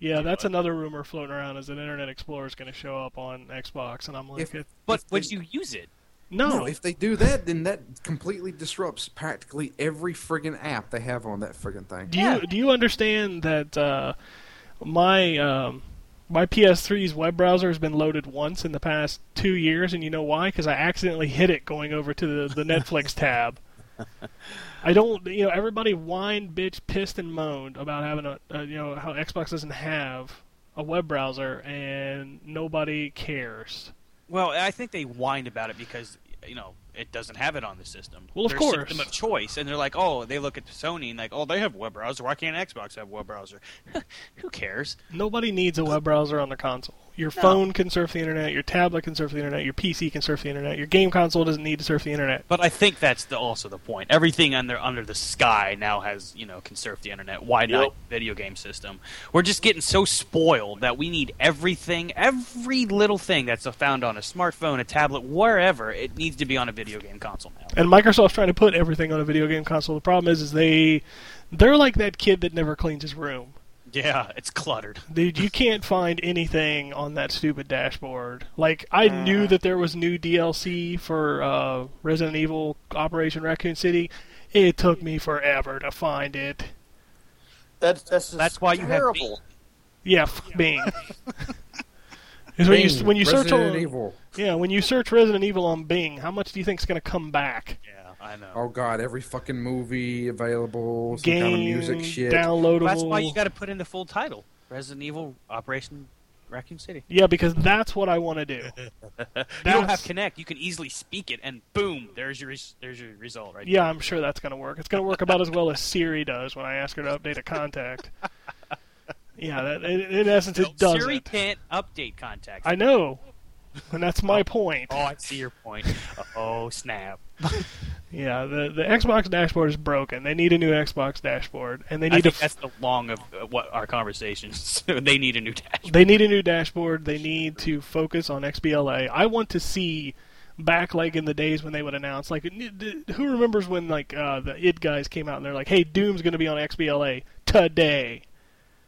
Speaker 5: Yeah, that's another rumor floating around is that Internet Explorer is going to show up on Xbox, and I'm like,
Speaker 6: If-
Speaker 5: it-
Speaker 2: But
Speaker 6: If they-
Speaker 2: would you use it?
Speaker 5: no,
Speaker 6: No, if they do that, then that completely disrupts practically every friggin' app they have on that friggin' thing.
Speaker 5: do you do you understand that uh, my um, my PS3's web browser has been loaded once in the past two years, and you know why? Because I accidentally hit it going over to the, the Netflix tab. I don't, you know, everybody whined, bitch, pissed, and moaned about having a, uh, you know, how Xbox doesn't have a web browser, and nobody cares.
Speaker 2: Well, I think they whined about it because you know it doesn't have it on the system.
Speaker 5: Well, of
Speaker 2: Their
Speaker 5: course.
Speaker 2: system of choice, and they're like, oh, they look at Sony and like, oh, they have a web browser. Why can't Xbox have a web browser? Who cares?
Speaker 5: Nobody needs a web browser on their console. Your phone can surf the internet, your tablet can surf the internet, your PC can surf the internet, your game console doesn't need to surf the internet.
Speaker 2: But I think that's the, also the point. Everything under under the sky now has you know can surf the internet. Why
Speaker 8: Yep.
Speaker 2: not video game system? We're just getting so spoiled that we need everything, every little thing that's found on a smartphone, a tablet, wherever it needs to be on a video game console now.
Speaker 5: And Microsoft's trying to put everything on a video game console. The problem is, is they they're like that kid that never cleans his room.
Speaker 2: Yeah, it's cluttered.
Speaker 5: Dude, you can't find anything on that stupid dashboard. Like, I
Speaker 6: Mm.
Speaker 5: knew that there was new DLC for uh, Resident Evil Operation Raccoon City. It took me forever to find it.
Speaker 8: That's that's just
Speaker 2: That's why you have
Speaker 8: terrible.
Speaker 5: Yeah, f- Bing. Is when you
Speaker 6: Bing,
Speaker 5: when you search
Speaker 6: Resident
Speaker 5: on,
Speaker 6: Evil.
Speaker 5: yeah when you search Resident Evil on Bing, how much do you think's gonna come back?
Speaker 2: Yeah, I know.
Speaker 6: Oh god, every fucking movie available, some
Speaker 5: Game
Speaker 6: kind of music shit.
Speaker 5: downloadable.
Speaker 2: That's why you got to put in the full title: Resident Evil Operation Raccoon City.
Speaker 5: yeah, because that's what I want to do.
Speaker 2: You don't
Speaker 5: That's-
Speaker 2: have Connect. You can easily speak it, and boom, there's your res- there's your result right.
Speaker 5: Yeah, I'm sure that's going to work. It's going to work about as well as Siri does when I ask her to update a contact. Yeah, that, in, in essence,
Speaker 2: there.
Speaker 5: it doesn't.
Speaker 2: Siri can't update contacts.
Speaker 5: I know, and that's my point.
Speaker 2: Oh, I see your point. oh snap!
Speaker 5: Yeah, the the Xbox dashboard is broken. They need a new Xbox dashboard, and they
Speaker 2: I
Speaker 5: need to
Speaker 2: think that's the long of uh, what our conversations. they need a new dash.
Speaker 5: They need a new dashboard. They need to focus on XBLA. I want to see back like in the days when they would announce like n- d- who remembers when like uh, the id guys came out and they're like, "Hey, Doom's going to be on XBLA today."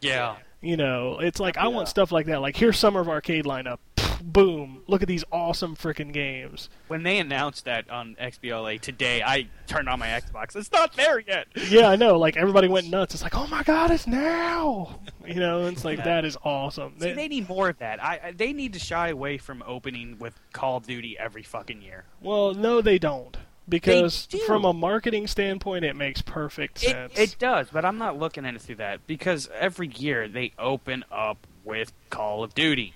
Speaker 2: Yeah,
Speaker 5: You know, it's like I want stuff like that. Like here's Summer of Arcade lineup. Pfft, Boom! Look at these awesome freaking games.
Speaker 2: when they announced that on XBLA today, I turned on my Xbox. It's not there yet.
Speaker 5: Yeah, I know. Like everybody went nuts. It's like, oh my god, it's now. You know, it's like that is awesome.
Speaker 2: See, they need more of that. I, I they need to shy away from opening with Call of Duty every fucking year.
Speaker 5: Well, no, they don't. Because
Speaker 2: do.
Speaker 5: from a marketing standpoint, it makes perfect
Speaker 2: It,
Speaker 5: sense.
Speaker 2: it does, but I'm not looking at it through that because every year they open up with Call of Duty.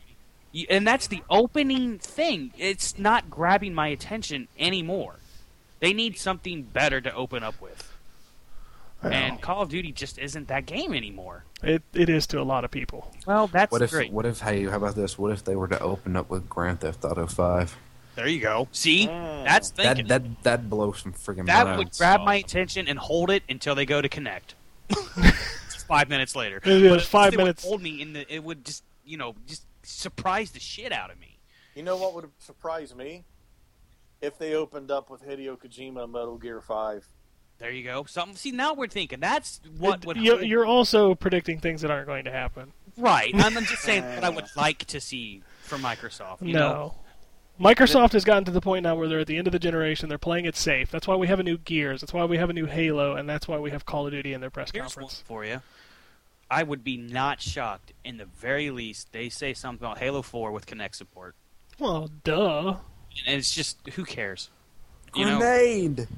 Speaker 2: You- And that's the opening thing. It's not grabbing my attention anymore. They need something better to open up with.
Speaker 5: Well,
Speaker 2: And Call of Duty just isn't that game anymore.
Speaker 5: it, it is to a lot of people.
Speaker 2: Well, that's
Speaker 6: What if?
Speaker 2: great.
Speaker 6: What if? Hey, how about this? What if they were to open up with Grand Theft Auto Five?
Speaker 2: There you go. See? That's
Speaker 6: That
Speaker 2: thinking. That,
Speaker 6: that that blows some freaking.
Speaker 2: would
Speaker 6: minds.
Speaker 2: grab my attention and hold it until they go to connect. Just five minutes later.
Speaker 5: It is
Speaker 2: But at
Speaker 5: five
Speaker 2: least it would
Speaker 5: minutes.
Speaker 2: Hold me, and the- it would just you know just surprise the shit out of me.
Speaker 8: You know what would surprise me if they opened up with Hideo Kojima Metal Gear Five.
Speaker 2: There you go. Something. See, now we're thinking. That's what
Speaker 5: It-
Speaker 2: would
Speaker 5: you,
Speaker 2: hold-
Speaker 5: you're also predicting things that aren't going to happen.
Speaker 2: right. I'm I'm just saying what I would like to see from Microsoft. You
Speaker 5: no.
Speaker 2: know?
Speaker 5: Microsoft has gotten to the point now where they're at the end of the generation. They're playing it safe. That's why we have a new Gears. That's why we have a new Halo, and that's why we have Call of Duty in their press
Speaker 2: Here's one
Speaker 5: conference.
Speaker 2: for you. I would be not shocked in the very least they say something about Halo 4 with Kinect support.
Speaker 5: Well, duh.
Speaker 2: And it's just who cares? You know?
Speaker 6: Grenade.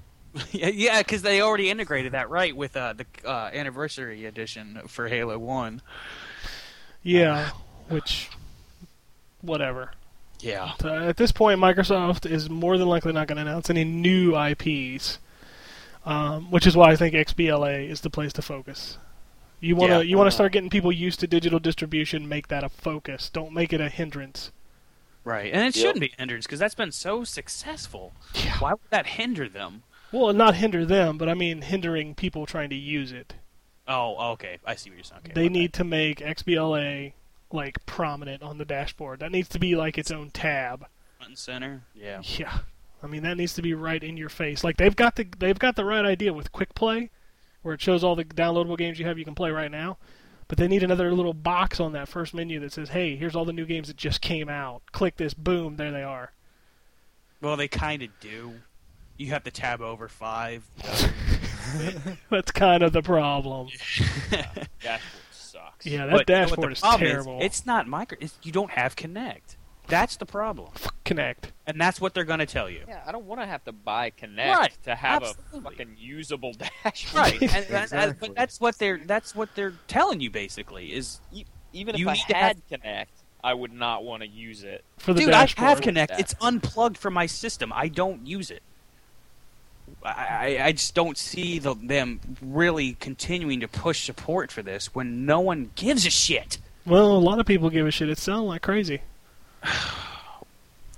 Speaker 2: yeah, yeah, cuz they already integrated that right with uh, the uh, anniversary edition for Halo 1.
Speaker 5: Yeah, which, whatever.
Speaker 2: Yeah.
Speaker 5: Uh, at this point, Microsoft is more than likely not going to announce any new IPs, um, which is why I think XBLA is the place to focus. You want to
Speaker 2: Yeah.
Speaker 5: you want to start getting people used to digital distribution. Make that a focus. Don't make it a hindrance.
Speaker 2: Right. And it
Speaker 8: Yep.
Speaker 2: shouldn't be hindered cuz that's been so successful. Why would that hinder them?
Speaker 5: Well, not hinder them, but I mean hindering people trying to use it.
Speaker 2: Oh, okay. I see what you're saying. Okay,
Speaker 5: they
Speaker 2: my
Speaker 5: need to make XBLA like prominent on the dashboard. That needs to be like its own tab.
Speaker 2: bad. front and center. Yeah.
Speaker 5: Yeah. I mean that needs to be right in your face. Like they've got the they've got the right idea with Quick Play, where it shows all the downloadable games you have you can play right now. But they need another little box on that first menu that says, "Hey, here's all the new games that just came out. Click this, boom, there they are."
Speaker 2: Well, they kind of do. You have to tab over 5.
Speaker 5: That's kind of the problem.
Speaker 7: Dashboard
Speaker 5: Yeah, that
Speaker 7: sucks.
Speaker 2: But you know what
Speaker 5: dashboard
Speaker 2: the
Speaker 5: is
Speaker 2: problem
Speaker 5: terrible.
Speaker 2: it's not micro. It's, you don't have Connect. That's the problem,
Speaker 5: Connect.
Speaker 2: and that's what they're going to tell you.
Speaker 7: Yeah, I don't want to have to buy Connect
Speaker 2: Right,
Speaker 7: to have a
Speaker 2: absolutely.
Speaker 7: fucking usable dashboard.
Speaker 2: Right, and, and- and-
Speaker 6: Exactly.
Speaker 2: but that's what they're that's what they're telling you basically is,
Speaker 7: E- Even if
Speaker 2: You
Speaker 7: I
Speaker 2: need to
Speaker 7: had Connect, I would not want to use it.
Speaker 5: For the
Speaker 2: dude,
Speaker 5: dashboard.
Speaker 2: I have Connect.
Speaker 7: Yeah.
Speaker 2: It's unplugged from my system. I don't use it. I, I- I just don't see the, them really continuing to push support for this when no one gives a shit.
Speaker 5: Well, a lot of people give a shit. It's selling like crazy.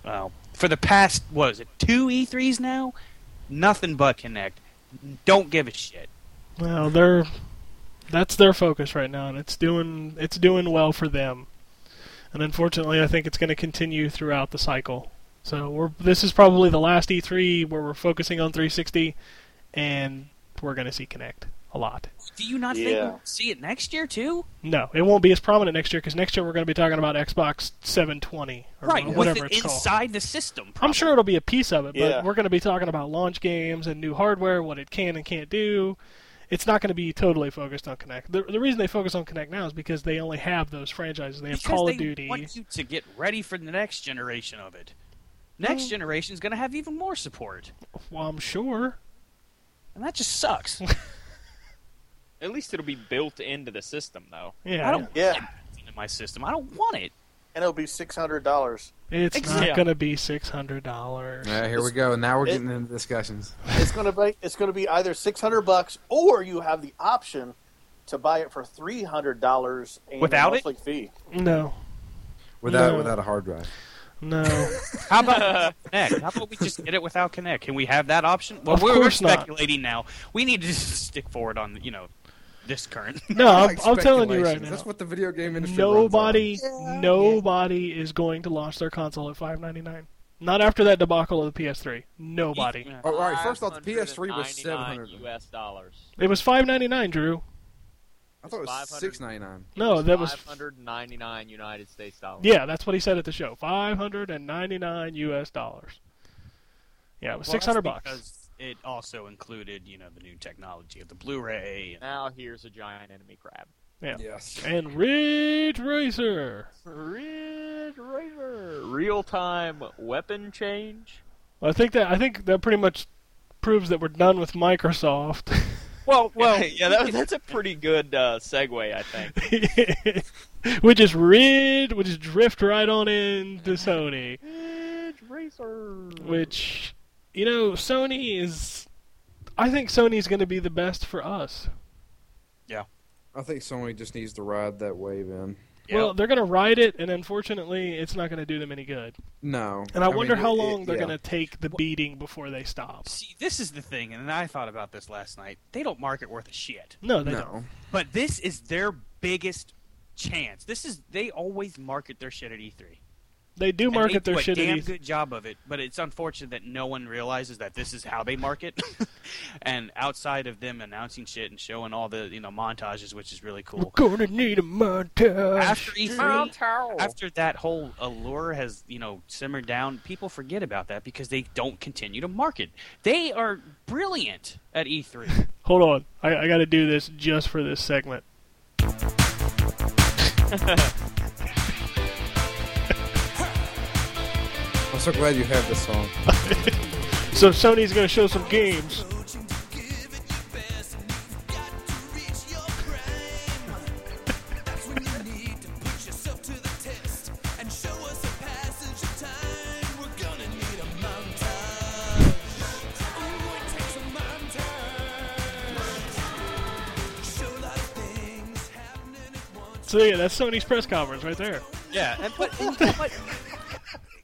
Speaker 2: Well, for the past what is it two E3s now, nothing but Connect. Don't give a shit.
Speaker 5: Well, they're that's their focus right now, and it's doing it's doing well for them. And unfortunately, I think it's going to continue throughout the cycle. So we're this is E probably the last E3 where we're focusing on 360, and we're going to see Connect. a lot.
Speaker 2: Do you not think
Speaker 8: Yeah.
Speaker 2: we'll see it next year too?
Speaker 5: No, it won't be as prominent next year because next year we're going to be talking about Xbox 720 or
Speaker 2: Right,
Speaker 5: whatever
Speaker 2: with it
Speaker 5: it's called.
Speaker 2: inside the system.
Speaker 5: I'm sure it'll be a piece of it, but
Speaker 8: Yeah.
Speaker 5: we're going to be talking about launch games and new hardware, what it can and can't do. It's not going to be totally focused on Connect. The, the reason they focus on Connect now is because they only have those franchises. They have
Speaker 2: because
Speaker 5: Call
Speaker 2: they
Speaker 5: of Duty.
Speaker 2: want you to get ready for the next generation of it. Next generation's going to have even more support,
Speaker 5: Well, I'm sure.
Speaker 2: and that just sucks.
Speaker 7: At least it'll be built into the system, though.
Speaker 5: Yeah,
Speaker 2: I don't
Speaker 8: Yeah.
Speaker 2: want it in my system. I don't want it.
Speaker 8: and it'll be six hundred dollars.
Speaker 5: it's
Speaker 7: Exactly.
Speaker 5: not going to be six hundred dollars.
Speaker 9: Yeah, here we go. Now we're
Speaker 8: it-
Speaker 9: getting into discussions.
Speaker 8: It's gonna be it's gonna be either six hundred bucks or you have the option to buy it for three hundred dollars
Speaker 2: Without it?
Speaker 8: monthly fee.
Speaker 5: No,
Speaker 9: Without
Speaker 5: No.
Speaker 9: without a hard drive.
Speaker 5: no.
Speaker 2: How about Connect? How about we just get it without Connect? Can we have that option? Well,
Speaker 5: Of
Speaker 2: we're, we're
Speaker 5: course not.
Speaker 2: speculating now. We need to just stick forward on you know this current.
Speaker 5: No,
Speaker 9: I
Speaker 5: I'm,
Speaker 9: like
Speaker 5: I'm telling you right
Speaker 9: speculations.
Speaker 5: now.
Speaker 9: That's what the video game industry runs on.
Speaker 5: nobody, nobody is going to launch their console at 599. Not after that debacle of the PS3. Nobody.
Speaker 2: Yeah.
Speaker 9: Oh, all right, first off, the PS3 was
Speaker 10: 700
Speaker 9: 700.
Speaker 10: US dollars.
Speaker 5: It was 599, Drew.
Speaker 9: I thought it was
Speaker 10: 500.
Speaker 9: 699.
Speaker 5: No, that was
Speaker 10: 599 United States dollars.
Speaker 5: yeah. That's what he said at the show. 599 U.S. dollars. Yeah, it was
Speaker 2: Well,
Speaker 5: 600
Speaker 2: that's
Speaker 5: bucks.
Speaker 2: Because it also included you know the new technology of the Blu-ray. and-
Speaker 10: Now here's a giant enemy crab.
Speaker 5: Yeah.
Speaker 9: Yes.
Speaker 5: And Ridge Racer.
Speaker 10: Red Raver. Real time weapon change.
Speaker 5: Well, I think that I think that pretty much proves that we're done with Microsoft.
Speaker 7: Well, well, yeah, that, that's a pretty good uh, segue, I think.
Speaker 5: we just rid, we just drift right on into Sony. Which, you know, Sony is. I think Sony's going to be the best for us.
Speaker 9: I think Sony just needs to ride that wave in.
Speaker 2: Yeah.
Speaker 5: Well, they're going to ride it, and unfortunately, it's not going to do them any good.
Speaker 9: No.
Speaker 5: And I, wonder
Speaker 9: mean,
Speaker 5: how
Speaker 9: it-
Speaker 5: long
Speaker 9: it-
Speaker 5: they're
Speaker 9: yeah.
Speaker 5: going to take the beating before they stop.
Speaker 2: See, this is the thing, and I thought about this last night. They don't market worth a shit.
Speaker 5: No, they don't.
Speaker 9: No.
Speaker 2: But this is their biggest chance. This is they always market their shit at E3.
Speaker 5: They do
Speaker 2: And
Speaker 5: market
Speaker 2: they
Speaker 5: their
Speaker 2: do
Speaker 5: shit
Speaker 2: a damn
Speaker 5: at E E3.
Speaker 2: good job of it, but it's unfortunate that no one realizes that this is how they market. and outside of them announcing shit and showing all the you know montages, which is really
Speaker 5: We're
Speaker 2: cool.
Speaker 5: going to need a montage.
Speaker 2: After E3, after that whole allure has you know simmered down, people forget about that because they don't continue to market. They are brilliant at E E3.
Speaker 5: Hold on. I, I got to do this just for this segment.
Speaker 9: I'm so glad you have this song.
Speaker 5: So Sony's going to show some games. So yeah, that's Sony's press conference right there.
Speaker 2: Yeah, and but, and- but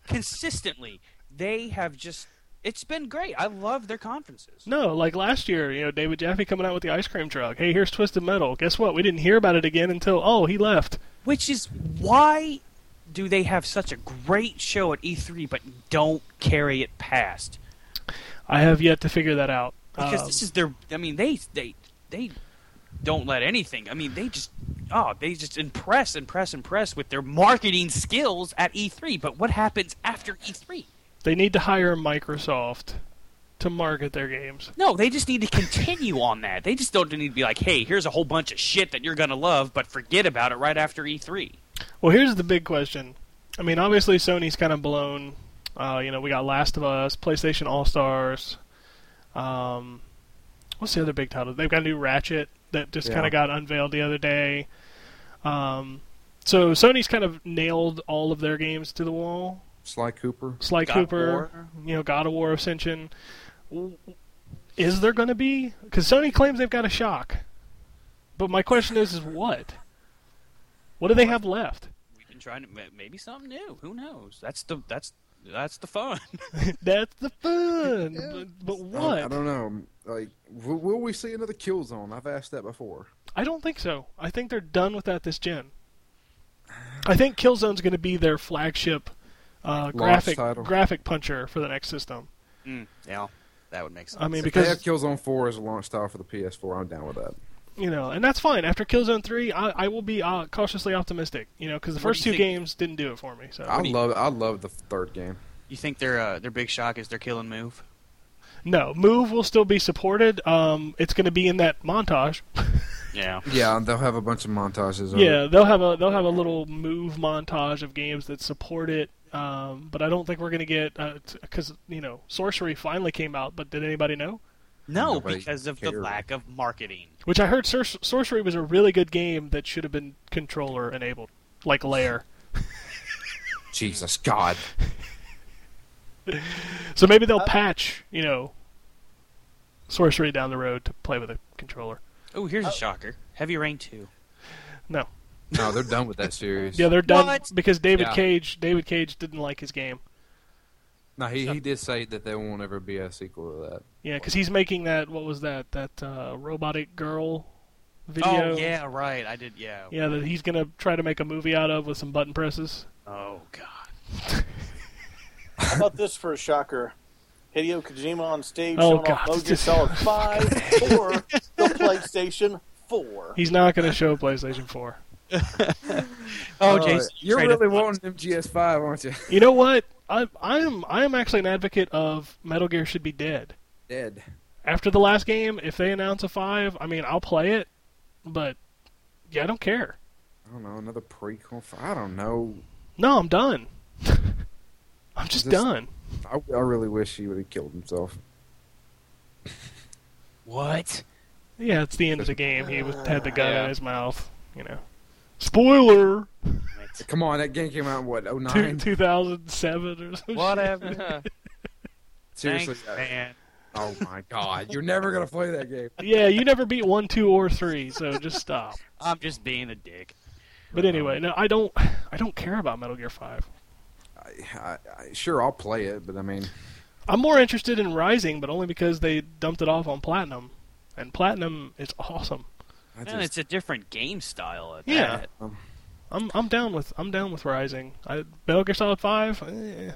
Speaker 2: consistently, they have just. It's been great. I love their conferences.
Speaker 5: No, like last year, you know, David Jaffe coming out with the ice cream truck. Hey, here's Twisted Metal. Guess what? We didn't hear about it again until oh, he left.
Speaker 2: Which is why do they have such a great show at E3 but don't carry it past?
Speaker 5: I have yet to figure that out.
Speaker 2: Because
Speaker 5: Um,
Speaker 2: this is their. I mean, they they they don't let anything. I mean, they just oh they just impress impress impress with their marketing skills at E3. But what happens after E E3?
Speaker 5: they need to hire Microsoft to market their games.
Speaker 2: No, they just need to continue on that. They just don't need to be like, hey, here's a whole bunch of shit that you're going to love, but forget about it right after E E3.
Speaker 5: Well, here's the big question. I mean, obviously Sony's kind of blown. Uh, you know, we got Last of Us, PlayStation All Stars. Um, what's the other big title? They've got a new Ratchet that just
Speaker 9: Yeah.
Speaker 5: kind of got unveiled the other day. Um, so Sony's kind of nailed all of their games to the wall.
Speaker 9: Sly Cooper.
Speaker 5: Sly
Speaker 2: God of
Speaker 5: Cooper,
Speaker 2: War.
Speaker 5: you know, God of War Ascension. Is there going to be? Because Sony claims they've got a shock, but my question is, is what? What do they have left?
Speaker 2: We've been trying to ma- maybe something new. Who knows? That's the that's that's the fun.
Speaker 5: That's the fun. But, but
Speaker 9: I
Speaker 5: what?
Speaker 9: don't- I don't know. Like, will, will we see another kill zone? I've asked that before.
Speaker 5: think so. I think they're done with that this gen. I think Killzone's going to be their flagship uh, graphic
Speaker 9: title.
Speaker 5: graphic puncher for the next system.
Speaker 2: yeah. That would make sense.
Speaker 5: I mean,
Speaker 2: If
Speaker 6: They
Speaker 5: Because-
Speaker 6: have Killzone 4 as a launch style for the PS4. I'm down with that.
Speaker 5: you know, and that's fine. After Killzone Three, I, I will be uh, cautiously optimistic, you know, because the
Speaker 2: What
Speaker 5: first
Speaker 2: do
Speaker 5: two
Speaker 2: you think-
Speaker 5: games didn't do it for me. So
Speaker 6: I love I love the third game.
Speaker 2: you think their uh, their big shock is their kill and move?
Speaker 5: no, Move will still be supported. Um, it's going to be in that montage.
Speaker 2: Yeah.
Speaker 6: Yeah, and they'll have a bunch of montages. of it.
Speaker 5: Yeah, they'll have a they'll have a little move montage of games that support it. Um, but I don't think we're going to get because you know Sorcery finally came out, but did anybody know?
Speaker 2: No,
Speaker 6: Nobody
Speaker 2: because of the
Speaker 6: cared.
Speaker 2: lack of marketing.
Speaker 5: Which I heard Sor- Sorcery was a really good game that should have been controller enabled, like Lair.
Speaker 6: Jesus God.
Speaker 5: So maybe they'll patch, you know, Sorcery down the road to play with a controller.
Speaker 2: Oh, here's a shocker: Heavy Rain Two.
Speaker 5: No,
Speaker 9: No, they're done with that series.
Speaker 5: yeah, they're done
Speaker 2: What?
Speaker 5: because David
Speaker 9: Yeah.
Speaker 5: Cage David Cage didn't like his game.
Speaker 9: no, he, he did say that there won't ever be a sequel to that.
Speaker 5: Yeah, because he's making that what was that that uh, robotic girl video.
Speaker 2: Oh yeah, right. I did. Yeah.
Speaker 5: Yeah, that he's gonna try to make a movie out of with some button presses.
Speaker 2: Oh god.
Speaker 8: How about this for a shocker? Hideo Kojima on stage
Speaker 5: Oh,
Speaker 8: showing
Speaker 5: God.
Speaker 8: off Metal Gear Solid 5 or the PlayStation 4.
Speaker 5: He's not gonna show PlayStation 4.
Speaker 2: Oh,
Speaker 6: Uh,
Speaker 2: Jason,
Speaker 6: you're
Speaker 2: traded-
Speaker 6: really wanting them GS5, aren't you?
Speaker 5: You know what? I I am I am actually an advocate of Metal Gear should be dead.
Speaker 6: Dead.
Speaker 5: After the last game, if they announce a five, I mean I'll play it, but yeah, I don't care.
Speaker 6: I don't know. Another prequel. For, I don't know.
Speaker 5: No, I'm done. I'm just
Speaker 6: This-
Speaker 5: done.
Speaker 6: I, I really wish he would have killed himself.
Speaker 2: What?
Speaker 5: Yeah, it's the end of the game. He was, had the gun
Speaker 7: Yeah.
Speaker 5: in his mouth. You know, spoiler.
Speaker 6: Come on, that game came out in what? Oh
Speaker 5: Two,
Speaker 6: nine.
Speaker 5: 2007 or something.
Speaker 2: Whatever.
Speaker 6: Seriously.
Speaker 2: Thanks,
Speaker 6: uh,
Speaker 2: man.
Speaker 6: oh my God. You're never gonna play that game.
Speaker 5: Yeah, you never beat one, two, or three, so just stop.
Speaker 2: I'm just being a dick.
Speaker 5: But anyway, no, I don't. I don't care about Metal Gear Five.
Speaker 6: I, I, I, sure, I'll play it, but I mean,
Speaker 5: I'm more interested in Rising, but only because they dumped it off on Platinum, and Platinum is awesome.
Speaker 6: I
Speaker 2: Man,
Speaker 6: just,
Speaker 2: Eh, it's a different game style. At
Speaker 5: Yeah.
Speaker 2: that.
Speaker 5: I'm I'm down with I'm down with Rising. I, Metal Gear Solid Five. eh,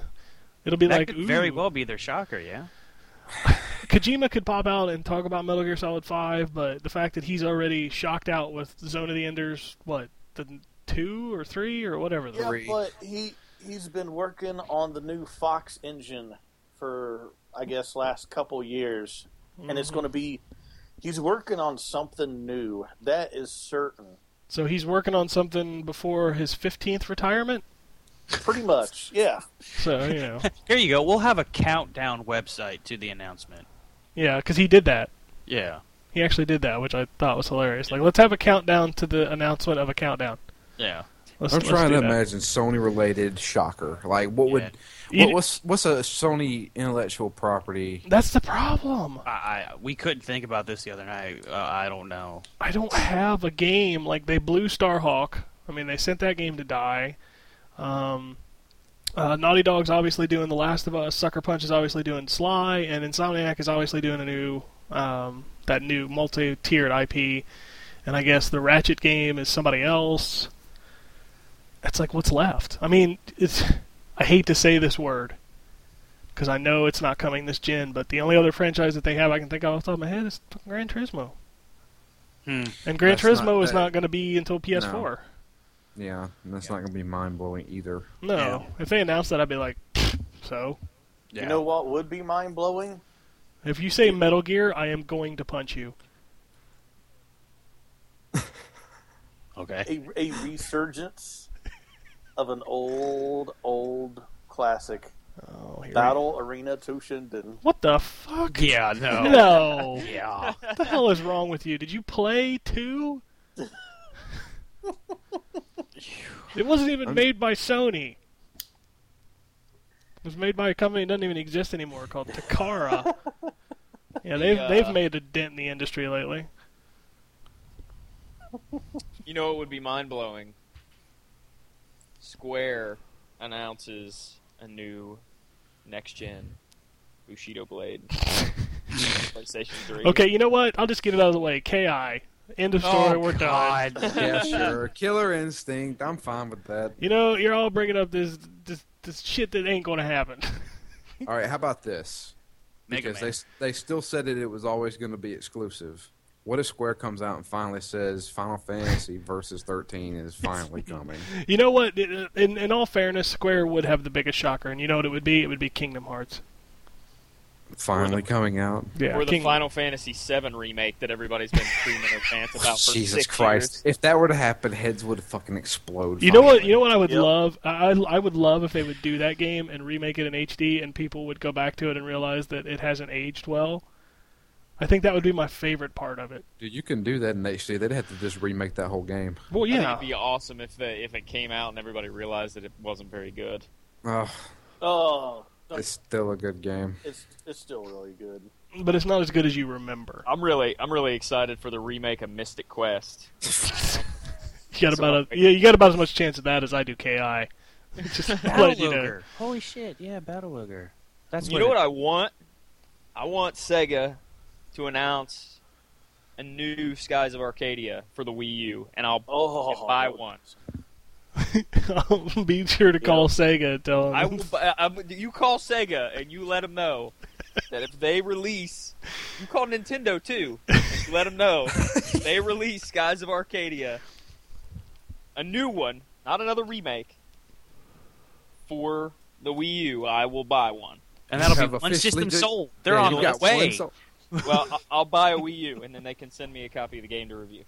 Speaker 5: it'll be
Speaker 2: That
Speaker 5: like
Speaker 2: could very
Speaker 5: ooh.
Speaker 2: well be their shocker. Yeah.
Speaker 5: Kojima could pop out and talk about Metal Gear Solid Five, but the fact that he's already shocked out with Zone of the Enders, what the two or three or whatever. the-
Speaker 8: Yeah, but he, he's been working on the new Fox engine for, I guess, last couple years. And
Speaker 5: Mm-hmm.
Speaker 8: it's going to be. He's working on something new. That is certain.
Speaker 5: So he's working on something before his 15th retirement.
Speaker 8: Pretty much, yeah.
Speaker 5: So you know,
Speaker 2: Here you go. We'll have a countdown website to the announcement.
Speaker 5: yeah, because he did that.
Speaker 2: Yeah.
Speaker 5: He actually did that, which I thought was hilarious. Like, let's have a countdown to the announcement of a countdown.
Speaker 2: Yeah.
Speaker 5: Let's,
Speaker 6: I'm
Speaker 5: let's
Speaker 6: trying
Speaker 5: do
Speaker 6: to
Speaker 5: that.
Speaker 6: imagine Sony-related shocker. Like, what would?
Speaker 5: You-
Speaker 6: What, what's what's a Sony intellectual property?
Speaker 5: That's the problem.
Speaker 2: I, I we couldn't think about this the other night. Uh, I don't know.
Speaker 5: I don't have a game like they blew Starhawk. I mean, they sent that game to die. Um, uh, Naughty Dog's obviously doing The Last of Us. Sucker Punch is obviously doing Sly, and Insomniac is obviously doing a new um, that new multi-tiered IP. And I guess the Ratchet game is somebody else. It's like what's left. I mean, it's. I hate to say this word because I know it's not coming this gen, but the only other franchise that they have I can think of off the top of my head is Gran Turismo.
Speaker 2: Hmm.
Speaker 5: And Gran
Speaker 6: That's
Speaker 5: Turismo
Speaker 6: not
Speaker 5: is
Speaker 6: bad.
Speaker 5: not going to be until PS4.
Speaker 6: Yeah, and that's not going to be mind blowing either.
Speaker 5: No.
Speaker 2: Yeah.
Speaker 5: If they announced that, I'd be like, so.
Speaker 2: Yeah.
Speaker 8: You know what would be mind blowing?
Speaker 5: If you say Metal Gear, I am going to punch you.
Speaker 2: Okay.
Speaker 8: A, a resurgence of an old, old classic
Speaker 5: Oh, here we-
Speaker 8: Battle Arena Toshinden.
Speaker 5: What the fuck?
Speaker 2: Yeah. No.
Speaker 5: No.
Speaker 2: Yeah.
Speaker 5: what the hell is wrong with you? Did you play two? it wasn't even made by Sony. It was made by a company that doesn't even exist anymore called Takara. yeah, they've
Speaker 7: Yeah.
Speaker 5: they've made a dent in the industry lately.
Speaker 7: You know it would be mind blowing. Square announces a new next gen Bushido Blade PlayStation 3.
Speaker 5: Okay, you know what? I'll just get it out of the way. Ki. End
Speaker 2: Oh,
Speaker 5: of story. we're done.
Speaker 6: yeah, sure. Killer Instinct. I'm fine with that.
Speaker 5: You know, you're all bringing up this this this shit that ain't gonna happen.
Speaker 6: All right, how about this?
Speaker 2: Mega
Speaker 6: because
Speaker 2: Man.
Speaker 6: they they still said that it was always going to be exclusive. What if Square comes out and finally says Final Fantasy versus 13 is finally coming?
Speaker 5: You know what? i- In in all fairness, Square would have the biggest shocker, and you know what it would be? It would be Kingdom Hearts.
Speaker 6: finally coming out.
Speaker 5: Yeah,
Speaker 7: or the
Speaker 5: King-
Speaker 7: Final Fantasy VII remake that everybody's been screaming their pants about for
Speaker 6: Jesus
Speaker 7: six
Speaker 6: Christ!
Speaker 7: years.
Speaker 6: If that were to happen, heads would fucking explode.
Speaker 5: You know what?
Speaker 6: finally.
Speaker 5: You know what I would
Speaker 8: Yep.
Speaker 5: love. I I I would love if they would do that game and remake it in HD, and people would go back to it and realize that it hasn't aged well. I think that would be my favorite part of it.
Speaker 6: Dude, you can do that in HD. They'd have to just remake that whole game.
Speaker 5: Well,
Speaker 7: I think
Speaker 5: yeah,
Speaker 7: it'd be awesome if the, if it came out and everybody realized that it wasn't very good.
Speaker 6: Oh,
Speaker 8: Oh, no,
Speaker 6: it's still a good game.
Speaker 8: it's it's still really good.
Speaker 5: but it's not as good as you remember.
Speaker 7: I'm really I'm really excited for the remake of Mystic Quest.
Speaker 5: You got
Speaker 7: So
Speaker 5: about
Speaker 7: I-
Speaker 5: a, yeah, you got about as much chance of that as I do Ki. Just letting you know.
Speaker 2: Holy shit! Yeah, Battle Ogre. That's
Speaker 7: You know what I want? I want Sega to announce a new Skies of Arcadia for the Wii U, and I'll
Speaker 8: Oh,
Speaker 7: buy one.
Speaker 5: I'll be sure to call Sega and tell them.
Speaker 7: I will. bu- I, am you call Sega and you let them know that if they release, you call Nintendo too. You let them know if they release Skies of Arcadia, a new one, not another remake, for the Wii U. I will buy one.
Speaker 2: And
Speaker 6: You
Speaker 2: that'll
Speaker 6: have
Speaker 2: be one
Speaker 6: officially
Speaker 2: system
Speaker 6: did-
Speaker 2: sold. They're
Speaker 6: Yeah,
Speaker 2: on
Speaker 6: you
Speaker 2: the
Speaker 6: got one
Speaker 2: way.
Speaker 6: so-
Speaker 7: Well, I- I'll buy a Wii U, and then they can send me a copy of the game to review.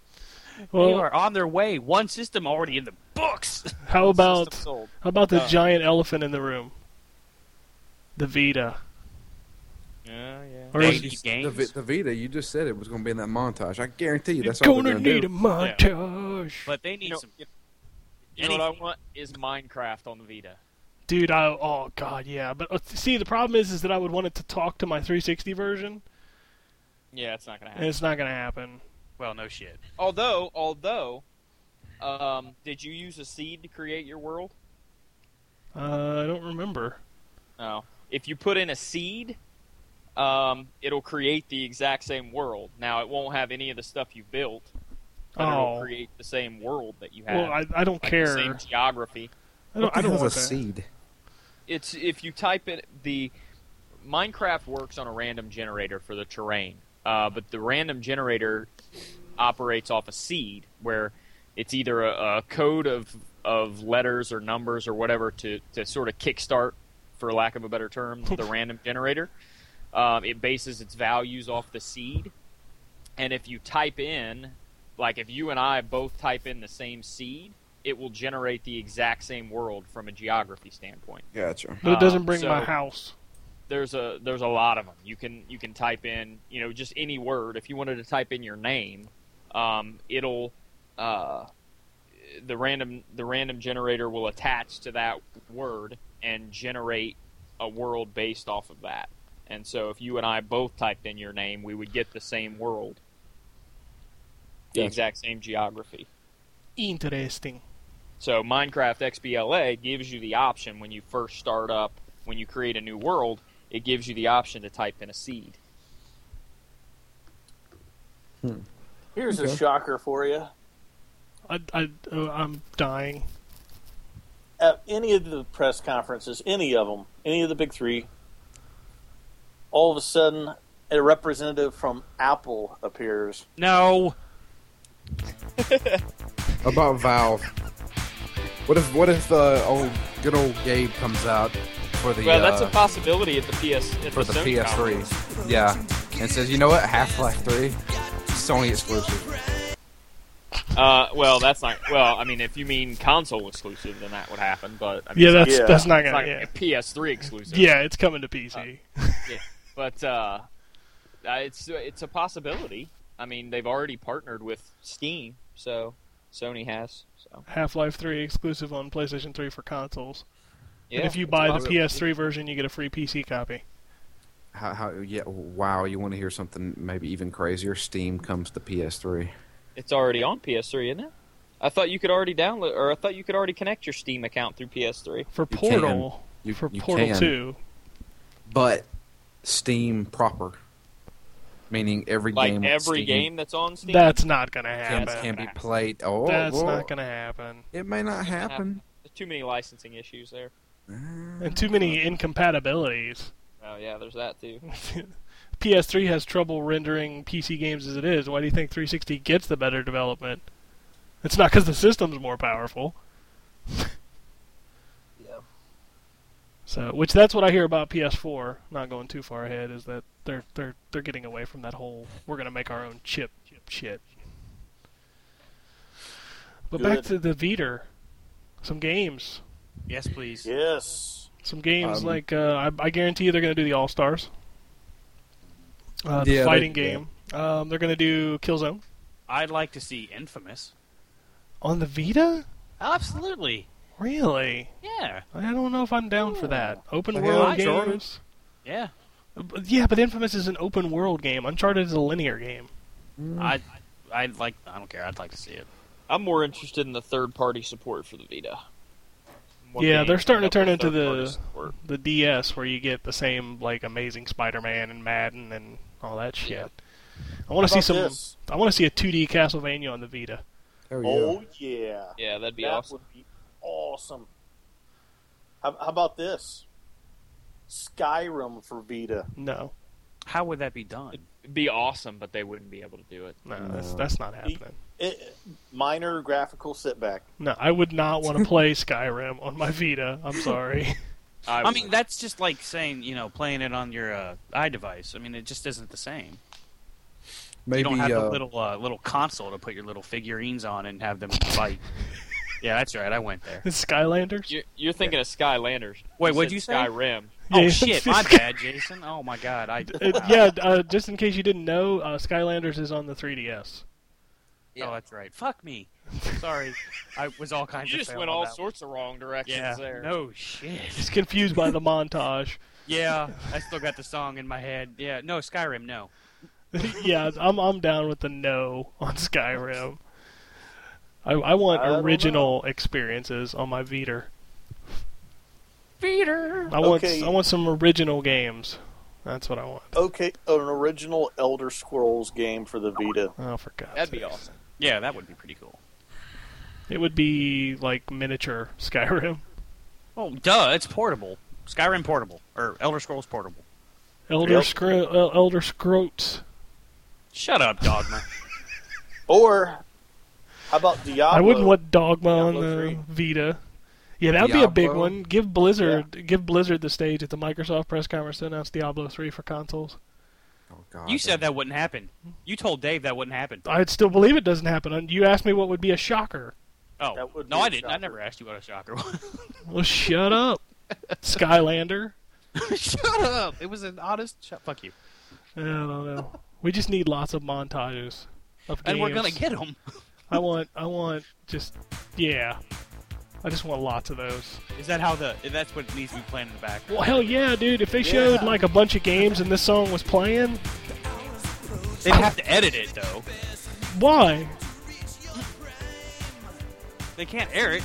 Speaker 2: They
Speaker 5: well,
Speaker 2: are on their way. One system already in the books.
Speaker 5: how about
Speaker 7: System sold.
Speaker 5: how about the
Speaker 7: Uh,
Speaker 5: giant elephant in the room? The Vita.
Speaker 7: Yeah, yeah.
Speaker 5: Or
Speaker 2: They
Speaker 5: is-
Speaker 2: need
Speaker 6: The,
Speaker 2: games.
Speaker 6: Vi- the Vita, you just said it was going to be in that montage. I guarantee you,
Speaker 5: You're
Speaker 6: that's all
Speaker 5: gonna
Speaker 6: they're going to
Speaker 5: need a
Speaker 6: do.
Speaker 5: montage.
Speaker 2: but they need
Speaker 7: You know,
Speaker 2: some.
Speaker 7: you know what I
Speaker 2: anything.
Speaker 7: want is Minecraft on the Vita.
Speaker 5: Dude, I oh god, yeah. But uh, see, the problem is, is that I would want it to talk to my 360 version,
Speaker 7: Yeah, it's not gonna happen.
Speaker 5: and it's not gonna happen.
Speaker 2: Well, no shit.
Speaker 7: Although, although, um, did you use a seed to create your world?
Speaker 5: Uh, I don't remember.
Speaker 7: No. If you put in a seed, um, it'll create the exact same world. Now, it won't have any of the stuff you built, but
Speaker 5: Oh.
Speaker 7: it'll create the same world that you have.
Speaker 5: Well, I, I don't
Speaker 7: like
Speaker 5: care.
Speaker 7: The same geography.
Speaker 5: I don't, I don't
Speaker 6: What the hell's
Speaker 5: want
Speaker 6: a
Speaker 5: that.
Speaker 6: seed.
Speaker 7: It's if you type in the Minecraft works on a random generator for the terrain, uh, but the random generator operates off a seed where it's either a, a code of of letters or numbers or whatever to to sort of kickstart, for lack of a better term, the random generator. Um, it bases its values off the seed, and if you type in, like if you and I both type in the same seed, it will generate the exact same world from a geography standpoint
Speaker 6: Gotcha.
Speaker 5: But it doesn't
Speaker 7: Uh,
Speaker 5: bring
Speaker 7: so-
Speaker 5: my house.
Speaker 7: there's a there's a lot of them. You can you can type in you know just any word. If you wanted to type in your name, um, it'll uh, the random the random generator will attach to that word and generate a world based off of that. And so if you and I both typed in your name, we would get the same world, the
Speaker 6: Gotcha.
Speaker 7: exact same geography.
Speaker 5: Interesting.
Speaker 7: So Minecraft XBLA gives you the option when you first start up, when you create a new world, it gives you the option to type in a seed.
Speaker 8: Here's a shocker for you.
Speaker 5: I, I, uh, I'm dying.
Speaker 8: At uh, any of the press conferences, any of them, any of the big three, all of a sudden, a representative from Apple appears.
Speaker 2: No.
Speaker 6: About Valve. What if what if uh, old good old Gabe comes out for the
Speaker 7: Well, that's a
Speaker 6: uh,
Speaker 7: possibility at the PS at
Speaker 6: for
Speaker 7: the,
Speaker 6: the
Speaker 7: Sony
Speaker 6: PS3?
Speaker 7: conference.
Speaker 6: Yeah, and says you know what Half Life Three, Sony exclusive.
Speaker 7: Uh, well, that's not. Well, I mean, if you mean console exclusive, then that would happen. But I mean,
Speaker 5: Yeah,
Speaker 7: it's
Speaker 5: that's
Speaker 8: Yeah.
Speaker 5: that's not
Speaker 7: not,
Speaker 5: gonna.
Speaker 7: it's
Speaker 5: yeah.
Speaker 7: not PS3 exclusive.
Speaker 5: yeah, it's coming to PC.
Speaker 7: Uh, But uh, uh, it's it's a possibility. I mean, they've already partnered with Steam, so Sony has. So
Speaker 5: Half Life 3 exclusive on PlayStation 3 for consoles.
Speaker 7: yeah,
Speaker 5: and if you
Speaker 7: it's a
Speaker 5: buy the
Speaker 7: possibility.
Speaker 5: PS3 version, you get a free PC copy.
Speaker 6: How, how yeah wow you want to hear something maybe even crazier? Steam comes to PS3.
Speaker 7: It's already on PS3, isn't it? I thought you could already download, or I thought you could already connect your Steam account through PS3.
Speaker 5: For
Speaker 6: You
Speaker 5: Portal,
Speaker 6: You,
Speaker 5: for
Speaker 6: you
Speaker 5: Portal
Speaker 6: can,
Speaker 5: 2,
Speaker 6: but Steam proper, meaning every
Speaker 7: Like
Speaker 6: game on
Speaker 7: every
Speaker 6: Steam
Speaker 7: game that's on Steam.
Speaker 5: that's not gonna
Speaker 6: can,
Speaker 5: happen.
Speaker 6: can be played. Oh,
Speaker 5: that's
Speaker 6: well,
Speaker 5: not gonna happen.
Speaker 6: it may not happen.
Speaker 7: There's too many licensing issues there.
Speaker 5: And too many incompatibilities.
Speaker 7: Oh yeah, there's that too.
Speaker 5: PS3 has trouble rendering PC games as it is. Why do you think 360 gets the better development? It's not because the system's more powerful.
Speaker 7: Yeah.
Speaker 5: So, which that's what I hear about PS4. Not going too far ahead is that they're they're they're getting away from that whole we're gonna make our own chip shit. But back to
Speaker 8: Good.
Speaker 5: the Vita, some games,
Speaker 2: Yes, please.
Speaker 8: Yes.
Speaker 5: some games
Speaker 6: Um,
Speaker 5: like uh, I, I guarantee you they're gonna do the All Stars, uh, the
Speaker 6: Yeah, they-
Speaker 5: fighting game. Um, they're gonna do Killzone
Speaker 2: I'd like to see Infamous.
Speaker 5: on the Vita.
Speaker 2: Absolutely.
Speaker 5: Really?
Speaker 2: Yeah.
Speaker 5: I don't know if I'm down for that. Open
Speaker 6: Like
Speaker 5: world
Speaker 6: Uncharted?
Speaker 5: games.
Speaker 2: Yeah.
Speaker 5: But- Yeah, but Infamous is an open world game. Uncharted is a linear game.
Speaker 2: I. I'd like. I don't care. I'd like to see it.
Speaker 7: I'm more interested in the third party support for the Vita. What
Speaker 5: Yeah,
Speaker 7: game
Speaker 5: they're starting to
Speaker 7: comes
Speaker 5: turn
Speaker 7: up with
Speaker 5: into
Speaker 7: third-party
Speaker 5: the-
Speaker 7: support?
Speaker 5: The DS, where you get the same like Amazing Spider-Man and Madden and all that shit.
Speaker 7: Yeah.
Speaker 5: I want to see
Speaker 8: About
Speaker 5: some.
Speaker 8: this?
Speaker 5: I want to see a 2D Castlevania on the Vita.
Speaker 6: Oh, yeah.
Speaker 8: Oh yeah.
Speaker 7: Yeah, that'd be
Speaker 8: that
Speaker 7: awesome.
Speaker 8: would be awesome. How, how about this? Skyrim for Vita.
Speaker 5: No,
Speaker 2: How would that be done?
Speaker 7: Be awesome, but they wouldn't be able to do it.
Speaker 5: no, that's that's not happening.
Speaker 8: It, minor graphical setback.
Speaker 5: No, I would not want to play Skyrim on my Vita. I'm sorry.
Speaker 7: I,
Speaker 2: I mean,
Speaker 7: would.
Speaker 2: that's just like saying you know playing it on your uh, iDevice. I mean, it just isn't the same.
Speaker 6: Maybe
Speaker 2: you don't have
Speaker 6: uh,
Speaker 2: the little uh, little console to put your little figurines on and have them fight. yeah, that's right. I went there.
Speaker 5: Skylanders.
Speaker 7: you're, you're thinking of Skylanders.
Speaker 2: Wait, what'd
Speaker 7: said
Speaker 2: you say?
Speaker 7: Skyrim.
Speaker 2: Oh
Speaker 5: Yeah.
Speaker 2: shit! My bad, Jason. Oh my god. I
Speaker 5: It- yeah, uh, just in case you didn't know, uh, Skylanders is on the 3DS.
Speaker 2: Oh, that's right. Fuck me. Sorry, I was all kinds
Speaker 7: You
Speaker 2: of.
Speaker 7: just
Speaker 2: fail
Speaker 7: went
Speaker 2: on
Speaker 7: all
Speaker 2: that
Speaker 7: sorts of wrong
Speaker 2: one.
Speaker 7: directions
Speaker 2: Yeah.
Speaker 7: there.
Speaker 2: No shit.
Speaker 5: He's confused by the montage.
Speaker 2: Yeah, I still got the song in my head. Yeah. No, Skyrim. No.
Speaker 5: yeah, I'm I'm down with the no on Skyrim. I I want
Speaker 8: I don't
Speaker 5: original experiences on my Vita.
Speaker 2: Peter.
Speaker 5: I want
Speaker 8: Okay.
Speaker 5: I want some original games. That's what I want.
Speaker 8: Okay, an original Elder Scrolls game for the Vita.
Speaker 5: Oh, for God's
Speaker 7: That'd be
Speaker 5: sakes.
Speaker 7: awesome.
Speaker 2: Yeah, that would be pretty cool.
Speaker 5: It would be like miniature Skyrim,
Speaker 2: Oh, duh. It's portable. Skyrim portable or Elder Scrolls portable.
Speaker 5: Elder
Speaker 8: Yep.
Speaker 5: Scro- El- Elder Scroats.
Speaker 2: Shut up, Dogma.
Speaker 8: Or how about Diablo?
Speaker 5: I wouldn't want Dogma on
Speaker 8: Diablo
Speaker 5: the Vita. Yeah, that'd be a big
Speaker 6: Diablo?
Speaker 5: one. Give Blizzard give Blizzard the stage at the Microsoft press conference to announce Diablo 3 for consoles.
Speaker 6: oh, God.
Speaker 2: you said that wouldn't happen. You told Dave that wouldn't happen.
Speaker 5: I'd still believe it doesn't happen. And You asked me what would be a shocker.
Speaker 2: Oh,
Speaker 8: That would
Speaker 2: no,
Speaker 8: be
Speaker 2: I
Speaker 8: a
Speaker 2: didn't. I
Speaker 8: shocker.
Speaker 2: never asked you what a shocker was.
Speaker 5: Well, shut up, Skylander.
Speaker 2: Shut up! It was an honest. Sh- fuck you.
Speaker 5: I don't know. We just need lots of montages of
Speaker 2: And we're gonna
Speaker 5: games.
Speaker 2: get him.
Speaker 5: I want. I want just. Yeah. I just want lots of those.
Speaker 2: Is that how the? That's what needs to be playing in the back.
Speaker 5: Well, hell yeah, dude! If they showed like a bunch of games and this song was playing,
Speaker 2: They'd have to edit it though.
Speaker 5: why?
Speaker 2: They can't air it.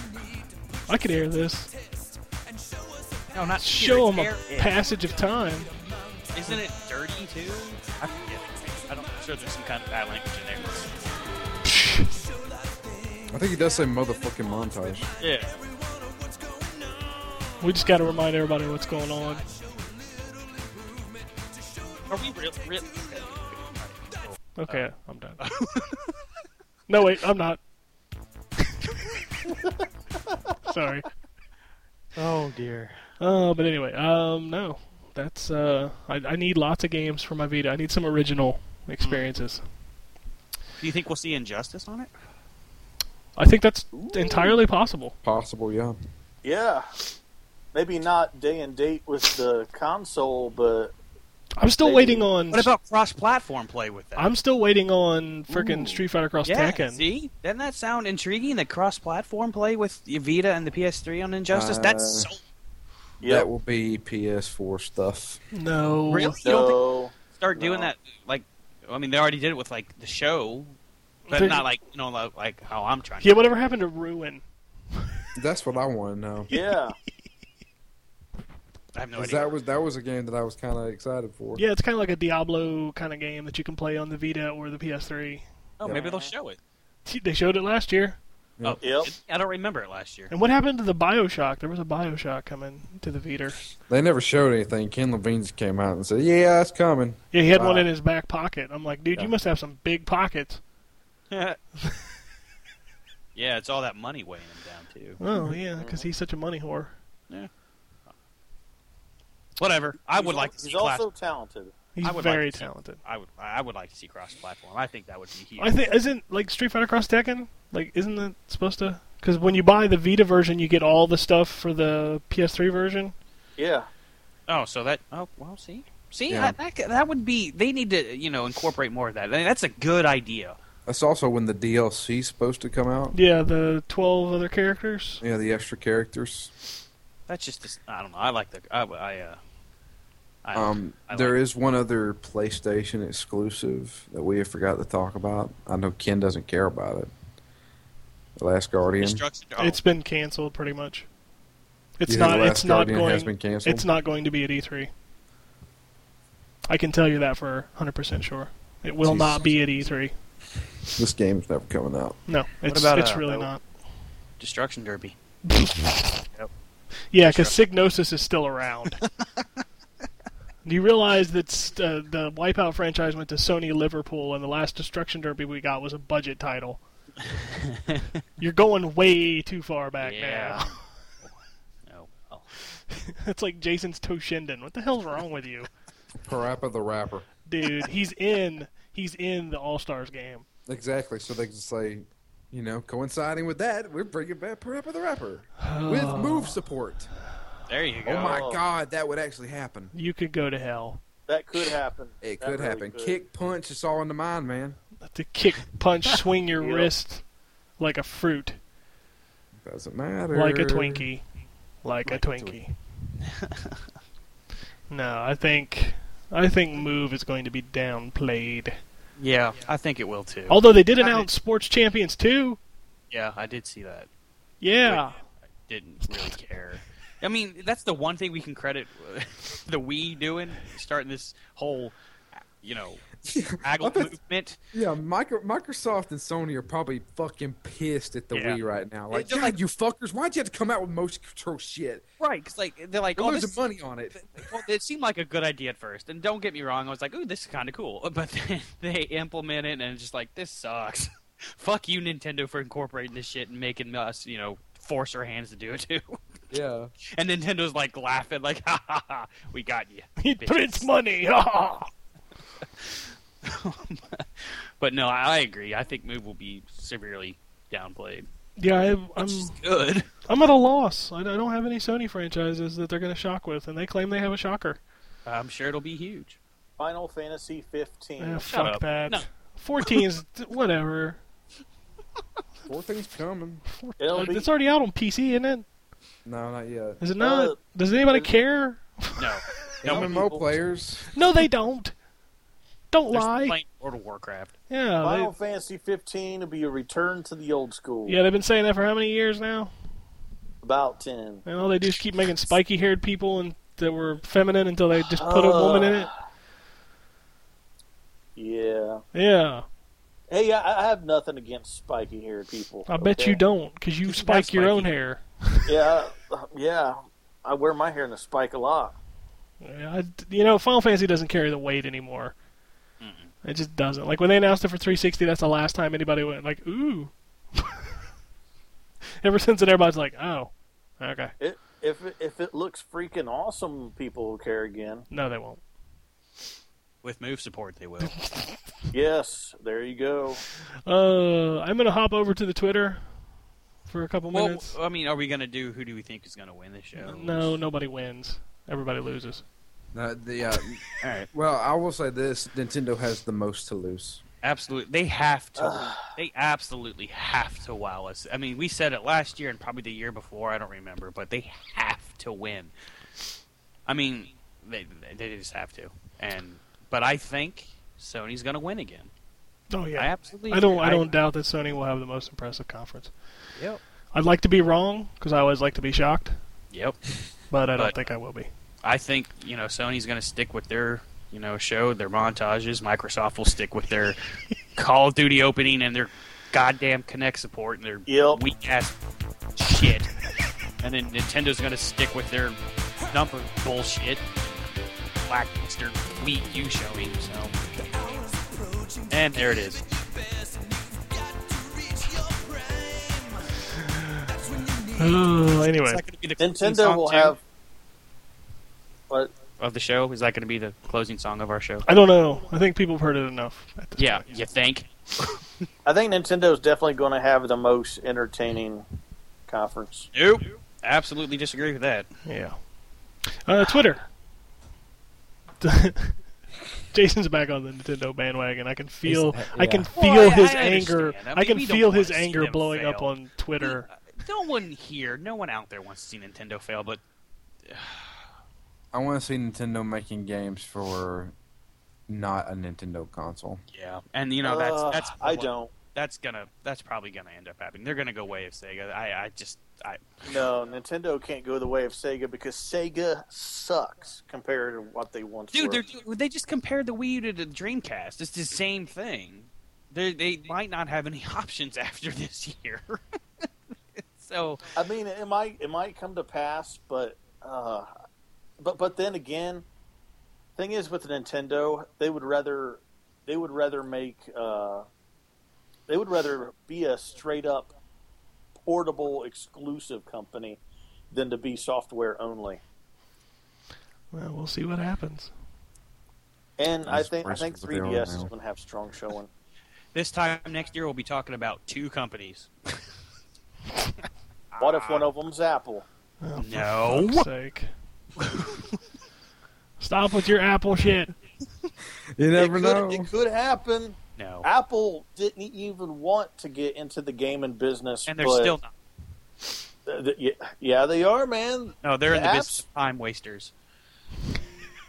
Speaker 5: I could air this.
Speaker 2: No, not
Speaker 5: Show them
Speaker 2: air
Speaker 5: a passage of time.
Speaker 2: it. Isn't it dirty too? I forget. I don't. I'm sure there's some kind of bad language in there.
Speaker 6: I think he does say motherfucking montage.
Speaker 2: Yeah.
Speaker 5: We just got to remind everybody what's going on.
Speaker 2: Are we real? real?
Speaker 5: Okay, I'm done. no, wait, I'm not. Sorry.
Speaker 2: Oh dear.
Speaker 5: Oh, but anyway, um, no, that's uh, I, I need lots of games for my Vita. I need some original
Speaker 2: Hmm.
Speaker 5: experiences.
Speaker 2: Do you think we'll see injustice on it?
Speaker 5: I think that's entirely possible.
Speaker 6: Possible, yeah.
Speaker 8: Yeah. Maybe not day and date with the console, but
Speaker 5: I'm still
Speaker 8: Maybe.
Speaker 5: waiting on.
Speaker 2: What about cross-platform play with that?
Speaker 5: I'm still waiting on freaking Street Fighter Cross
Speaker 2: yeah,
Speaker 5: Tekken.
Speaker 2: see, doesn't that sound intriguing? The cross-platform play with the Vita and the PS3 on Injustice.
Speaker 6: Uh,
Speaker 2: That's so.
Speaker 8: yeah.
Speaker 6: That will be PS4 stuff.
Speaker 5: No,
Speaker 2: Really? You don't think
Speaker 8: So
Speaker 2: start doing
Speaker 8: No.
Speaker 2: that like I mean they already did it with like the show but
Speaker 5: They-
Speaker 2: not like you know like, like how I'm trying
Speaker 5: Yeah,
Speaker 2: to
Speaker 5: whatever happened to Ruin?
Speaker 6: That's what I want to know.
Speaker 8: yeah.
Speaker 2: I have no
Speaker 6: 'Cause
Speaker 2: idea.
Speaker 6: that was that was a game that I was kind of excited for.
Speaker 5: Yeah, it's kind of like a Diablo kind of game that you can play on the Vita or the PS3.
Speaker 2: oh, maybe they'll show it.
Speaker 5: They showed it last year.
Speaker 2: Oh,
Speaker 8: Yep.
Speaker 2: I don't remember it last year.
Speaker 5: And what happened to the Bioshock? There was a Bioshock coming to the Vita.
Speaker 6: They never showed anything. Ken Levine just came out and said, "Yeah, it's coming."
Speaker 5: Yeah, he had one
Speaker 6: Wow.
Speaker 5: in his back pocket. I'm like, dude,
Speaker 6: Yeah.
Speaker 5: you must have some big pockets.
Speaker 2: yeah, it's all that money weighing him down too.
Speaker 5: Oh yeah, because he's such a money whore.
Speaker 2: Whatever. I would
Speaker 8: He's al-
Speaker 2: like to see
Speaker 8: He's
Speaker 2: class.
Speaker 8: also talented.
Speaker 5: He's
Speaker 2: I would
Speaker 5: very
Speaker 2: like to see-
Speaker 5: talented.
Speaker 2: I would. I would like to see cross-platform. I think that would be huge.
Speaker 5: I think isn't like Street Fighter Cross Tekken like isn't that supposed to? Because when you buy the Vita version, you get all the stuff for the PS3 version.
Speaker 8: Yeah.
Speaker 2: Oh, so that. Oh, well, see, see,
Speaker 6: Yeah.
Speaker 2: that, that that would be. They need to, you know, incorporate more of that. I mean, that's a good idea.
Speaker 6: That's also when the DLC's supposed to come out.
Speaker 5: Yeah, the twelve other characters.
Speaker 6: Yeah, the extra characters.
Speaker 2: That's just. This, I don't know. I like the. I. I uh, I,
Speaker 6: Um,
Speaker 2: I
Speaker 6: there
Speaker 2: like-
Speaker 6: is one other PlayStation exclusive that we have forgot to talk about. I know Ken doesn't care about it. The Last Guardian.
Speaker 2: Instruction. Oh,
Speaker 5: It's been canceled pretty much. It's
Speaker 6: You think
Speaker 5: not.
Speaker 6: The Last
Speaker 5: It's not
Speaker 6: Guardian
Speaker 5: going.
Speaker 6: has been canceled?
Speaker 5: It's not going to be at E3. I can tell you that for 100% sure. It will
Speaker 6: Jesus.
Speaker 5: not be at E3.
Speaker 6: This game's never coming out.
Speaker 5: No, it's
Speaker 2: about,
Speaker 5: it's
Speaker 2: uh,
Speaker 5: really
Speaker 2: oh.
Speaker 5: not.
Speaker 2: destruction derby.
Speaker 5: Yeah, because Psygnosis is still around. Do you realize that st- uh, the Wipeout franchise went to Sony Liverpool, and the last Destruction Derby we got was a budget title? You're going way too far back
Speaker 2: Yeah. Oh, well.
Speaker 5: now. it's like Jason's Toshinden. What the hell's wrong with you,
Speaker 6: Parappa the Rapper.
Speaker 5: dude? He's in. He's in the All Stars game.
Speaker 6: Exactly. So they can say, you know, coinciding with that, we're bringing back Parappa the Rapper with move support.
Speaker 2: there you go.
Speaker 6: Oh my God, that would actually happen.
Speaker 5: You could go to hell.
Speaker 8: That could happen.
Speaker 6: It
Speaker 8: That
Speaker 6: could
Speaker 8: really
Speaker 6: happen. Kick, punch, it's all in the mind, man.
Speaker 5: To kick, punch, swing your
Speaker 8: Yep.
Speaker 5: wrist like a fruit,
Speaker 6: Doesn't matter.
Speaker 5: like a Twinkie, like, a Twinkie. no, I think I think Move is going to be downplayed.
Speaker 2: Yeah, I think it will too.
Speaker 5: Although they did announce Sports Champions 2.
Speaker 2: Oh. Yeah, I did see that.
Speaker 5: Yeah,
Speaker 2: Didn't really care. I mean, that's the one thing we can credit uh, the Wii doing, starting this whole, you know, agile
Speaker 6: bet-
Speaker 2: movement.
Speaker 6: Yeah, micro, Microsoft and Sony are probably fucking pissed at the
Speaker 2: Yeah.
Speaker 6: Wii right now. Like,
Speaker 2: They're
Speaker 6: God,
Speaker 2: like-
Speaker 6: you fuckers, why'd you have to come out with motion control shit?
Speaker 2: Right, because like they're like,
Speaker 6: You're
Speaker 2: oh,
Speaker 6: losing
Speaker 2: this,
Speaker 6: money on it.
Speaker 2: well, it seemed like a good idea at first, and don't get me wrong, I was like, "Ooh, this is kind of cool," but then they implement it, and it's just like, "This sucks." Fuck you, Nintendo, for incorporating this shit and making us, you know, force our hands to do it too.
Speaker 6: Yeah.
Speaker 2: and Nintendo's like laughing, like, "Ha ha ha, we got you."
Speaker 5: it
Speaker 2: bitch."
Speaker 5: prints money.
Speaker 2: but no, I, I agree. I think Move will be severely downplayed.
Speaker 5: yeah, I, I'm
Speaker 2: It's good.
Speaker 5: I'm at a loss. I, I don't have any Sony franchises that they're going to shock with, and they claim they have a shocker.
Speaker 2: I'm sure it'll be huge.
Speaker 8: Final Fantasy 15.
Speaker 5: Eh,
Speaker 2: Shut
Speaker 5: fuck
Speaker 2: up.
Speaker 5: that.
Speaker 2: No.
Speaker 5: 14's whatever.
Speaker 6: Four things coming.
Speaker 8: It'll be
Speaker 5: Uh, It's already out on PC, isn't it?
Speaker 6: No, not yet.
Speaker 5: Is it not?
Speaker 8: Uh,
Speaker 5: Does anybody
Speaker 8: is-
Speaker 5: care?
Speaker 2: No, no,
Speaker 6: MMO
Speaker 8: people-
Speaker 6: players.
Speaker 5: No, they don't. Don't
Speaker 2: there's
Speaker 5: lie.
Speaker 2: playing World of Warcraft.
Speaker 5: yeah,
Speaker 8: Final Fantasy 15 will be a return to the old school.
Speaker 5: they, yeah, they've been saying that for how many years now?
Speaker 8: About 10.
Speaker 5: And all they do is keep making spiky-haired people and that were feminine until they just put a
Speaker 8: Uh.
Speaker 5: woman in it.
Speaker 8: Yeah.
Speaker 5: Yeah,
Speaker 8: Hey, I, I have nothing against spiky haired people.
Speaker 5: I bet
Speaker 8: okay?
Speaker 5: you don't, because you
Speaker 2: You're
Speaker 5: spike
Speaker 2: not
Speaker 5: your own
Speaker 2: spiky.
Speaker 5: hair.
Speaker 8: Yeah. uh, Yeah. I wear my hair in a spike a lot.
Speaker 5: Yeah, I, you know, Final Fantasy doesn't carry the weight anymore. It just doesn't. Like when they announced it for 360, that's the last time anybody went like, "Ooh." Ever since then, everybody's like, "Oh, okay."
Speaker 8: It, if, it, if it looks freaking awesome, people will care again.
Speaker 5: No, they won't.
Speaker 2: With Move support, they will.
Speaker 8: Yes. There you go.
Speaker 5: Uh, I'm gonna hop over to the Twitter for a couple
Speaker 2: well, uh,
Speaker 5: minutes.
Speaker 2: I mean, are we gonna do? Who do we think is gonna win the show?
Speaker 5: No, nobody wins. Everybody loses.
Speaker 6: No, the, uh,
Speaker 2: All right.
Speaker 6: well, I will say this: Nintendo has the most to lose.
Speaker 2: Absolutely, they have to. they absolutely have to wow us. I mean, we said it last year and probably the year before. I don't remember, but they have to win. I mean, they they just have to. And but I think Sony's gonna win again.
Speaker 5: Oh
Speaker 2: I absolutely.
Speaker 5: I don't.
Speaker 2: agree.
Speaker 5: I don't doubt that Sony will have the most impressive conference.
Speaker 2: Yep.
Speaker 5: I'd like to be wrong because I always like to be shocked,
Speaker 2: Yep.
Speaker 5: but I don't
Speaker 2: But-
Speaker 5: think I will be.
Speaker 2: I think you know Sony's going to stick with their you know show their montages. Microsoft will stick with their Call of Duty opening and their goddamn Connect support and their
Speaker 8: Yep.
Speaker 2: weak ass shit. and then Nintendo's gonna stick with their number bullshit. Blackbuster Wii U showing, so. And there it is.
Speaker 5: Oh,
Speaker 2: Is
Speaker 5: anyway,
Speaker 2: that gonna be the closing
Speaker 8: Nintendo
Speaker 2: song,
Speaker 8: will
Speaker 2: too,
Speaker 8: have. What?
Speaker 2: of the show. Is that gonna be the closing song of our show?
Speaker 5: I don't know. I think people have heard it enough. at this
Speaker 2: Yeah,
Speaker 5: point.
Speaker 2: you think?
Speaker 8: I think Nintendo's definitely going to have the most entertaining conference.
Speaker 2: Nope. Absolutely disagree with that.
Speaker 5: Yeah. Uh, Twitter. Jason's back on the Nintendo bandwagon. I can feel.
Speaker 9: that-
Speaker 5: I can
Speaker 2: Well,
Speaker 5: feel
Speaker 2: I-
Speaker 5: his
Speaker 2: I
Speaker 5: anger.
Speaker 2: understand.
Speaker 5: I,
Speaker 2: I mean,
Speaker 5: can
Speaker 2: we don't
Speaker 5: feel
Speaker 2: wanna
Speaker 5: his
Speaker 2: see
Speaker 5: anger
Speaker 2: them
Speaker 5: blowing up
Speaker 2: fail.
Speaker 5: on Twitter.
Speaker 2: uh, No one here, no one out there wants to see Nintendo fail, but
Speaker 9: I want to see Nintendo making games for not a Nintendo console.
Speaker 2: yeah. And you know that's
Speaker 8: Uh,
Speaker 2: that's
Speaker 8: I don't.
Speaker 2: that's gonna that's probably gonna end up happening. They're gonna go way of Sega. I I just I
Speaker 8: No, Nintendo can't go the way of Sega because Sega sucks compared to what they once
Speaker 2: dude,
Speaker 8: were.
Speaker 2: they're, they just compared the Wii U to the Dreamcast. It's the same thing. They they might not have any options after this year. so
Speaker 8: I mean, it might it might come to pass, but uh, but but then again, thing is with Nintendo, they would rather they would rather make uh, they would rather be a straight up portable exclusive company than to be software only.
Speaker 5: Well, we'll see what happens.
Speaker 8: And I
Speaker 9: That's
Speaker 8: think I
Speaker 9: worse
Speaker 8: think
Speaker 9: than what they are
Speaker 8: 3DS is
Speaker 9: now.
Speaker 8: going to have strong showing.
Speaker 2: this time next year we'll be talking about two companies. Ah.
Speaker 8: What if one of them's Apple?
Speaker 5: Oh, for
Speaker 2: No.
Speaker 5: fuck's sake. Stop with your Apple shit.
Speaker 9: You never
Speaker 8: it
Speaker 9: know.
Speaker 8: could, It could happen.
Speaker 2: No.
Speaker 8: Apple didn't even want to get into the gaming business,
Speaker 2: And they're
Speaker 8: but
Speaker 2: still not.
Speaker 8: Uh, th- th- yeah, yeah, they are, man.
Speaker 2: No, they're in the
Speaker 8: apps-
Speaker 2: business of time wasters.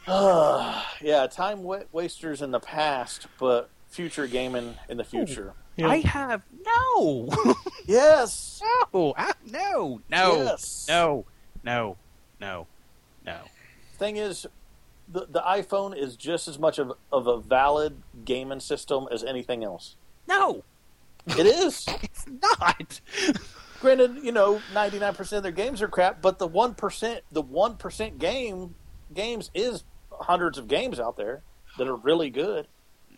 Speaker 8: yeah, time wa- wasters in the past, but future gaming in the future.
Speaker 5: You know,
Speaker 2: I have no,
Speaker 8: Yes.
Speaker 2: no, I- no, no,
Speaker 8: Yes.
Speaker 2: no, no, no, no.
Speaker 8: Thing is, the the iPhone is just as much of of a valid gaming system as anything else.
Speaker 2: No,
Speaker 8: It is.
Speaker 2: it's not.
Speaker 8: Granted, you know, ninety nine percent of their games are crap, but the one percent, the one percent game games is hundreds of games out there that are really good.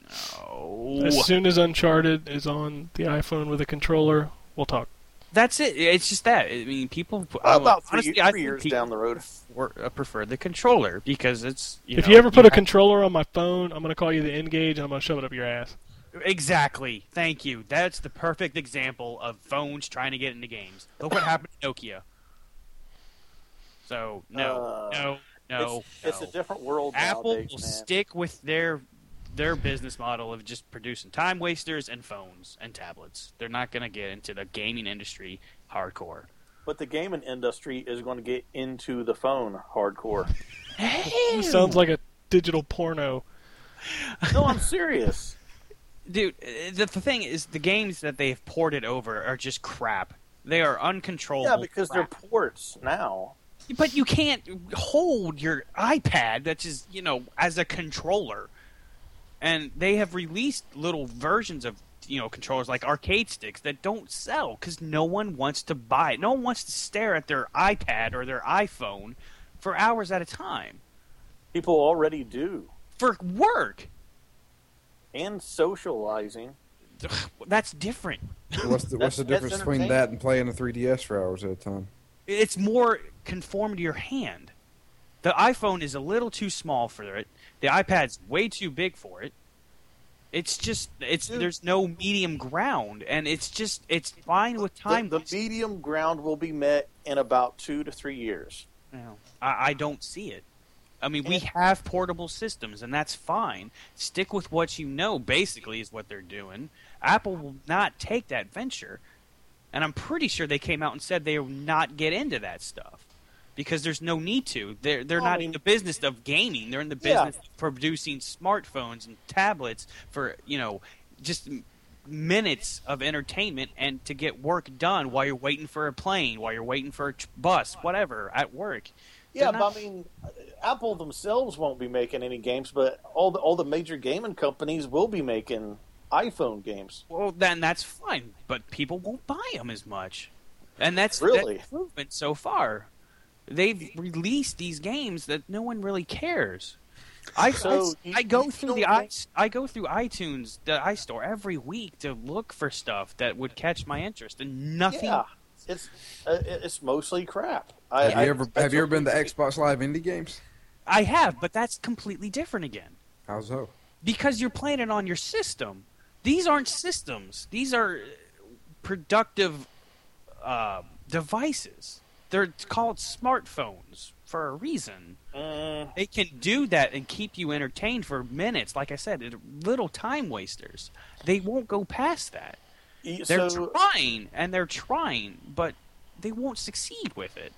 Speaker 5: as soon as Uncharted is on the iPhone with a controller, we'll talk.
Speaker 2: That's it. It's just that. I mean, people. I would-
Speaker 8: About three,
Speaker 2: honestly, I
Speaker 8: three
Speaker 2: think
Speaker 8: years
Speaker 2: people
Speaker 8: down the road.
Speaker 2: prefer- uh, prefer the controller because it's. You
Speaker 5: if
Speaker 2: know,
Speaker 5: you ever put a
Speaker 2: have-
Speaker 5: controller on my phone, I'm gonna call you the N-Gage and I'm gonna shove it up your ass.
Speaker 2: Exactly. Thank you. That's the perfect example of phones trying to get into games. Look what happened to Nokia. So no,
Speaker 8: Uh,
Speaker 2: no, no.
Speaker 8: it's, it's a
Speaker 2: no.
Speaker 8: different world.
Speaker 2: Apple
Speaker 8: nowadays,
Speaker 2: will
Speaker 8: man.
Speaker 2: stick with their their business model of just producing time wasters and phones and tablets. They're not going to get into the gaming industry hardcore.
Speaker 8: But the gaming industry is going to get into the phone hardcore.
Speaker 5: Sounds like a digital porno.
Speaker 8: no, I'm serious.
Speaker 2: Dude, uh, the, the thing is, the games that they've ported over are just crap. They are uncontrollable.
Speaker 8: Yeah, because they're
Speaker 2: crap.
Speaker 8: ports now.
Speaker 2: But you can't hold your iPad that's just, you know, as a controller. And they have released little versions of, you know, controllers like arcade sticks that don't sell because no one wants to buy it. No one wants to stare at their iPad or their iPhone for hours at a time
Speaker 8: People already do.
Speaker 2: for work.
Speaker 8: And socializing.
Speaker 2: Ugh, That's different.
Speaker 6: What's the, what's the
Speaker 8: That's- that's
Speaker 6: difference between that and playing a 3DS for hours at a time?
Speaker 2: it's more conformed to your hand. The iPhone is a little too small for it. The iPad's way too big for it. It's just it's
Speaker 8: Dude.
Speaker 2: there's no medium ground, and it's just it's fine with time.
Speaker 8: the, the
Speaker 2: wasting.
Speaker 8: medium ground will be met in about two to three years.
Speaker 2: No, I, I don't see it. I mean, we have portable systems, and that's fine. Stick with what you know, basically, is what they're doing. Apple will not take that venture, and I'm pretty sure they came out and said they will not get into that stuff because there's no need to. They're they're
Speaker 8: Well, I
Speaker 2: not
Speaker 8: mean-
Speaker 2: in the business of gaming. They're in the
Speaker 8: Yeah.
Speaker 2: business of producing smartphones and tablets for you know just m- minutes of entertainment and to get work done while you're waiting for a plane, while you're waiting for a tr- bus, whatever at work.
Speaker 8: Yeah,
Speaker 2: They're not-
Speaker 8: but I mean, Apple themselves won't be making any games, but all the all the major gaming companies will be making iPhone games.
Speaker 2: Well, then that's fine, but people won't buy them as much, and that's
Speaker 8: Really?
Speaker 2: that's improvement so far. They've released these games that no one really cares. I,
Speaker 8: So
Speaker 2: I,
Speaker 8: you-
Speaker 2: I go
Speaker 8: you
Speaker 2: through the
Speaker 8: don't
Speaker 2: i
Speaker 8: think-
Speaker 2: I go through iTunes the iStore every week to look for stuff that would catch my interest, and nothing.
Speaker 8: Yeah, it's uh, it's mostly crap. I,
Speaker 9: Have
Speaker 8: I-
Speaker 9: you ever
Speaker 8: I
Speaker 9: have you ever been to
Speaker 8: totally-
Speaker 9: Xbox Live indie games?
Speaker 2: I have, but that's completely different again.
Speaker 9: How so?
Speaker 2: because you're playing it on your system. These aren't systems. These are productive uh, devices. They're called smartphones for a reason.
Speaker 8: Mm,
Speaker 2: They can do that and keep you entertained for minutes. Like I said, it- little time wasters. They won't go past that.
Speaker 8: e-
Speaker 2: They're
Speaker 8: so
Speaker 2: trying and they're trying, but they won't succeed with it.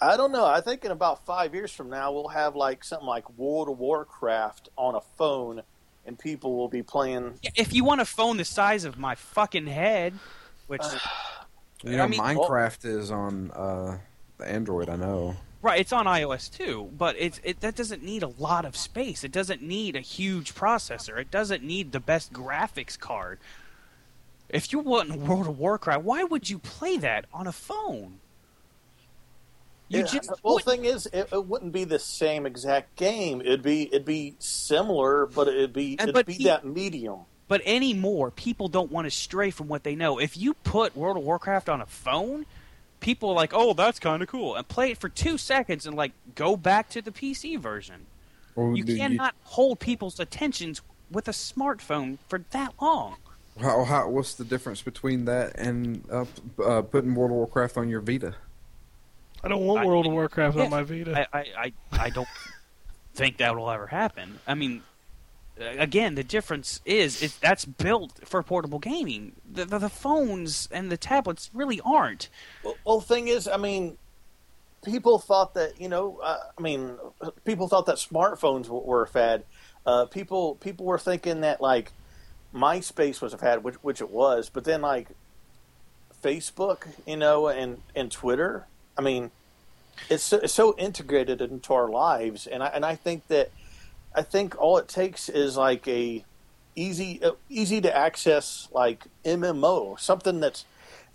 Speaker 8: I don't know. I think in about five years from now, we'll have like something like World of Warcraft on a phone, and people will be playing.
Speaker 2: Yeah, If you want a phone the size of my fucking head, which
Speaker 9: You know,
Speaker 2: I mean-
Speaker 9: Minecraft is on uh, the Android. I know.
Speaker 2: Right, it's on iOS too, but it's it that doesn't need a lot of space. It doesn't need a huge processor. It doesn't need the best graphics card. If you want World of Warcraft, why would you play that on a phone? You
Speaker 8: Yeah,
Speaker 2: just
Speaker 8: well,
Speaker 2: wouldn't.
Speaker 8: the thing is, it, it wouldn't be the same exact game. It'd be it'd be similar, but it'd be
Speaker 2: And-
Speaker 8: it'd
Speaker 2: but
Speaker 8: be
Speaker 2: he-
Speaker 8: that medium.
Speaker 2: but anymore, people don't want to stray from what they know. If you put World of Warcraft on a phone, people are like, "Oh, that's kind of cool," and play it for two seconds and like go back to the PC version.
Speaker 9: Well,
Speaker 2: You
Speaker 9: do
Speaker 2: cannot hold people's attentions with a smartphone for that long.
Speaker 9: How, how, what's the difference between that and uh, p- uh, putting World of Warcraft on your Vita?
Speaker 5: I don't want
Speaker 2: I-
Speaker 5: World of Warcraft
Speaker 2: Yeah,
Speaker 5: on my Vita.
Speaker 2: I, I, I, I don't think that will ever happen. I mean, uh, again, the difference is, is that's built for portable gaming. The, the, the phones and the tablets really aren't.
Speaker 8: Well, well, the thing is, I mean, people thought that you know, uh, I mean, people thought that smartphones w- were a fad. Uh, people people were thinking that like MySpace was a fad, which which it was, but then like Facebook, you know, and and Twitter. I mean, it's so, it's so integrated into our lives, and I and I think that I think all it takes is like a easy uh, easy to access like MMO, something that's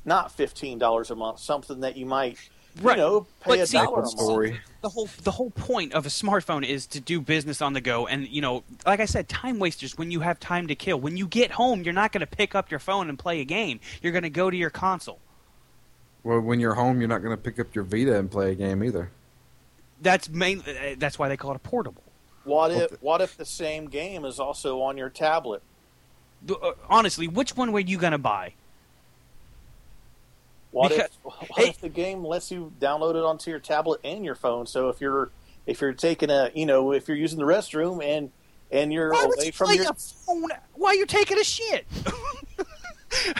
Speaker 8: not fifteen dollars a month, something that you might you
Speaker 2: Right.
Speaker 8: know pay
Speaker 2: But
Speaker 8: a
Speaker 2: see-
Speaker 8: dollar a month.
Speaker 9: Story.
Speaker 2: The whole the whole point of a smartphone is to do business on the go, and you know, like I said, time wasters. When you have time to kill, when you get home, you're not going to pick up your phone and play a game. You're going to go to your console.
Speaker 9: Well, when you're home, you're not going to pick up your Vita and play a game either.
Speaker 2: That's main. uh, That's why they call it a portable.
Speaker 8: What
Speaker 9: Well,
Speaker 8: if
Speaker 9: th-
Speaker 8: what if the same game is also on your tablet?
Speaker 2: The- uh, Honestly, which one were you going to buy?
Speaker 8: What if
Speaker 2: Because-
Speaker 8: what if the game lets you download it onto your tablet and your phone? So if you're if you're taking a you know if you're using the restroom and and you're
Speaker 2: Why would
Speaker 8: away
Speaker 2: you
Speaker 8: from
Speaker 2: play
Speaker 8: your
Speaker 2: a phone while you're taking a shit?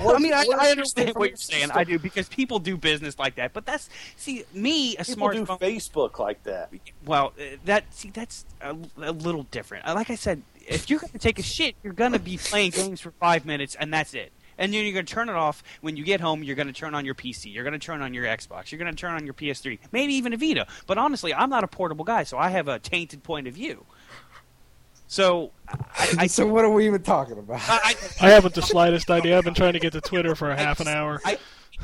Speaker 8: What
Speaker 2: I mean, I,
Speaker 8: if- what if
Speaker 2: I
Speaker 8: you're
Speaker 2: understand
Speaker 8: away from
Speaker 2: what
Speaker 8: your
Speaker 2: you're saying.
Speaker 8: system?
Speaker 2: I do because people do business like that. But that's see me a
Speaker 8: people do
Speaker 2: smartphone.
Speaker 8: Facebook like that.
Speaker 2: well, uh, that see that's a, a little different. Uh, Like I said, if you're gonna take a shit, you're gonna be playing games for five minutes, and that's it. And then you're gonna turn it off when you get home. You're gonna turn on your PC. You're gonna turn on your Xbox. You're gonna turn on your PS3. Maybe even a Vita. But honestly, I'm not a portable guy, so I have a tainted point of view. So I, I
Speaker 9: so what are we even talking about?
Speaker 2: I, I,
Speaker 5: I haven't the slightest idea. I've been trying to get to Twitter for a half an hour.
Speaker 2: I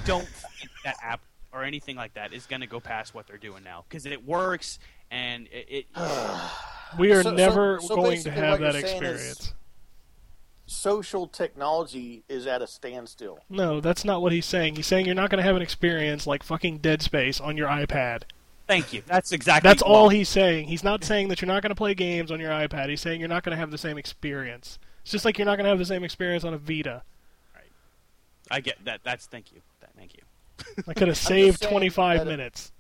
Speaker 2: don't think that app or anything like that is going to go past what they're doing now because it works and it. it
Speaker 5: We are
Speaker 8: So- so-
Speaker 5: never
Speaker 8: so
Speaker 5: going to
Speaker 8: basically
Speaker 5: have
Speaker 8: what
Speaker 5: that
Speaker 8: you're saying is-
Speaker 5: experience.
Speaker 8: Social technology is at a standstill.
Speaker 5: No, that's not what he's saying. He's saying you're not going to have an experience like fucking Dead Space on your iPad.
Speaker 2: thank you. That's exactly.
Speaker 5: That's all he's saying. He's not saying that you're not going to play games on your iPad. He's saying you're not going to have the same experience. It's just like you're not going to have the same experience on a Vita.
Speaker 2: I get that. That's thank you. That, thank you.
Speaker 5: I could have saved
Speaker 8: saying
Speaker 5: 25
Speaker 8: that it-
Speaker 5: minutes.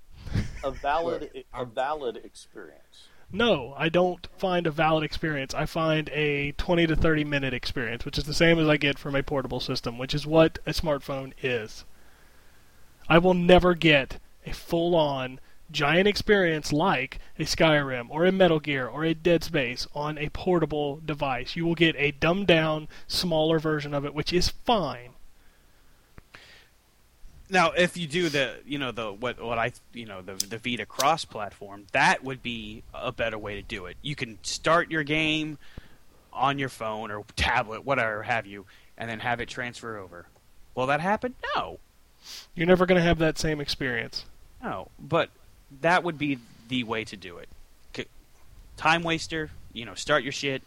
Speaker 8: A valid a valid experience.
Speaker 5: No, I don't find a valid experience. I find a 20 to 30 minute experience, which is the same as I get from a portable system, which is what a smartphone is. I will never get a full on giant experience like a Skyrim or a Metal Gear or a Dead Space on a portable device. You will get a dumbed down, smaller version of it, which is fine.
Speaker 2: Now, if you do the, you know, the what what I, you know, the the Vita cross platform, that would be a better way to do it. You can start your game on your phone or tablet, whatever have you, and then have it transfer over. Will that happen? No,
Speaker 5: You're never going to have that same experience.
Speaker 2: no. But that would be the way to do it. C- Time waster. You know, start your shit,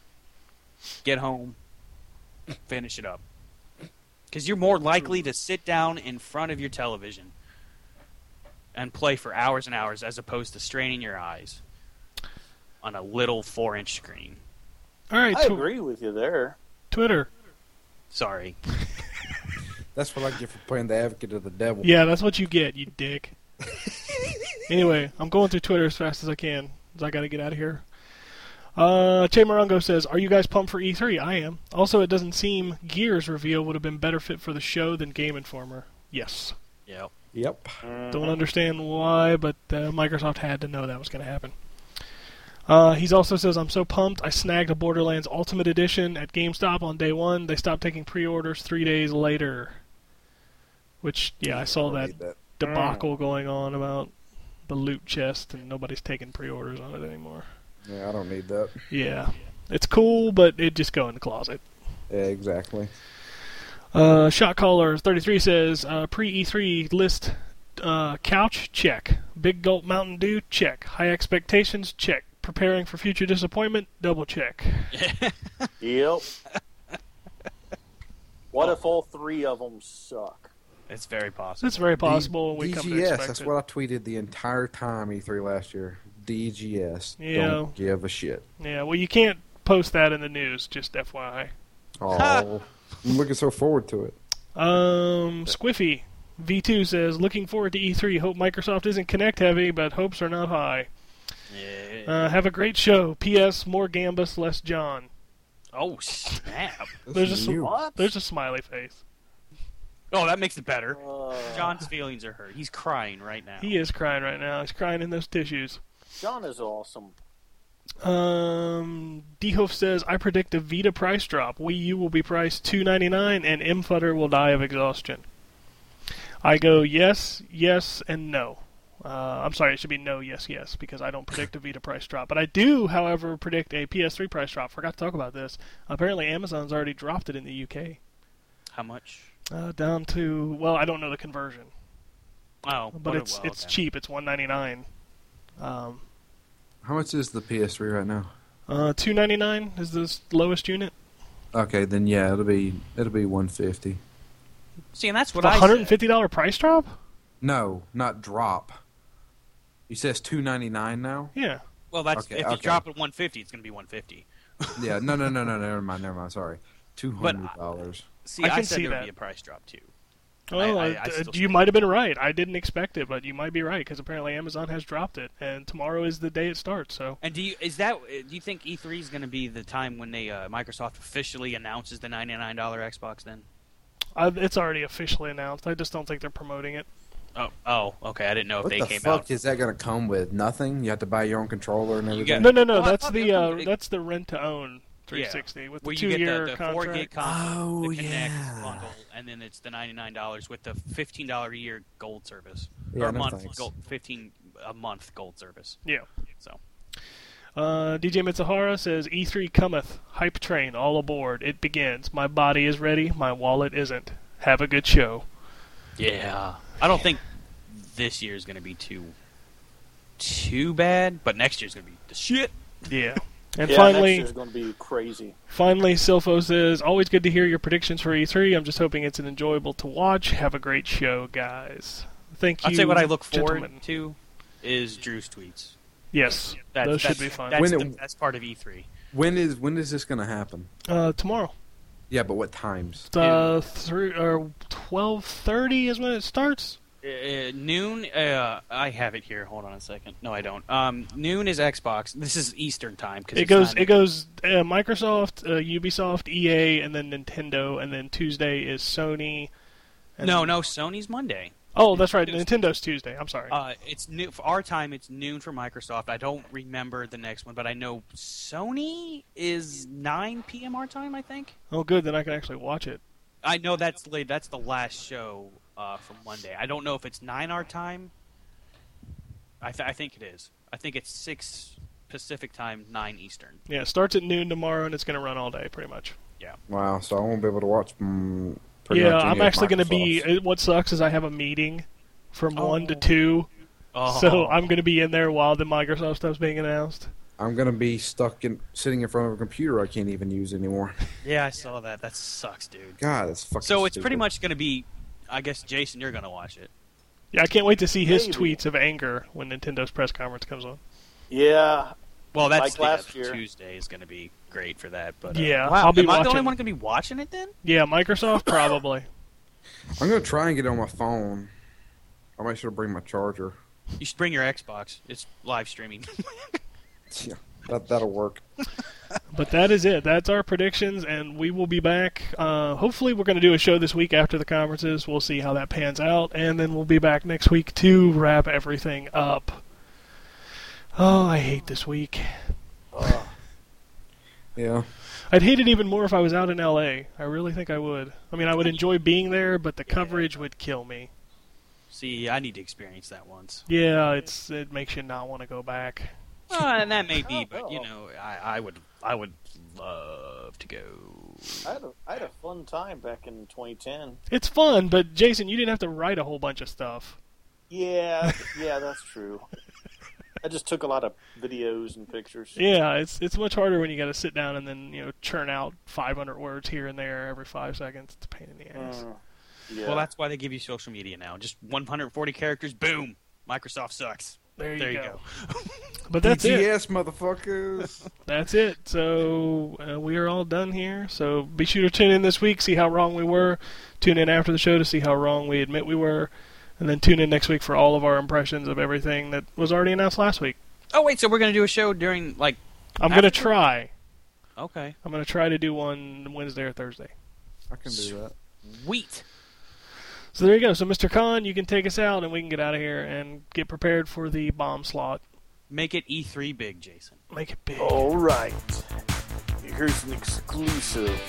Speaker 2: get home, finish it up. Because you're more likely to sit down in front of your television and play for hours and hours as opposed to straining your eyes on a little four-inch screen.
Speaker 5: All right,
Speaker 8: I
Speaker 5: tw-
Speaker 8: agree with you there.
Speaker 5: Twitter.
Speaker 2: Sorry.
Speaker 9: That's what I get for playing the advocate of the devil.
Speaker 5: Yeah, that's what you get, you dick. anyway, I'm going through Twitter as fast as I can, 'cause I got to get out of here. Uh, Che Morongo says, "Are you guys pumped for E3? I am. Also, it doesn't seem Gears reveal would have been better fit for the show than Game Informer. Yes.
Speaker 2: Yeah.
Speaker 9: Yep.
Speaker 5: Don't understand why, but uh, Microsoft had to know that was going to happen. Uh, he also says, I'm so pumped. I snagged a Borderlands Ultimate Edition at GameStop on day one. They stopped taking pre orders three days later. Which, yeah, I saw that
Speaker 9: Need that.
Speaker 5: debacle going on about the loot chest, and nobody's taking pre orders on it anymore.
Speaker 9: Yeah, I don't need that.
Speaker 5: Yeah. It's cool, but it just go in the closet.
Speaker 9: Yeah, exactly.
Speaker 5: Uh, shot caller 33 says uh, pre E3 list uh, couch check, big gulp Mountain Dew check, high expectations check, preparing for future disappointment double check.
Speaker 8: Yep. what if all three of them suck?
Speaker 2: It's very possible.
Speaker 5: It's very possible we
Speaker 9: DGS.
Speaker 5: come to expect
Speaker 9: that's
Speaker 5: it.
Speaker 9: what I tweeted the entire time E3 last year. DGS.
Speaker 5: Yeah.
Speaker 9: Don't give a shit.
Speaker 5: Yeah, well, you can't post that in the news. Just FYI.
Speaker 9: Oh, I'm looking so forward to it.
Speaker 5: Um, Squiffy V2 says looking forward to E3. Hope Microsoft isn't Connect heavy, but hopes are not high.
Speaker 2: Yeah.
Speaker 5: Uh, have a great show. P.S. More Gambus, less John.
Speaker 2: Oh snap!
Speaker 5: There's a
Speaker 9: is
Speaker 5: sm-
Speaker 9: you.
Speaker 5: there's a smiley face.
Speaker 2: oh, that makes it better.
Speaker 8: Uh,
Speaker 2: John's feelings are hurt. He's crying right now.
Speaker 5: He is crying right now. He's crying in those tissues.
Speaker 8: John is awesome.
Speaker 5: Um, Dehoof says I predict a Vita price drop. Wii U will be priced two ninety nine, and Mfutter will die of exhaustion. I go yes, yes, and no. Uh, I'm sorry, it should be no, yes, yes, because I don't predict a Vita price drop. But I do, however, predict a PS3 price drop. Forgot to talk about this. Apparently, Amazon's already dropped it in the UK
Speaker 2: How much?
Speaker 5: uh, down to well, I don't know the conversion,
Speaker 2: Oh,
Speaker 5: but it's it's cheap. It's one ninety nine. Um,
Speaker 9: How much is the PS3 right now?
Speaker 5: uh, two ninety nine is the s- lowest unit.
Speaker 9: Okay, then yeah, it'll be it'll be 150.
Speaker 2: See, and that's what
Speaker 5: A
Speaker 2: I
Speaker 5: hundred and
Speaker 2: said.
Speaker 5: fifty dollar price drop.
Speaker 9: No, not drop. You says 2.99 now?
Speaker 5: Yeah.
Speaker 2: Well, that's
Speaker 9: Okay,
Speaker 2: if you
Speaker 9: okay.
Speaker 2: drop at 150, it's going to be 150.
Speaker 9: yeah, no, no, no, no, never mind, never mind. Sorry, two
Speaker 2: But
Speaker 9: hundred dollars.
Speaker 2: See,
Speaker 5: I
Speaker 2: I,
Speaker 5: can
Speaker 2: said
Speaker 5: see
Speaker 2: there
Speaker 5: that.
Speaker 2: would be a price drop too.
Speaker 5: Well,
Speaker 2: I- I-
Speaker 5: uh,
Speaker 2: I
Speaker 5: d-
Speaker 2: still
Speaker 5: you
Speaker 2: stand
Speaker 5: might have been right. I didn't expect it, but you might be right because apparently Amazon has dropped it, and tomorrow is the day it starts. So
Speaker 2: And do you is that uh, do you think E3 is going to be the time when they uh, Microsoft officially announces the $99 Xbox? Then.
Speaker 5: I, uh, it's already officially announced. I just don't think they're promoting it.
Speaker 2: Oh, oh, okay. I didn't know if
Speaker 9: What
Speaker 2: they
Speaker 9: the
Speaker 2: came
Speaker 9: fuck
Speaker 2: out.
Speaker 9: is that gonna come with? Nothing. You have to buy your own controller and everything.
Speaker 5: No, no, no.
Speaker 2: Well, I
Speaker 5: that's
Speaker 2: thought
Speaker 5: the
Speaker 2: they were
Speaker 5: uh,
Speaker 2: gonna-
Speaker 5: that's the rent to own 360 with the
Speaker 2: Where
Speaker 5: two
Speaker 2: you get
Speaker 5: year
Speaker 2: the, the
Speaker 5: contract.
Speaker 2: four gig console,
Speaker 9: Oh,
Speaker 2: the Kinect
Speaker 9: yeah.
Speaker 2: bundle, and then it's the ninety nine dollars with the fifteen dollar a year gold service
Speaker 9: Yeah,
Speaker 2: or a
Speaker 9: no
Speaker 2: month
Speaker 9: thanks.
Speaker 2: gold, fifteen a month gold service.
Speaker 5: Yeah.
Speaker 2: So
Speaker 5: Uh, DJ Mitsuhara says E3 cometh. Hype train, all aboard. It begins. My body is ready. My wallet isn't. Have a good show.
Speaker 2: yeah, I don't think this year is going to be too too bad, but next year's going to be the shit.
Speaker 5: Yeah. And
Speaker 8: yeah,
Speaker 5: finally,
Speaker 8: next year's going to be crazy.
Speaker 5: Finally, Silfo says, "Always good to hear your predictions for E3. I'm just hoping it's an enjoyable to watch. Have a great show, guys. Thank you."
Speaker 2: I'll say what I look forward
Speaker 5: gentlemen.
Speaker 2: to is Drew's tweets.
Speaker 5: Yes,
Speaker 2: That's,
Speaker 5: those
Speaker 2: that's,
Speaker 5: should be fun.
Speaker 2: That's
Speaker 9: When
Speaker 2: the
Speaker 9: it-
Speaker 2: best part of E three.
Speaker 9: When is when is this gonna happen?
Speaker 5: Uh, tomorrow,
Speaker 9: Yeah, but what times?
Speaker 5: It's, uh, through or twelve thirty is when it starts.
Speaker 2: Uh, noon. Uh, I have it here. Hold on a second. No, I don't. Um, noon is Xbox. This is Eastern time because
Speaker 5: It goes. It goes. Uh, Microsoft, uh, Ubisoft, EA, and then Nintendo, and then Tuesday is Sony. and-
Speaker 2: No, no. Sony's Monday.
Speaker 5: Oh, that's right. Nintendo's Tuesday. I'm sorry.
Speaker 2: Uh, it's new for our time. It's noon for Microsoft. I don't remember the next one, but I know Sony is 9 p.m. our time. I think.
Speaker 5: oh, good. Then I can actually watch it.
Speaker 2: I know that's late. That's the last show uh, from Monday. I don't know if it's nine our time. I, th- I think it is. I think it's six Pacific time, nine Eastern.
Speaker 5: Yeah, it starts at noon tomorrow and it's going to run all day pretty much.
Speaker 6: Wow, so I won't be able to watch. Mm, pretty
Speaker 5: yeah,
Speaker 6: much any
Speaker 5: I'm
Speaker 6: of
Speaker 5: actually going to be.
Speaker 6: Microsoft's.
Speaker 5: uh, What sucks is I have a meeting from 1 to 2,
Speaker 2: Oh,
Speaker 5: so I'm going to be in there while the Microsoft stuff's being announced.
Speaker 6: I'm gonna be stuck in sitting in front of a computer I can't even use anymore.
Speaker 2: yeah, I saw that. That sucks, dude.
Speaker 6: God, that's fucking.
Speaker 2: So it's
Speaker 6: stupid.
Speaker 2: pretty much going to be, I guess, Jason, you're going to watch it.
Speaker 5: Yeah, I can't wait to see his
Speaker 8: Maybe.
Speaker 5: tweets of anger when Nintendo's press conference comes on.
Speaker 8: Yeah,
Speaker 2: Well, that's
Speaker 8: Like
Speaker 2: the-
Speaker 8: last year.
Speaker 2: Tuesday is going to be great for that. But uh,
Speaker 5: Yeah,
Speaker 2: wow,
Speaker 5: I'll be
Speaker 2: am I the only
Speaker 5: watching.
Speaker 2: one going to be watching it then?
Speaker 5: Yeah, Microsoft probably.
Speaker 6: I'm gonna try and get it on my phone. I might should bring my charger.
Speaker 2: You should bring your Xbox. It's live streaming.
Speaker 6: Yeah, that that'll work.
Speaker 5: But that is it. That's our predictions, and we will be back. Uh, hopefully, we're going to do a show this week after the conferences. We'll see how that pans out, and then we'll be back next week to wrap everything up. Oh, I hate this week.
Speaker 6: Yeah,
Speaker 5: I'd hate it even more if I was out in LA. I really think I would. I mean, I would enjoy being there, but the coverage would kill me.
Speaker 2: See, I need to experience that once.
Speaker 5: Yeah, it's it makes you not want to go back.
Speaker 2: Well, and that may be, but you know, I, I would, I would love to go.
Speaker 8: I had a, I had a fun time back in 2010.
Speaker 5: It's fun, but Jason, you didn't have to write a whole bunch of stuff.
Speaker 8: Yeah, yeah, that's true. I just took a lot of videos and pictures.
Speaker 5: Yeah, it's it's much harder when you got to sit down and then you know churn out 500 words here and there every five seconds. It's a pain in the ass.
Speaker 8: Mm, yeah.
Speaker 2: Well, that's why they give you social media now. Just 140 characters. Boom. Microsoft sucks.
Speaker 5: there you,
Speaker 2: there you
Speaker 5: go. but that's it.
Speaker 6: BTS motherfuckers.
Speaker 5: That's it. So uh, we are all done here. So be sure to tune in this week. See how wrong we were. Tune in after the show to see how wrong we admit we were, and then tune in next week for all of our impressions of everything that was already announced last week.
Speaker 2: Oh wait, so we're gonna do a show during like.
Speaker 5: I'm gonna
Speaker 2: After-
Speaker 5: try.
Speaker 2: Okay.
Speaker 5: I'm gonna try to do one Wednesday or Thursday.
Speaker 6: I can do that.
Speaker 2: Wheat.
Speaker 5: So there you go. So Mr. Khan, you can take us out and we can get out of here and get prepared for the bomb slot.
Speaker 2: Make it E3 big, Jason.
Speaker 5: Make it big.
Speaker 8: All right. Here's an exclusive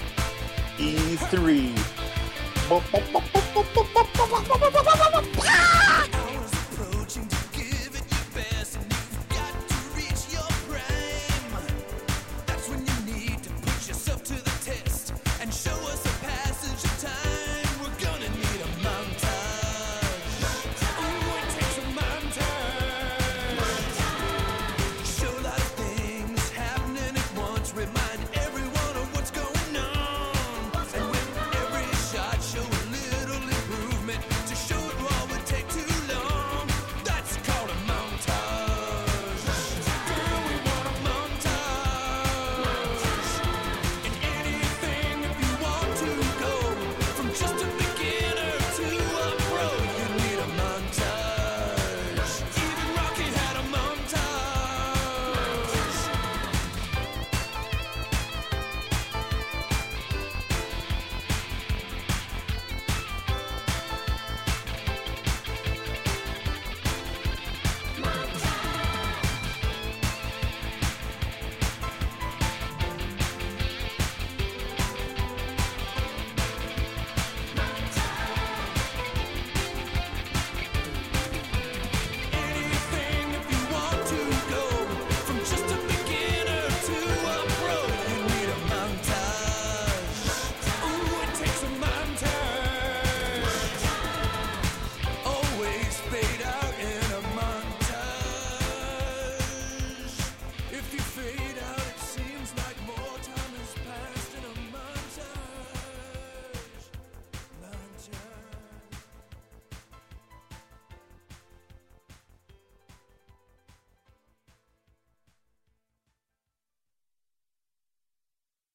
Speaker 8: E E3.
Speaker 4: Oh,